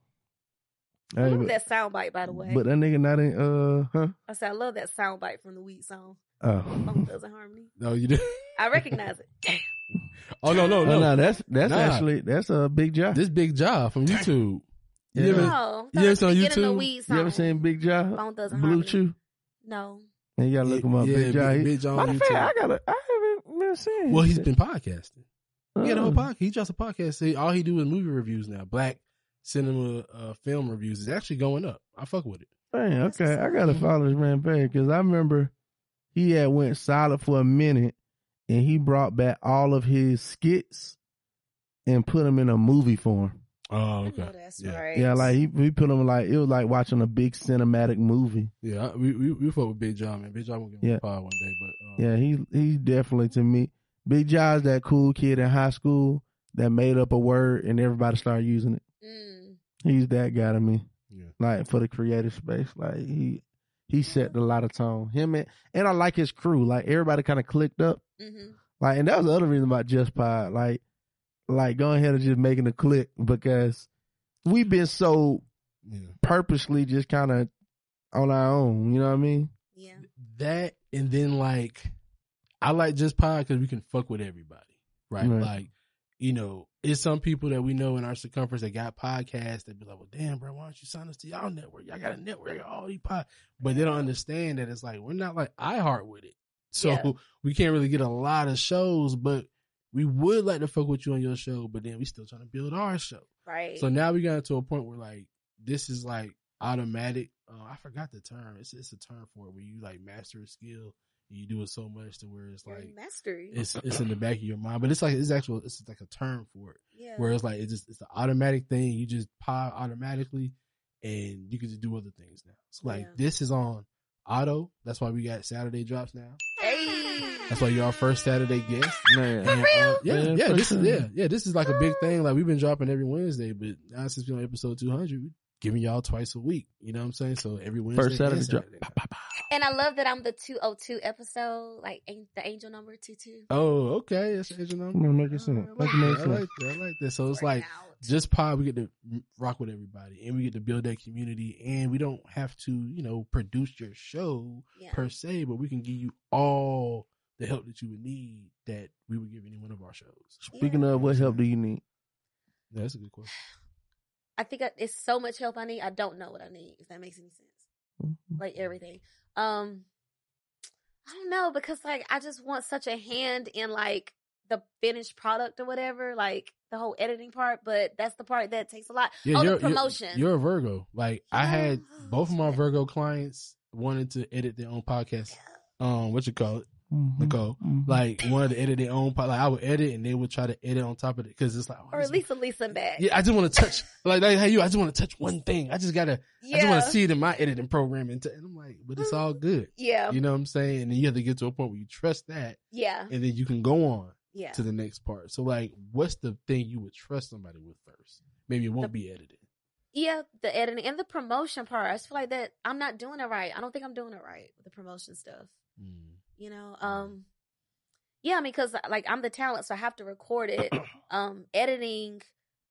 I Hey, love but, that soundbite, by the way. but that nigga not in uh huh. I said I love that soundbite from the Weed song, Oh. Funk Does and Harmony. no, you did. I recognize it. Damn. Oh no, no, no. No, no, that's that's Nah. actually that's a big job. This big job from YouTube. You Yeah. ever- No. Yeah, it's on Beginning of YouTube. Weed you song. ever seen Big Job? Funk Does and Blue Harmony? Chew. No. And you gotta look him up. Yeah, Big Job. Big, He- Big John Matter on of YouTube. fact, I gotta. I haven't been seeing. Oh, well, his he's shit. been podcasting. He had a whole Uh, podcast. He drops a podcast. See, all he do is movie reviews now. Black cinema uh, film reviews is actually going up. I fuck with it. Man, That's okay, I gotta exciting. follow this man page because I remember he had went solid for a minute, and he brought back all of his skits and put them in a movie form. Oh, I know okay. that's Yeah. right. Yeah, like he, he put them like it was like watching a big cinematic movie. Yeah, I- we we, we fuck with Big John, man. Big John will get on Yeah. the pod one day, but um, Yeah, he he's definitely to me. Big John's that cool kid in high school that made up a word and everybody started using it. Mm. He's that guy to me. Yeah. Like for the creative space, like he he set a lot of tone. Him and and I like his crew. Like everybody kind of clicked up. Mhm. Like and that was the other reason about Just Pod. Like like going ahead and just making a click because we've been so yeah. purposely just kind of on our own. You know what I mean? Yeah. that and then like I like just pod because we can fuck with everybody, right? Right. Like you know, it's some people that we know in our circumference that got podcasts that be like, well, damn, bro, why don't you sign us to y'all network? Y'all got a network, y'all all these pod, but they don't understand that it's like we're not like iHeart with it, so Yeah. we can't really get a lot of shows, but. We would like to fuck with you on your show, but then we still trying to build our show. Right. So now we got to a point where like this is like automatic. Uh, I forgot the term. It's it's a term for it where you like master a skill You do it so much to where it's like mastery. it's it's in the back of your mind, but it's like it's actual it's like a term for it. yeah. Where it's like it's just it's an automatic thing. You just pop automatically, and you can just do other things now. So like Yeah. this is on auto. That's why we got Saturday drops now. Hey. That's why you're our first Saturday guest. Man. For real? Yeah, yeah, for this is sure. yeah, yeah. This is like a big thing. Like we've been dropping every Wednesday, but now since we're on episode 200, we're giving y'all twice a week. You know what I'm saying? So every Wednesday, First Saturday and drop. Saturday. And I love that I'm the 202 episode, like an- the angel number 22. Oh, okay. That's that's your number. I'm gonna make it simple. Make it I make sense. like that. I like that. So it's Work like out. just pod. We get to rock with everybody, and we get to build that community, and we don't have to, you know, produce your show Yeah. per se, but we can give you all the help that you would need that we would give any one of our shows. Speaking of, what help do you need? Yeah, that's a good question. I think I- it's so much help I need. I don't know what I need, if that makes any sense. Like everything. Um, I don't know because like I just want such a hand in like the finished product or whatever, like the whole editing part. But that's the part that takes a lot. Yeah, oh, you're, the promotion. Oh, You're, you're a Virgo. Like I had Yeah. both of my Virgo clients wanted to edit their own podcast. Um, what you call it, Nicole? Like wanted to edit their own podcast. Like I would edit, and they would try to edit on top of it because it's like, oh, or this- at least a Lisa back. yeah, I just want to touch. Like, like, hey, you, I just want to touch one thing. I just gotta, I just want to see it in my editing program, and, t- and I'm like, but Hmm. it's all good. yeah. You know what I'm saying? And then you have to get to a point where you trust that, Yeah. and then you can go on Yeah. to the next part. So, like, what's the thing you would trust somebody with first? Maybe it won't be edited. Yeah, the editing and the promotion part. I just feel like that I'm not doing it right. I don't think I'm doing it right with the promotion stuff. Mm. You know, um, yeah, I mean, because like I'm the talent, so I have to record it. um, editing,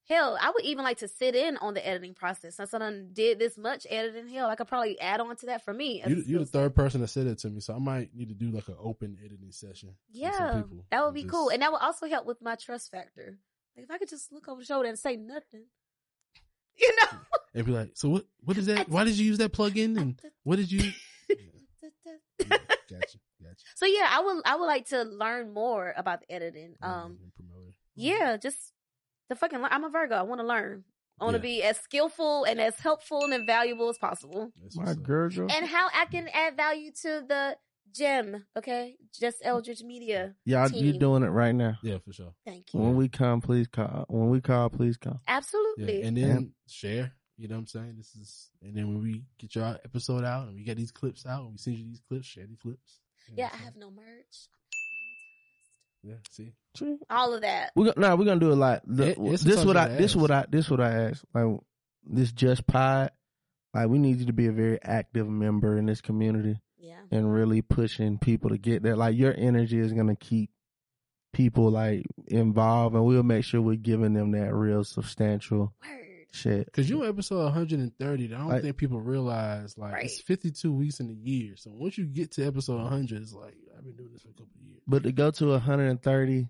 hell, I would even like to sit in on the editing process. Since I done did this much editing, hell, I could probably add on to that for me. as a You, you're the skill set. third person that said it to me, so I might need to do like an open editing session. with some Yeah, people that would and be just- cool, and that would also help with my trust factor. Like if I could just look over the shoulder and say nothing, you know. and be like, "So what? What is that? Why did you use that plug-in? And what did you?" Yeah, Hmm. yeah, gotcha, gotcha. So yeah, I would I would like to learn more about the editing. Um, And promote it. yeah, just the fucking. I'm a Virgo. I want to learn. I want to Yeah. be as skillful and as helpful and valuable as possible. That's My what's up. girl, girl. And how I can add value to the gem. Okay, just Eldridge Media. Y'all, you team. doing it right now. Yeah, for sure. Thank you. When we come, please call. When we call, please call. Absolutely. Yeah, and then share. You know what I'm saying? This is, and then when we get your episode out and we get these clips out and we send you these clips, share these clips. You know yeah, what I I'm have no merch. saying? Yeah, see, All of that. We're gonna, nah, we're gonna do a lot. The, It- it's this what I, something to this ask. what I, this what I ask. Like this just pod. Like we need you to be a very active member in this community Yeah. and really pushing people to get there. Like your energy is gonna keep people like involved, and we'll make sure we're giving them that real substantial Word. shit. because you're on episode 130. I don't Like- think people realize like it's Right. 52 weeks in a year. So once you get to episode 100, it's like I've been doing this for a couple of years. But to go to 130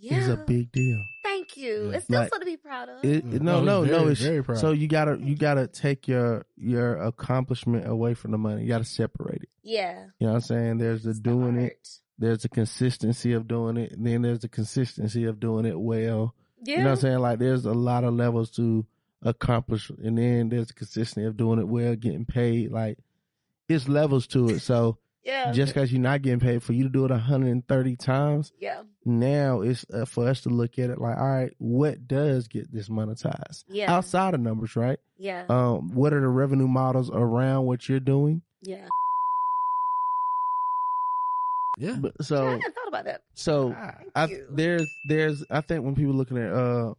Yeah. is a big deal. Thank you. Yeah. It's still Like, something to be proud of. It, Mm. no, No, no, he's no. very, It's, very proud. so you gotta you gotta take your your accomplishment away from the money. You gotta separate it. yeah. You know what I'm saying? There's the It's doing it. art. There's the consistency of doing it. And then there's the consistency of doing it well. Yeah. You know what I'm saying? Like there's a lot of levels to accomplish, and then there's the consistency of doing it well, getting paid. Like it's levels to it. So yeah. just because you're not getting paid for you to do it 130 times, yeah. now it's uh, for us to look at it like, all right, what does get this monetized? Yeah. outside of numbers, right? Yeah. Um, what are the revenue models around what you're doing? Yeah. Yeah, But, I so, hadn't thought about that. so Ah, I, you. there's, there's, I think when people looking at, uh,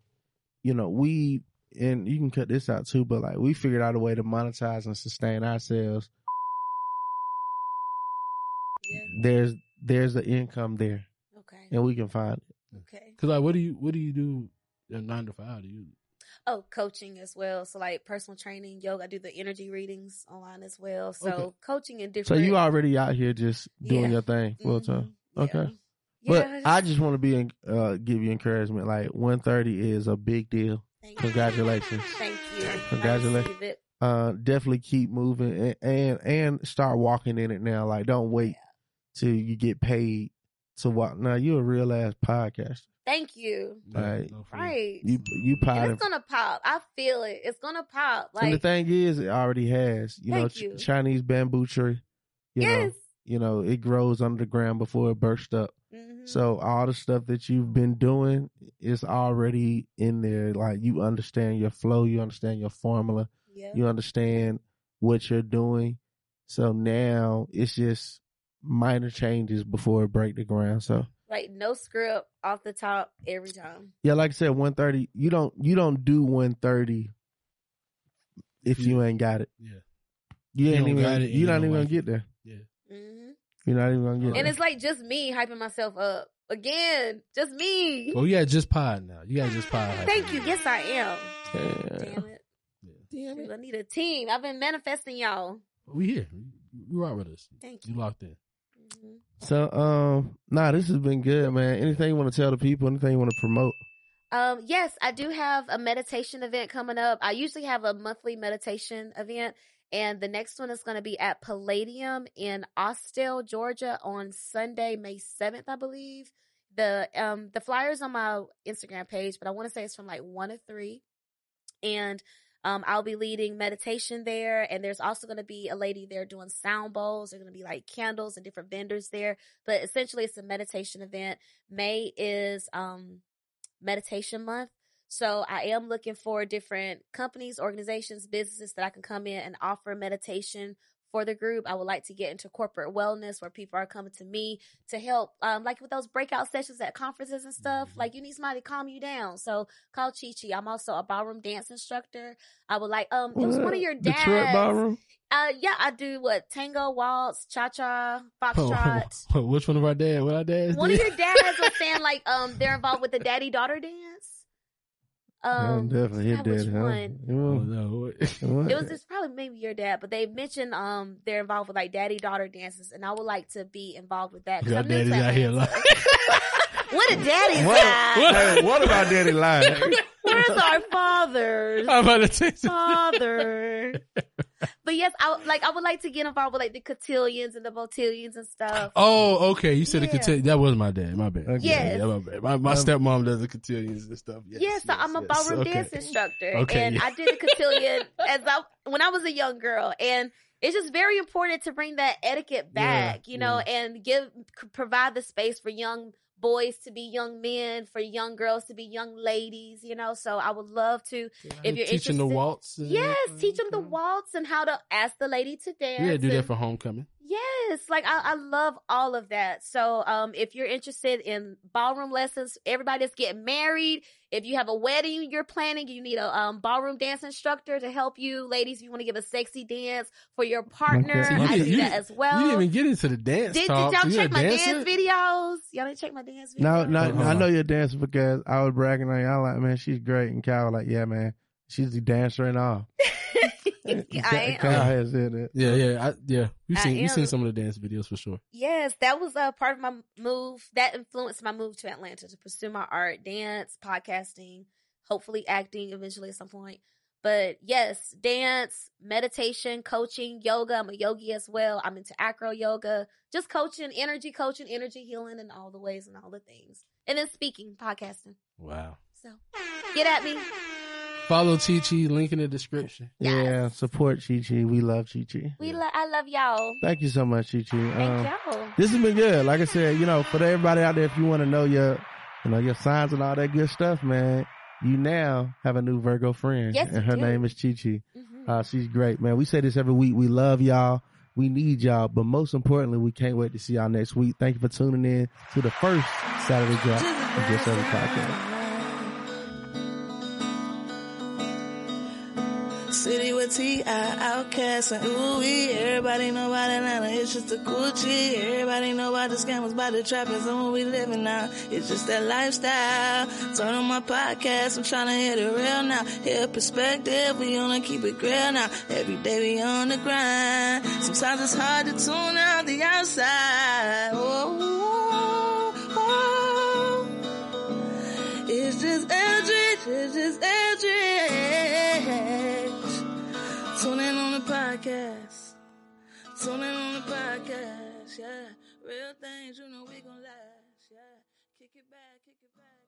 you know, we, and you can cut this out too, but like we figured out a way to monetize and sustain ourselves. Yeah. There's, there's the income there Okay. and we can find it. Okay. Cause like, what do you what do you do at nine to five? Do you Oh, coaching as well. So like personal training, yoga. I do the energy readings online as well. So Okay. coaching and So different. you already out here just doing Yeah. your thing full Mhm. time. Yeah. Okay. Yeah. But I just want to be, in, uh, give you encouragement. Like 130 is a big deal. Thank you. Congratulations. Thank you. I Congratulations. receive it. uh definitely keep moving and, and and start walking in it now like don't wait till you get paid to walk now you a real ass podcaster Thank you. Right. No, for real. Right. you you and pod it's gonna pop. I feel it. It's gonna pop. and the Like thing is it already has you know Thank Ch- you. chinese bamboo tree You know, yes. you know, it grows under the ground before it bursts up. Mhm. So all the stuff that you've been doing is already in there. Like you understand your flow, you understand your formula, Yeah. you understand what you're doing. So now it's just minor changes before it break the ground. So like no script off the top every time. yeah, like I said, one thirty. You don't you don't do one thirty if you ain't got it. Yeah. You ain't don't even got it and you're you not don't even gonna like get there. hmm You're not even gonna get And there. it's like just me hyping myself up again, just me. Well, you got just pod now. You got just pod. Thank you. Yes, I am. Yeah. Damn it. Damn Shoot, I need a team. I've been manifesting y'all. We here. You rock with us. Thank You you. locked in. Mhm. So um nah, this has been good, man. Anything you wanna tell the people, anything you wanna promote? Um, yes, I do have a meditation event coming up. I usually have a monthly meditation event, and the next one is going to be at Palladium in Austell, Georgia, on Sunday, May seventh, I believe. The um the flyers on my Instagram page, but I want to say it's from like one to three, and um I'll be leading meditation there, and there's also going to be a lady there doing sound bowls. There's going to be like candles and different vendors there, but essentially it's a meditation event. May is um meditation month. So I am looking for different companies, organizations, businesses that I can come in and offer meditation for the group. I would like to get into corporate wellness where people are coming to me to help, um, like with those breakout sessions at conferences and stuff. Mhm. Like you need somebody to calm you down. So call Chi Chi. I'm also a ballroom dance instructor. I would like, um, it was one of your dads. Detroit Ballroom? Uh, yeah, I do what tango, waltz, cha cha, foxtrot. Which one of our dad? What our dads One did? of your dads was saying like um they're involved with the daddy daughter dance. Um, yeah, definitely I hit forgot that, which huh? one. You Oh, know, no. you know, It was just probably maybe your dad, but they mentioned um they're involved with like daddy daughter dances, and I would like to be involved with that. 'cause Your I'm new to daddy's out here Atlanta. like- what a daddy's What- got. Hey, what about Daddy Lion? Where's our fathers? I'm about to text him. Father. But yes, I would- like I would like to get involved with like the cotillions and the botillions and stuff. Oh, okay. You said Yeah. it could That was my dad. My bad. Okay. Yeah, Yes. yeah, my bad. My, my Um, stepmom does the cotillions and stuff. Yes, yeah, so yes, I'm a yes. ballroom Okay. dance instructor, Okay, and yeah. I did a cotillion as I when I was a young girl, and it's just very important to bring that etiquette back, Yeah, you know, and give c- provide the space for young boys to be young men, for young girls to be young ladies, you know. So I would love to, if you're teaching the interested- waltz, and yes, everything, teach them the okay. waltz and how to ask the lady to dance. Mm-hmm. Yeah, do that and- for homecoming. Yes, like I, I love all of that. So, um, if you're interested in ballroom lessons, everybody's getting married. If you have a wedding you're planning, you need a um, ballroom dance instructor to help you. Ladies, if you want to give a sexy dance for your partner, Okay. I You- do you- that as You well. didn't even get into the dance. did, did talk. y'all You a check my dancer? dance videos? Y'all didn't check my dance videos? No, no, Uh-huh. I know you're dancing because I was bragging on you. I like, man, she's great. And Kyle was like, yeah, man, she's the dancer and all. I am. Kyle has said it. Yeah, yeah, I, yeah. We've I seen we've am. seen some of the dance videos for sure. Yes, that was a part of my move that influenced my move to Atlanta to pursue my art, dance, podcasting, hopefully acting eventually at some point. But yes, dance, meditation, coaching, yoga. I'm a yogi as well. I'm into acro yoga, just coaching, energy coaching, energy healing, and all the ways and all the things. And then speaking, podcasting. Wow. So get at me. Follow Chi Chi. Link in the description. Yes. Yeah, support Chi Chi. We love Chi Chi. We lo- I love y'all. Thank you so much, Chi Chi. Thank Um, y'all. this has been good. Like I said, you know, for everybody out there, if you want to know your, you know, your signs and all that good stuff, man, you now have a new Virgo friend. Yes, and you her do. name is Chi Chi. Mhm. Uh, she's great, man. We say this every week. We love y'all. We need y'all. But most importantly, we can't wait to see y'all next week. Thank you for tuning in to the first Saturday drop of Just Every Podcast. City with T.I. Outcast and ooh Everybody know about Atlanta, it's just a coochie. Everybody know about the scammers, about the trappers, and where we living now. It's just that lifestyle. Turn on my podcast, I'm trying to hit it real now. Hear perspective, we wanna keep it real now. Every day we on the grind. Sometimes it's hard to tune out the outside. Oh, oh, oh. It's just Eldridge, it's just Eldridge. Tune in on the podcast. Tune in on the podcast, yeah. Real things, you know we gon' last, yeah. Kick it back, kick it back.